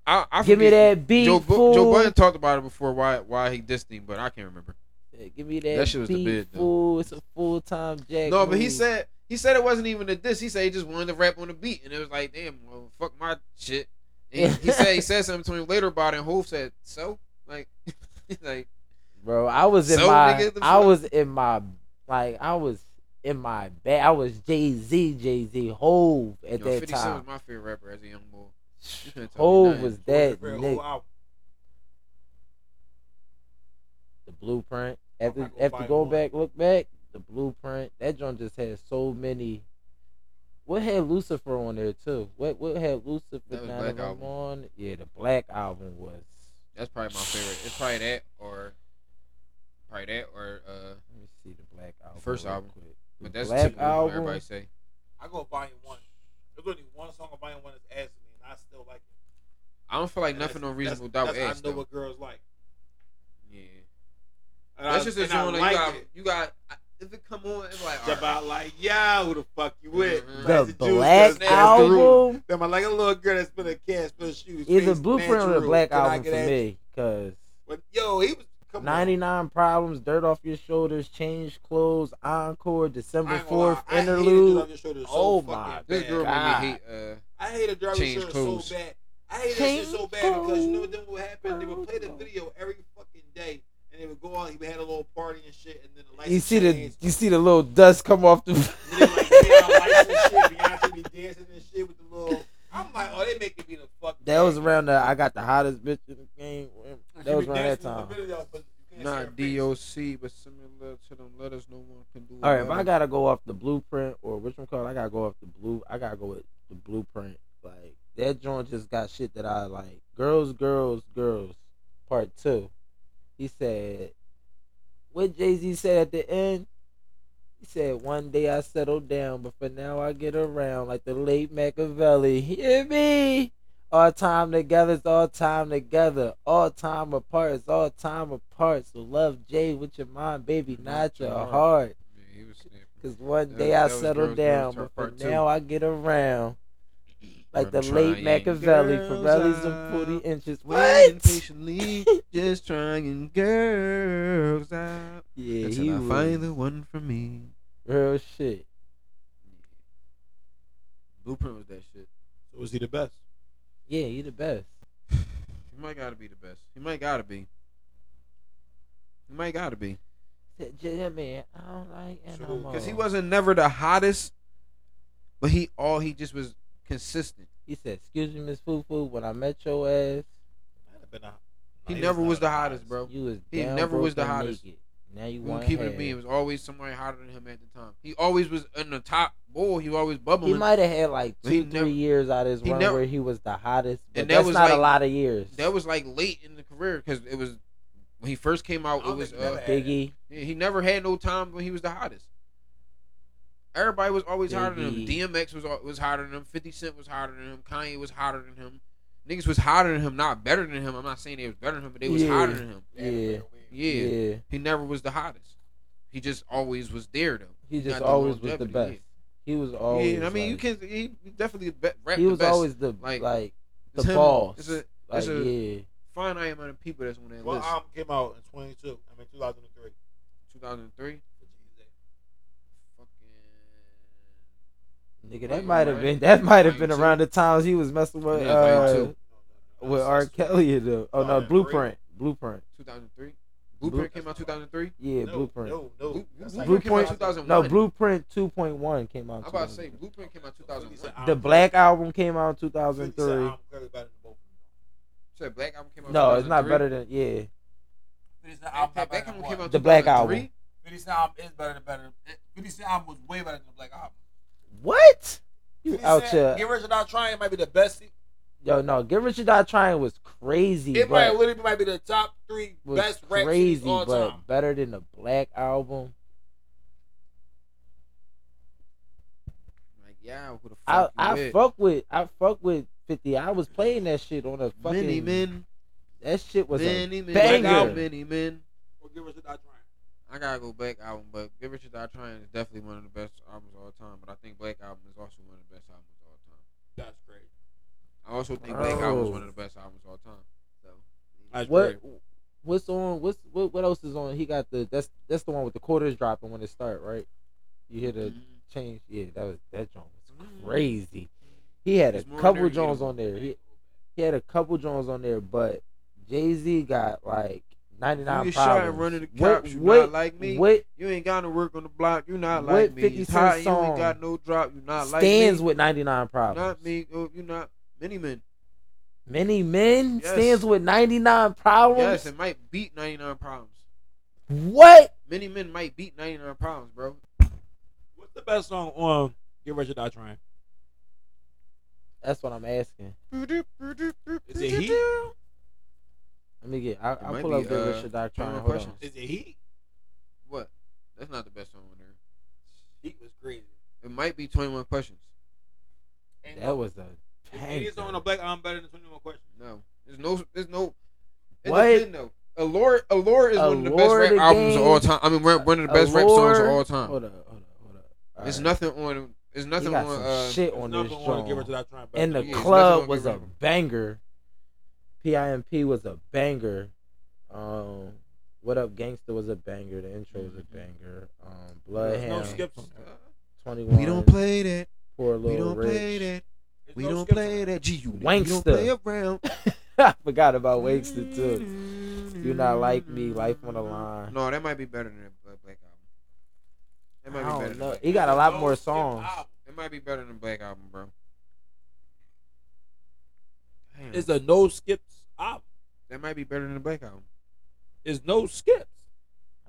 I, I
give me
forget-
that beat,
Joe, Bu-
fool.
Joe Button talked about it before why why he dissed him, but I can't remember.
Yeah, Give me that,
That shit was the
beat,
bid, though.
fool. It's a full time jack.
No, but he
move.
said he said it wasn't even a diss. He said he just wanted to rap on the beat, and it was like, damn, well, fuck my shit. And he said he said something to him later about it, and Hove said, so like, like
Bro, I was in
So,
my,
nigga, the
I
fuck?
was in my, like, I was in my bag. I was Jay Z, Jay Z, Hove at
yo,
that
50 Cent
time.
was my favorite rapper as a young boy. tell me
Hove
nothing.
was
Jordan
that
Bell,
nigga.
whole album.
The blueprint.
I'm
After
not gonna
after
fight
going
one.
back, look back. The blueprint. That joint just had so many. What had Lucifer on there too? What what had Lucifer
That was
Nine
Black
of 'Em
Album.
on? Yeah, the Black album was.
That's probably my favorite. It's probably that or probably that or uh,
Let me see the Black album.
First
real
album.
quick. The
but that's
Black
typically what
album.
everybody say.
I go volume one. There's only one song on volume one that's asking me, and I still like it.
I don't feel like
And
nothing
that's-
on reasonable
that's,
doubt
that's,
asked.
I know
though.
what girls like.
Yeah,
And
that's
I,
just a
and I
song that
like
you got.
it.
You got if it come on, it's like all
It's
right.
about like, yeah, who the fuck you with?
Mhm.
That's
The
juice,
Black
that's- that's the root.
album
Am I like a little girl that's been a cat, been shoes?
is a
face,
blueprint or the
natural.
Black
Can I
album
get
for
at you?
me because
But, yo, he was come
ninety
on.
nine problems, dirt off your shoulders, change clothes, encore, December
I ain't gonna lie,
fourth,
I hated Drop
interlude.
Your Shoulders so
Oh
fucking
my
This
bad.
girl
God.
made me hate. Uh,
I hated Drop
Change
Your Shoulders
clothes.
so bad. I hated that shit so
Change
bad because you know what then would happen? They would
clothes.
play the video every fucking day, and they would go out. He had a little party and shit, and then the lights.
You
would
see the
change.
you see the little dust come off the.
And then, like, yeah, lights and shit. Beyonce be dancing and shit with the little. I'm like, oh, they making me the fuck.
That was around the I got the hottest bitch in the game. That was around that time.
Not DOC, but similar to them letters no one can do.
All right, if
about
I
it.
gotta go off the blueprint or which one called, I gotta go off the blue. I gotta go with the blueprint. Like that joint just got shit that I like. Girls, girls, girls, part two. He said, what Jay Z said at the end. He said, one day I settle down, but for now I get around like the late Machiavelli. Hear me? All time together is all time together. All time apart is all time apart. So love Jay with your mind, baby, not your heart.
Yeah, he was snapping.
Cause one
That
day
was-
I
that was
settle
Girls, Girls
down,
Talk
but
Part
for
Two.
now I get around. Like the
We're
late
trying.
Machiavelli,
Girls
Pirelli's
are
and 40 inches.
Waiting
What?
patiently, just trying girls out
Yeah, he
until I
was.
find the one for me.
Real shit.
Blueprint was that shit.
So is he the best?
Yeah, he the best.
He might gotta be the best. He might gotta be. He might gotta be.
That Jay, that man, I don't like it no more.
Because he wasn't never the hottest, but he all he just was consistent.
He said, "Excuse me, Miss Foo Foo, when I met your ass,
Might have been a-
He
Nah,
never
not
was the
the
hottest,
hottest.
bro.
you was
He
down
never was the
broke and
hottest.
naked. Now you
We
want
keep it a being. It was always somebody hotter than him at the time. He always was in the top bowl. He was always
He
bubbling.
might have had like
But
two,
he
three
never-
years out of his
he
run
never-
where he was the hottest, but
And that
that's
was,
not
like-
a lot of years.
that was like late in the career because it was when he first came
I
out. It
don't
was
think he never
uh,
had
Biggie,
he he never had no time when he was the hottest. Everybody was always hotter than him.
Biggie.
DMX was al- was hotter than him. Fifty Cent was hotter than him. Kanye was hotter than him. Niggas was hotter than him, not better than him. I'm not saying they was better than him, but they was
Yeah.
hotter than him.
Damn,
Yeah.
real weird.
Yeah.
yeah,
he never was the hottest. That. He just always was there though.
he just
got the
always was the
longevity,
best. He was always.
yeah, and I mean you
like-
can. He definitely be, rap
He
the
was
best.
always the
Like,
like, like the
It's him.
boss.
It's a it's a-
yeah,
finite amount of people that's on that
What
list.
album came out in 22? I mean 2003.
2003. Fucking.
nigga,
Like,
that might have
right?
been that might have been
92.
around the times he was messing with
Yeah,
uh,
92.
with R. Kelly. though. oh
Oh,
no,
yeah,
Blueprint, Blueprint.
2003.
Blue-
Blueprint came out 2003.
Yeah, Blueprint.
No,
Blue-
no. that's like-
Blueprint
that's
came
like-
out 2001.
No, Blueprint 2.1 came out.
I'm about to
2000.
say Blueprint came out 2001.
album.
the Black Album came out in
50 Cent
2003.
album, everybody better than both of them.
Said Black Album came out.
No, it's not
2003.
better than yeah.
50 Cent
Black
album not better
Album
than
came
what?
out
The Black
2003.
Album.
50 Cent album is better than better. 50 Cent album was way better than the Black Album.
What? You
50
out
Cent,
here?
Get Rich or Die Trying might be the best. It
Yo, no, Get Rich or Die Trying was crazy,
might
but
literally might be the top three
was
best rap
crazy,
CDs all
but
time.
better than the Black Album.
Like yeah, who the fuck
I
you
I
with?
fuck with I fuck with Fifty. I was playing that shit on a fucking
many men,
that shit was a,
many men,
banger.
Black Album, many men.
Or Get Rich or Die Trying.
I gotta go Black Album, but Get Rich or Die Trying is definitely one of the best albums of all time. But I think Black Album is also one of the best albums of all time.
That's great.
I also think Black Album is
Oh.
one of the best albums of all time. So
That's
what
great.
what's on what's what, what else is on? He got the that's that's the one with the quarters dropping when it start right. You hear
Mm-hmm.
the change? Yeah, that was that joint was crazy. He had a
There's more in
couple
there,
Jones
you know.
on there. He, he had a couple Jones on there, but Jay Z got like ninety
You
nine
get shot
problems.
and run to the
what
cops. You not
what
like me.
what
You ain't got no work on the block. You not
What
like me.
50
It's
Cent
hot. You ain't
song
got no drop. You not like
stands
me.
with ninety nine problems?
Not me. Oh, you not many men.
Many men
Yes.
stands with ninety nine problems.
Yes, it might beat ninety nine problems.
What?
Many men might beat ninety nine problems, bro.
What's the best song on Get Rich or Die Trying?
That's what I'm asking.
Is it Heat?
Let me get. I, I'll
might
pull
be,
up Good
uh,
Richard Doc
Criminal
Trying. Hold on.
Questions.
Is it Heat?
What? That's not the best song on there.
Heat was crazy.
It might be twenty one questions.
Ain't no-
That was a.
Is
banger.
any song on the Black Album better than 21 Questions?
No, there's no, there's no. It
What?
depend, though. Allure, Allure is one of the best
Allure
rap
the
albums of all
Game.
time. I mean, one one of the best rap songs of
Allure.
all time.
Hold up. Hold up. Hold up. All
There's
right.
nothing on. There's
He
nothing
got
on.
some
Uh,
shit
There's
on
nothing
this
on Get Rich or
joint.
Die Trying better
And the
than 21
Yeah, there's nothing
club
on
was
Get
a
Rich or-
banger. PIMP was a banger. Um, what up, gangster was a banger. The intro was a
Mhm.
banger. Um,
There's
Bloodhound.
no skips.
Twenty one.
we don't play that.
Poor
We
little
don't play
rich.
that.
There's
We
no
don't
skips
play
on
that. G unit. We
Wankster.
don't play around.
I forgot about Wakeston too. You not like me, life on the line.
No, that might be better than uh, Black Album. That might
I
be better.
don't know.
Than
He
Black.
got a
There's
lot
no
more
skipped
songs.
album.
It might be better than Black Album, bro. Damn.
It's a no skips album.
that might be better than the Black Album.
It's no skips.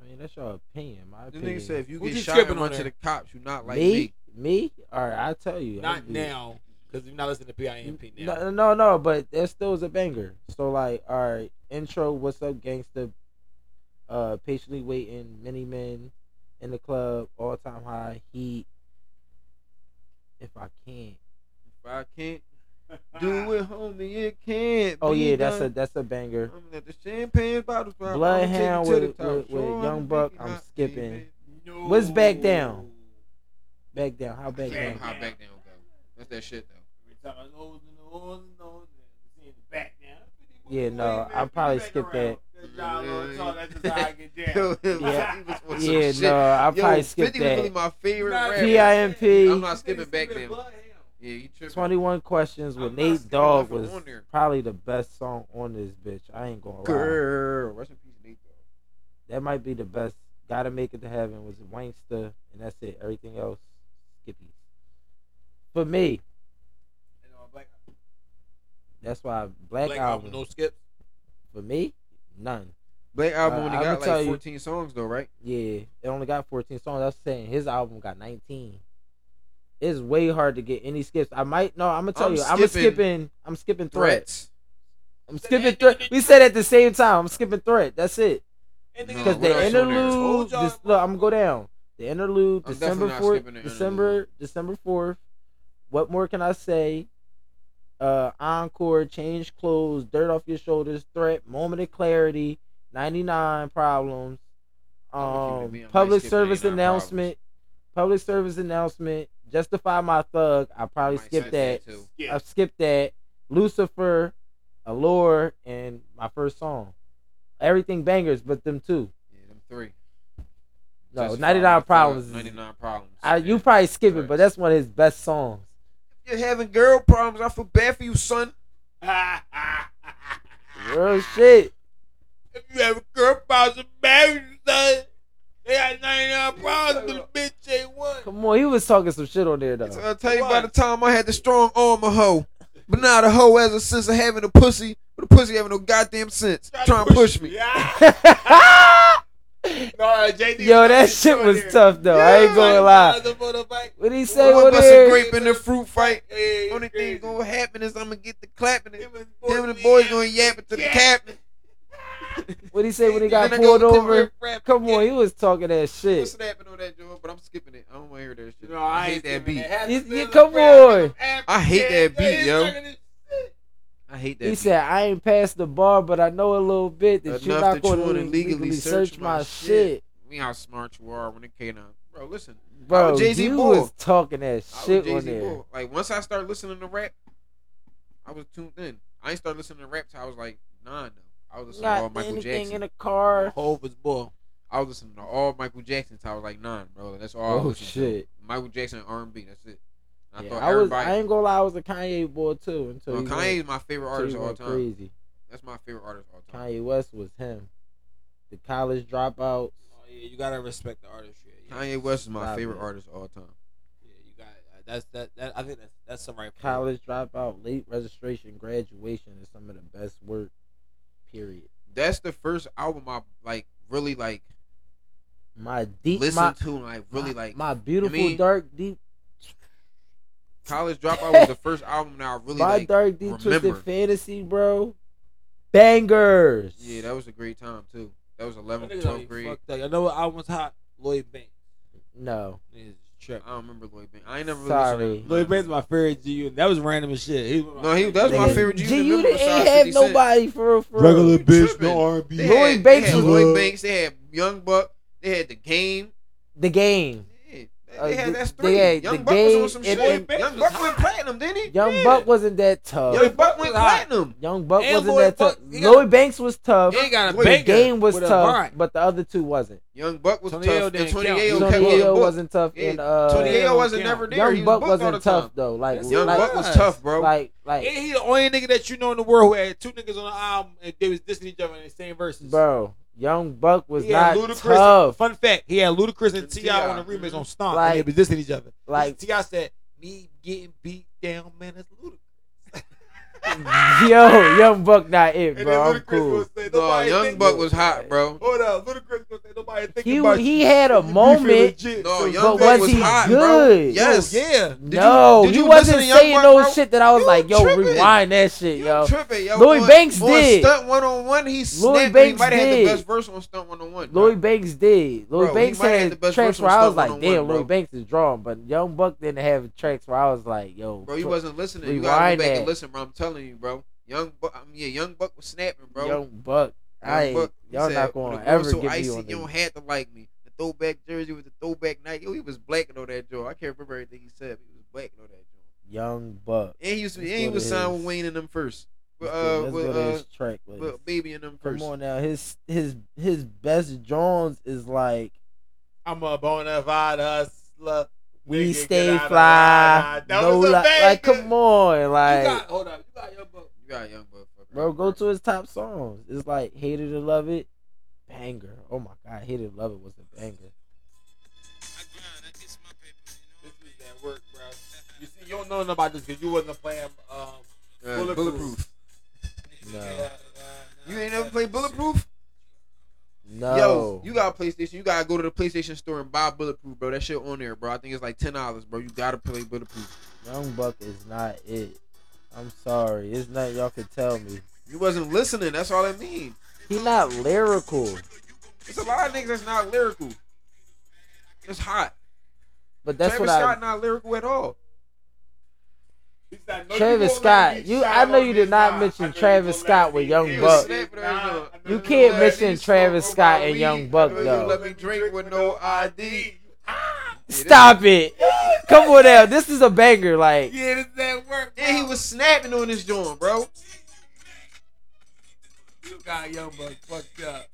I mean, that's your opinion. My
The
opinion.
nigga said if you
Who
get
you
shot
skipping
and run
on
to the
there?
cops, you not like
me,
me.
me. All right, I tell you. I'll
Not
be-
now, because you're not listening to PIMP now.
No, no, no. But there still was a banger. So like, all right, intro. What's up, gangsta? Uh, patiently waiting. Many men in the club. All time high. Heat. If I can't.
If I can't, Do it, homie. It can't.
Oh
be
yeah, that's a
done.
that's a banger.
I'm at the champagne bottles. but I'ma take
Bloodhound
you to
with-
the top.
with- with
Sure,
Young
I'm
Buck,
thinking
I'm
about-
skipping.
Amen.
No.
What's back down? Back down. How back
Damn,
down?
how back down go? That's that shit though.
Every time I go to the old and old, and seeing the back down.
Yeah, no,
Hey, man,
I'll probably
back
skip
around.
that.
Good job, Lord. So that's just how I get down.
Yeah.
He was on some
Yeah,
shit.
no, I
Yo,
probably skip
50 was really
that.
my favorite
Nah,
rapper.
P I M
I'm
P.
not
You
skipping
said
back
skipping
down.
Bloodhound.
Yeah, you tripping.
Twenty one questions with
I'm not
Nate
skipping
Dogg
nothing
was
on there.
probably the best song on this bitch. I ain't gonna lie.
Girl, rest in peace, Nate. Dogg.
That might be the best. Gotta make it to heaven was Wangsta, and that's it. Everything else, Skippy. For me,
And, uh, Black-
that's why Black,
Black
Album.
album, no skips.
For me, none.
Black album
Uh,
only
I'ma
got
tell
like
you-
14 songs though, right?
Yeah, it only got 14 songs. That's saying his album got 19. It's way hard to get any skips. I might no. I'm gonna tell
I'm
you. I'm
skipping
skipping. I'm skipping threat.
Threats.
I'm skipping threat. We said at the same time. I'm skipping threat. That's it.
And
No,
nigga,
Because
Uh, what
the
else on there?
interlude.
Told y'all-
This, look, I'm gonna go down. The interlude.
I'm definitely
December
not
fourth.
skipping the
December
interlude.
December fourth. What more can I say? Uh, encore. Change clothes. Dirt off your shoulders. Threat. Moment of clarity. Ninety nine problems.
I'ma keep it a
Um,
bean, I might
public
skip
service
99 problems.
announcement. Public service announcement. Justify my thug. I probably
Might
skip
skip
that.
that too.
Yeah.
I've skipped that. Lucifer, Allure, and my first song. Everything bangers, but them two.
Yeah, them three.
No,
Justify
99
my
Problems.
thug,
is-
99 problems.
I,
Yeah.
you probably skip it, but that's one of his best songs.
You're having girl problems. I feel bad for you, son.
Real shit.
If you have a girl problems, marriage, son, they got 99 problems. This bitch ain't one.
Come on, he was talking some shit on there
So
though.
I'll tell you
What?
by the time I had the strong arm a hoe. But now the hoe has a sense of having a pussy, but the pussy having no goddamn sense. Trying to push me.
Yeah. no, uh, JD.
Yo, that shit was tough though. I ain't gonna lie. What he say
One
on
bust a
there?
grape in the fruit fight.
Hey,
Only thing gonna happen is I'm gonna get the clapping. Him
Damn
and the boys gonna yap it to the
Yeah.
captain.
What he say when he
Then
got
I
pulled
go to
over?
rip rap.
Come on,
Yeah,
he was talking that
I'm
shit.
snapping on that joint, but I'm skipping it. I don't want to hear that shit.
No, I
hate that beat.
You- you- come on.
I hate that beat, yo.
Oh,
I hate that.
He
beat.
said, "I ain't past the bar, but I know a little bit that you're
Enough
not
that
going
you
to
wanna
legally, search my shit,
Me, how smart you are when it came out, bro. Listen, I
bro."
was Jay-Z
you
Bull.
was talking that
I was
shit on
Jay-Z
there.
bull. Like once I started listening to rap, I was tuned in. I ain't started listening to rap till I was like nine. Though. I was listening to all
Got
Michael
anything
Jackson.
in the car?
Hove is bull.
I was listening to all Michael Jackson till I was like nine, bro. That's all. I
Oh,
was listening
shit.
To. Michael Jackson R and B. That's it. I
Yeah,
thought
I was.
everybody.
I ain't gonna lie, I was a Kanye boy too until
Well,
he
Kanye's
went,
my favorite
until he
artist of all
went
time.
crazy.
That's my favorite artist of all time.
Kanye West was him. The college dropouts.
Oh, yeah, you gotta respect the artistry. Yeah,
Kanye West is my
Stop
favorite
it.
artist of all time.
Yeah, you got uh, that's that, that. I think that's that's the right point.
College dropout, late registration, graduation is some of the best work. Period.
That's the first album I like really like
My deep,
listened
my,
to and like really like
my beautiful
mean?
dark deep
College Dropout was the first album that I really
My
like.
Dark Deep Twisted
remember.
Fantasy, bro. Bangers.
Yeah, that was a great time too. That was
That
11th,
nigga
12th
done
grade.
fucked up. I know what album was hot. Lloyd Banks.
no.
Niggas is tripping.
I don't remember Lloyd Banks. I ain't never really
Sorry.
listened to
Lloyd
him.
Banks my favorite GU. That was random as shit. He
No, he- that was my
Nigga,
favorite G
G
Unit
Unit
member
ain't
besides
have
50 Cent.
nobody for for
regular
You
bitch,
tripping.
no R&B.
They
Lloyd
had,
Banks
they had
was-
Lloyd Banks. They had Young Buck. They had the Game.
the game.
Yeah, they,
Uh,
they had
the-
that's
they
three.
had
Young
the
Buck
Game
was on some
and-
shit.
and- Boy,
Young
Banks
Buck
was
went platinum, didn't he?
Young
Yeah.
Buck wasn't that tough.
Young Buck went
hot.
platinum.
Young Buck
And
wasn't
Lloyd
that tough.
Buck- he got-
Lloyd Banks was tough.
He ain't got a
Lloyd
The
banger.
game was
with a
tough,
vine.
but the other two wasn't.
Young Buck was
Tony Ayo
tough, and
didn't count.
Tony Ayo
Tony
kept getting
Ayo
booked.
wasn't tough,
Yeah,
and uh,
Tony Ayo
don't
wasn't
count.
never there. he
Young
was
Buck
booked all the
wasn't
time.
tough though. Like,
That's
Young
like,
Buck was
was.
tough, bro.
like, like,
And he the only nigga that you know in the world who had two niggas on the album and they was dissing each other in the same verses.
bro, Young Buck was
He had
not
Ludacris.
tough.
Fun fact, he had Ludacris and
And
T.I.
T.I.
on the remix
Mhm.
on Stomp
Like-
and they was dissing each other.
like-
T.I. said, me getting beat down, man, that's ludicrous.
Yo, Young Buck not it, bro. I'm cool.
say,
No, Young
think- Oh,
Buck was hot, bro.
Hold up, Ludacris gonna say, somebody thinking
He
about
he had a
you feel
moment.
legit.
No,
So-
Young
but
Buck
was
was
he
hot, bro.
good?
Yes.
Yo, yeah.
Did you-
no,
did
you,
you
wasn't
listen to Young
saying
Buck,
no
bro?
shit that I was
You
like, yo,
tripping.
rewind that shit,
You
yo.
tripping, yo.
Lloyd
on-
Banks
on
did.
Stunt one on one, he snapped.
Lloyd
and he
Banks
might have had the
did.
best verse on stunt one on one.
Lloyd Banks did. Lloyd
Bro, he
Banks
might have
had
the best
tracks
verse on
where I was
Stunt
like,
101,
damn,
bro.
Lloyd Banks is drawn, but Young Buck didn't have tracks where I was like, yo,
Bro, you
bro,
wasn't listening. You gotta
Rewind
go back and
that.
listen, bro. I'm telling you, bro. Young Buck, I mean, yeah, Young Buck was snapping, bro.
Young Buck, I
Young Buck,
ain't,
he
y'all
said,
not
"When
gonna
the girl's
ever get
so
me
icy,
on
You
this.
don't have to like me. The throwback jersey was the throwback night. Yo, he was blacking on that joint. I can't remember everything he said. But he was blacking on that joint.
Young Buck.
And he was, and
Let's
he
go to
was signed with
his-
Wayne and them first. With,
Let's go-
uh,
let's
with,
go to
uh,
his track list.
with Baby and them
Come
first.
on now, his his his best Jones is like
I'm a bona fide hustler.
we
Nigga,
stay
get out of
fly,
line. That
no
was a
li-
banger.
like come on,
You
like
got, hold up. You got your book.
You got a Young Buck. fucker.
bro, go to his top songs. It's like hated to love it, banger. Oh my god, hated to love it was a banger.
This is that work, bro. You see, you don't know nothing about this because you wasn't playing. Um,
Uh,
Bulletproof.
Bulletproof.
No,
You ain't never played Bulletproof?
no,
Yo, you got a PlayStation. You gotta go to the PlayStation store and buy Bulletproof, bro. That shit on there, bro. I think it's like ten dollars, bro. You gotta play Bulletproof.
Young Buck is not it. I'm sorry, it's nothing y'all can tell me.
You wasn't listening. That's all I mean.
He not lyrical,
It's a lot of niggas that's not lyrical. It's hot.
but that's
Travis
what I.
Scott not lyrical at all.
He said, "No,
Travis
gonna
Scott,
let me
you-
shine
I know
on
you
this
did not
line. I
mention
know you gonna
Travis
let
Scott
me
with Young
hit
Buck.
this line. I know
You
gonna
can't
let
mention
me
Travis
smoke
Scott
my
and
weed.
Young
I
Buck,
know you
though.
gonna Let me drink with no ID.
Stop it! Come on now, this is a banger. Like
Yeah, this that work.
And he was snapping on this joint, bro.
You got Young Buck fucked up.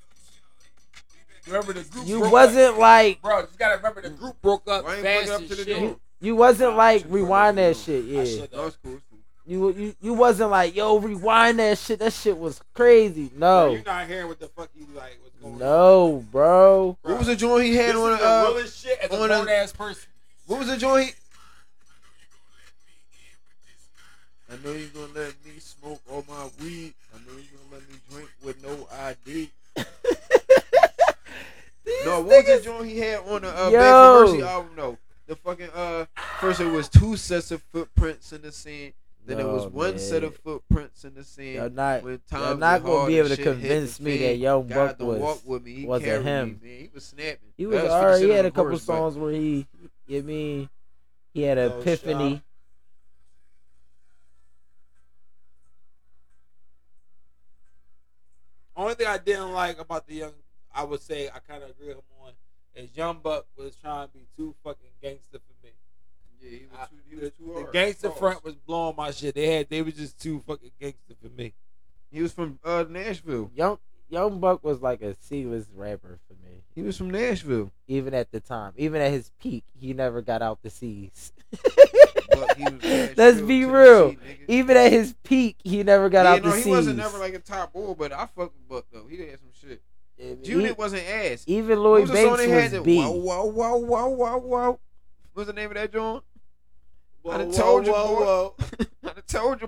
Remember the group?
you
broke up.
wasn't like
bro. You gotta remember the group broke up.
Why ain't
fast
bring it up
as
to the
shit.
door?
you wasn't like rewind that shit.
I
Yeah,
should've.
No, it's cool. It's cool.
you you you wasn't like yo rewind that shit. That shit was crazy.
Bro,
No,
You're not hearing what the fuck he like. What's going on?
no, bro.
Bro,
What was the joint he
This
had
is
on?
the
Uh,
realest shit as a
on a-
grown ass person.
what was the joint? He... I know you gonna let me smoke all my weed. I know you gonna let me drink with no ID.
These
No, what was
niggas-
the joint he had on the uh,
Yo.
Bad for Mercy album? No, the fucking uh, first it was two sets of footprints in the sand. Then it was
No,
one
man.
set of footprints in the sand.
Y'all not
when time
y'all not
was
gonna
hard
be able
and
to
shit hit the
convince me
fan,
that Young
God
Buck
done
was.
walk with me. He
wasn't
carried
him.
Me, man. He was snapping.
He was
That 50
alright. He
Cent
had
on
a couple
chorus, but-
songs where he, you mean, he had an
Oh, shit.
epiphany.
Only thing I didn't like about the young, I would say I kind of agree with him on, is Young Buck was trying to be too fucking gangster for me.
Yeah, he
I-
was too, he
The,
was too hard.
gangster
Pause.
front was blowing my shit. They had they was just too fucking gangster for me.
He was from uh, Nashville.
Young Young Buck was like a C-list rapper for me.
He was from Nashville,
Even at the time, even at his peak, he never got out the C's.
but he was. from
Let's
Nashville,
be
Tennessee,
real.
nigga.
Even at his peak, he never got
yeah,
out
no,
the
he
C's.
wasn't never like a top boy, but I fuck with Buck though. He did some shit.
Even-
Unit wasn't ass.
even
What
Lloyd
was the song
Banks
they had
was
that
B.
wow wow wow wow wow wow? What's the name of that joint?
Whoa,
I done
whoa,
told you,
whoa,
boy.
whoa.
I done told you,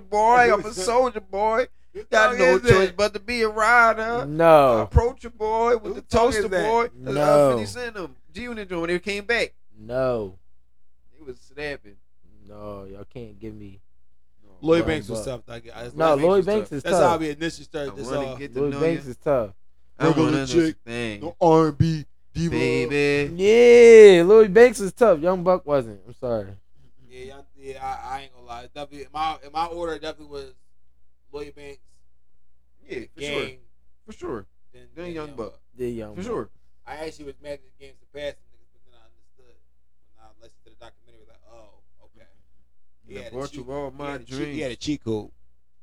boy, I'm a soldier, boy.
Who
Got
song
no
is that?
choice but to be a rider.
No,
Approach your boy with
Who
the
song is
toaster
that?
boy. That's
No.
how 50 Cent them. G Unit joint when they came back.
no,
It was snapping.
no. Y'all can't give me.
Lloyd
Young
Banks was
Buck.
tough. I guess.
No,
Lloyd
Lloyd
Banks
Banks is
That's how
tough.
we initially started
I
this uh,
wanna
off.
get to
Lloyd
know
Banks
you.
is tough.
I
Regular
wanna
chick.
understand,
No R&B, diva.
baby.
Yeah, Lloyd Banks is tough. Young Buck wasn't. I'm sorry.
Yeah, y'all- yeah. I, I ain't gonna lie. It's Definitely, in my in my order it definitely was Lloyd Banks,
Yeah, for
Gang,
sure, for sure,
then,
Then Young Buck.
The Young
for
Buck.
sure.
I actually was mad that the games to pass them niggas, but then I understood when I listened to the documentary. Like, oh, okay. He
Yeah,
had a
brought
cheat-
you all
he
my
had a cheat- He had a
dreams.
cheat code.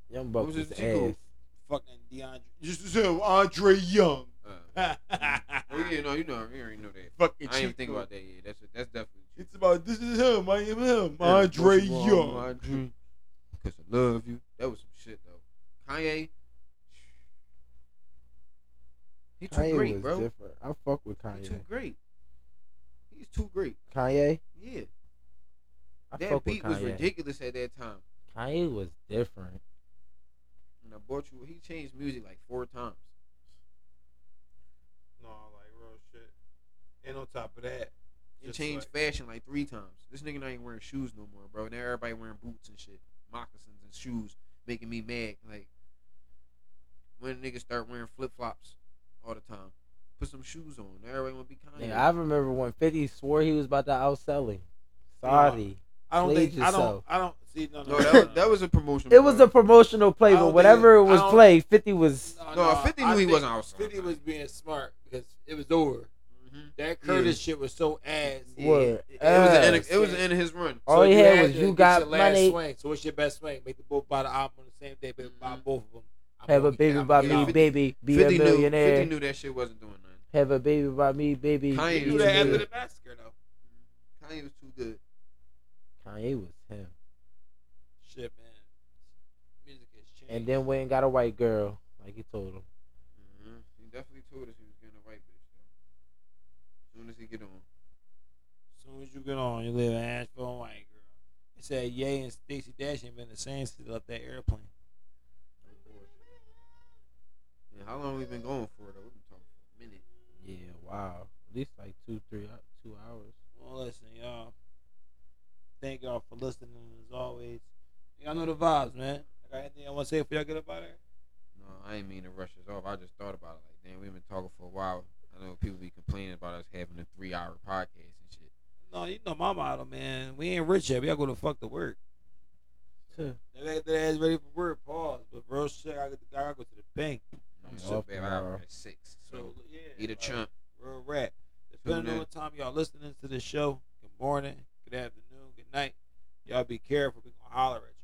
Young
What
Buck
was
was,
his
ass.
Chico?
Fucking DeAndre. Oh, Just as him, Andre Young.
Uh, well, yeah,
Fucking
no, you know, you already know that.
cheat
I didn't even think
code.
about that yet. That's that's definitely.
It's about this is him. I am him.
Yeah,
Andre
what you want, my
Young.
dream, Cause I love you. That was some shit though. Kanye. He too
Kanye
great,
was
bro.
different. I fuck with
He too
Kanye.
great. He's too great.
Kanye.
Yeah.
I
that
fuck
beat
with
was Oh,
Kanye.
ridiculous at that time.
Kanye was different.
And I bought you he changed music like four times.
No, like real shit.
changed fashion like three times. This nigga not even wearing shoes no more, bro. Now everybody wearing boots and shit, moccasins and shoes, making me mad. Like when niggas start wearing flip flops all the time, put some shoes on. Now everybody wanna be Kanye.
Nigga, I remember when Fifty swore he was about to outsell him. Sorry,
I don't
Please
think I don't.
yourself.
I don't see. No, no,
no, that was, that was a promotion.
it was
bro.
a promotional play,
I
but
don't
whatever it
think- I
was
don't-
play, Fifty was.
no.
I
Fifty knew he
think
wasn't outside.
Fifty was being smart because it was over.
Mhm.
That Curtis shit was so ass.
Yeah.
Word.
It, it was the end. Of,
Ass.
it was the end of his run.
All he
you
had was
to
you
get
got
your last
money.
Swing. So what's your best swing? Make the both buy the album on the same day, but buy
Mhm.
both of them. I'm
Have a
gonna-
baby
I'm
by
gonna
me,
get out.
baby. Be a
50 knew,
millionaire.
50 knew that shit wasn't doing nothing.
Have a baby by me, baby.
Kanye
He
be
knew
a
that after
millionaire.
the massacre though.
Kanye was too good.
Kanye was him.
Shit, man. Music has changed.
And then went and got a white girl, like he told him.
Mhm. He definitely told us he was getting a white bitch. Though. As soon as he get on.
as soon as you get on, you live in Asheville, white girl. It said Ye and Stacey Dash ain't been the same since they left that airplane.
Yeah, how long we been going for though? We've been talking for a minute.
Yeah, wow. At least like two, three, hou- two hours.
Well, listen, y'all. Thank y'all for listening as always. Y'all know the vibes, man. I got anything I want to say before y'all get up out of here?
No, I ain't mean to rush this off. I just thought about it. Like, damn, we've been talking for a while. I know people be complaining about us having a three hour podcast and shit.
No, you know my motto, man. We ain't rich yet. We gotta go to fuck the work.
Two.
They got their ass ready for work. Pause. But real shit, I got to, I gotta go to the bank.
I'm
I'm
so
off
bad. I got
tomorrow.
at six. So,
So yeah,
eat a
like,
chunk.
Real rap.
Tune
Depending on
in.
what time y'all listening to the show. Good morning. Good afternoon. Good night. Y'all be careful. We gonna holler at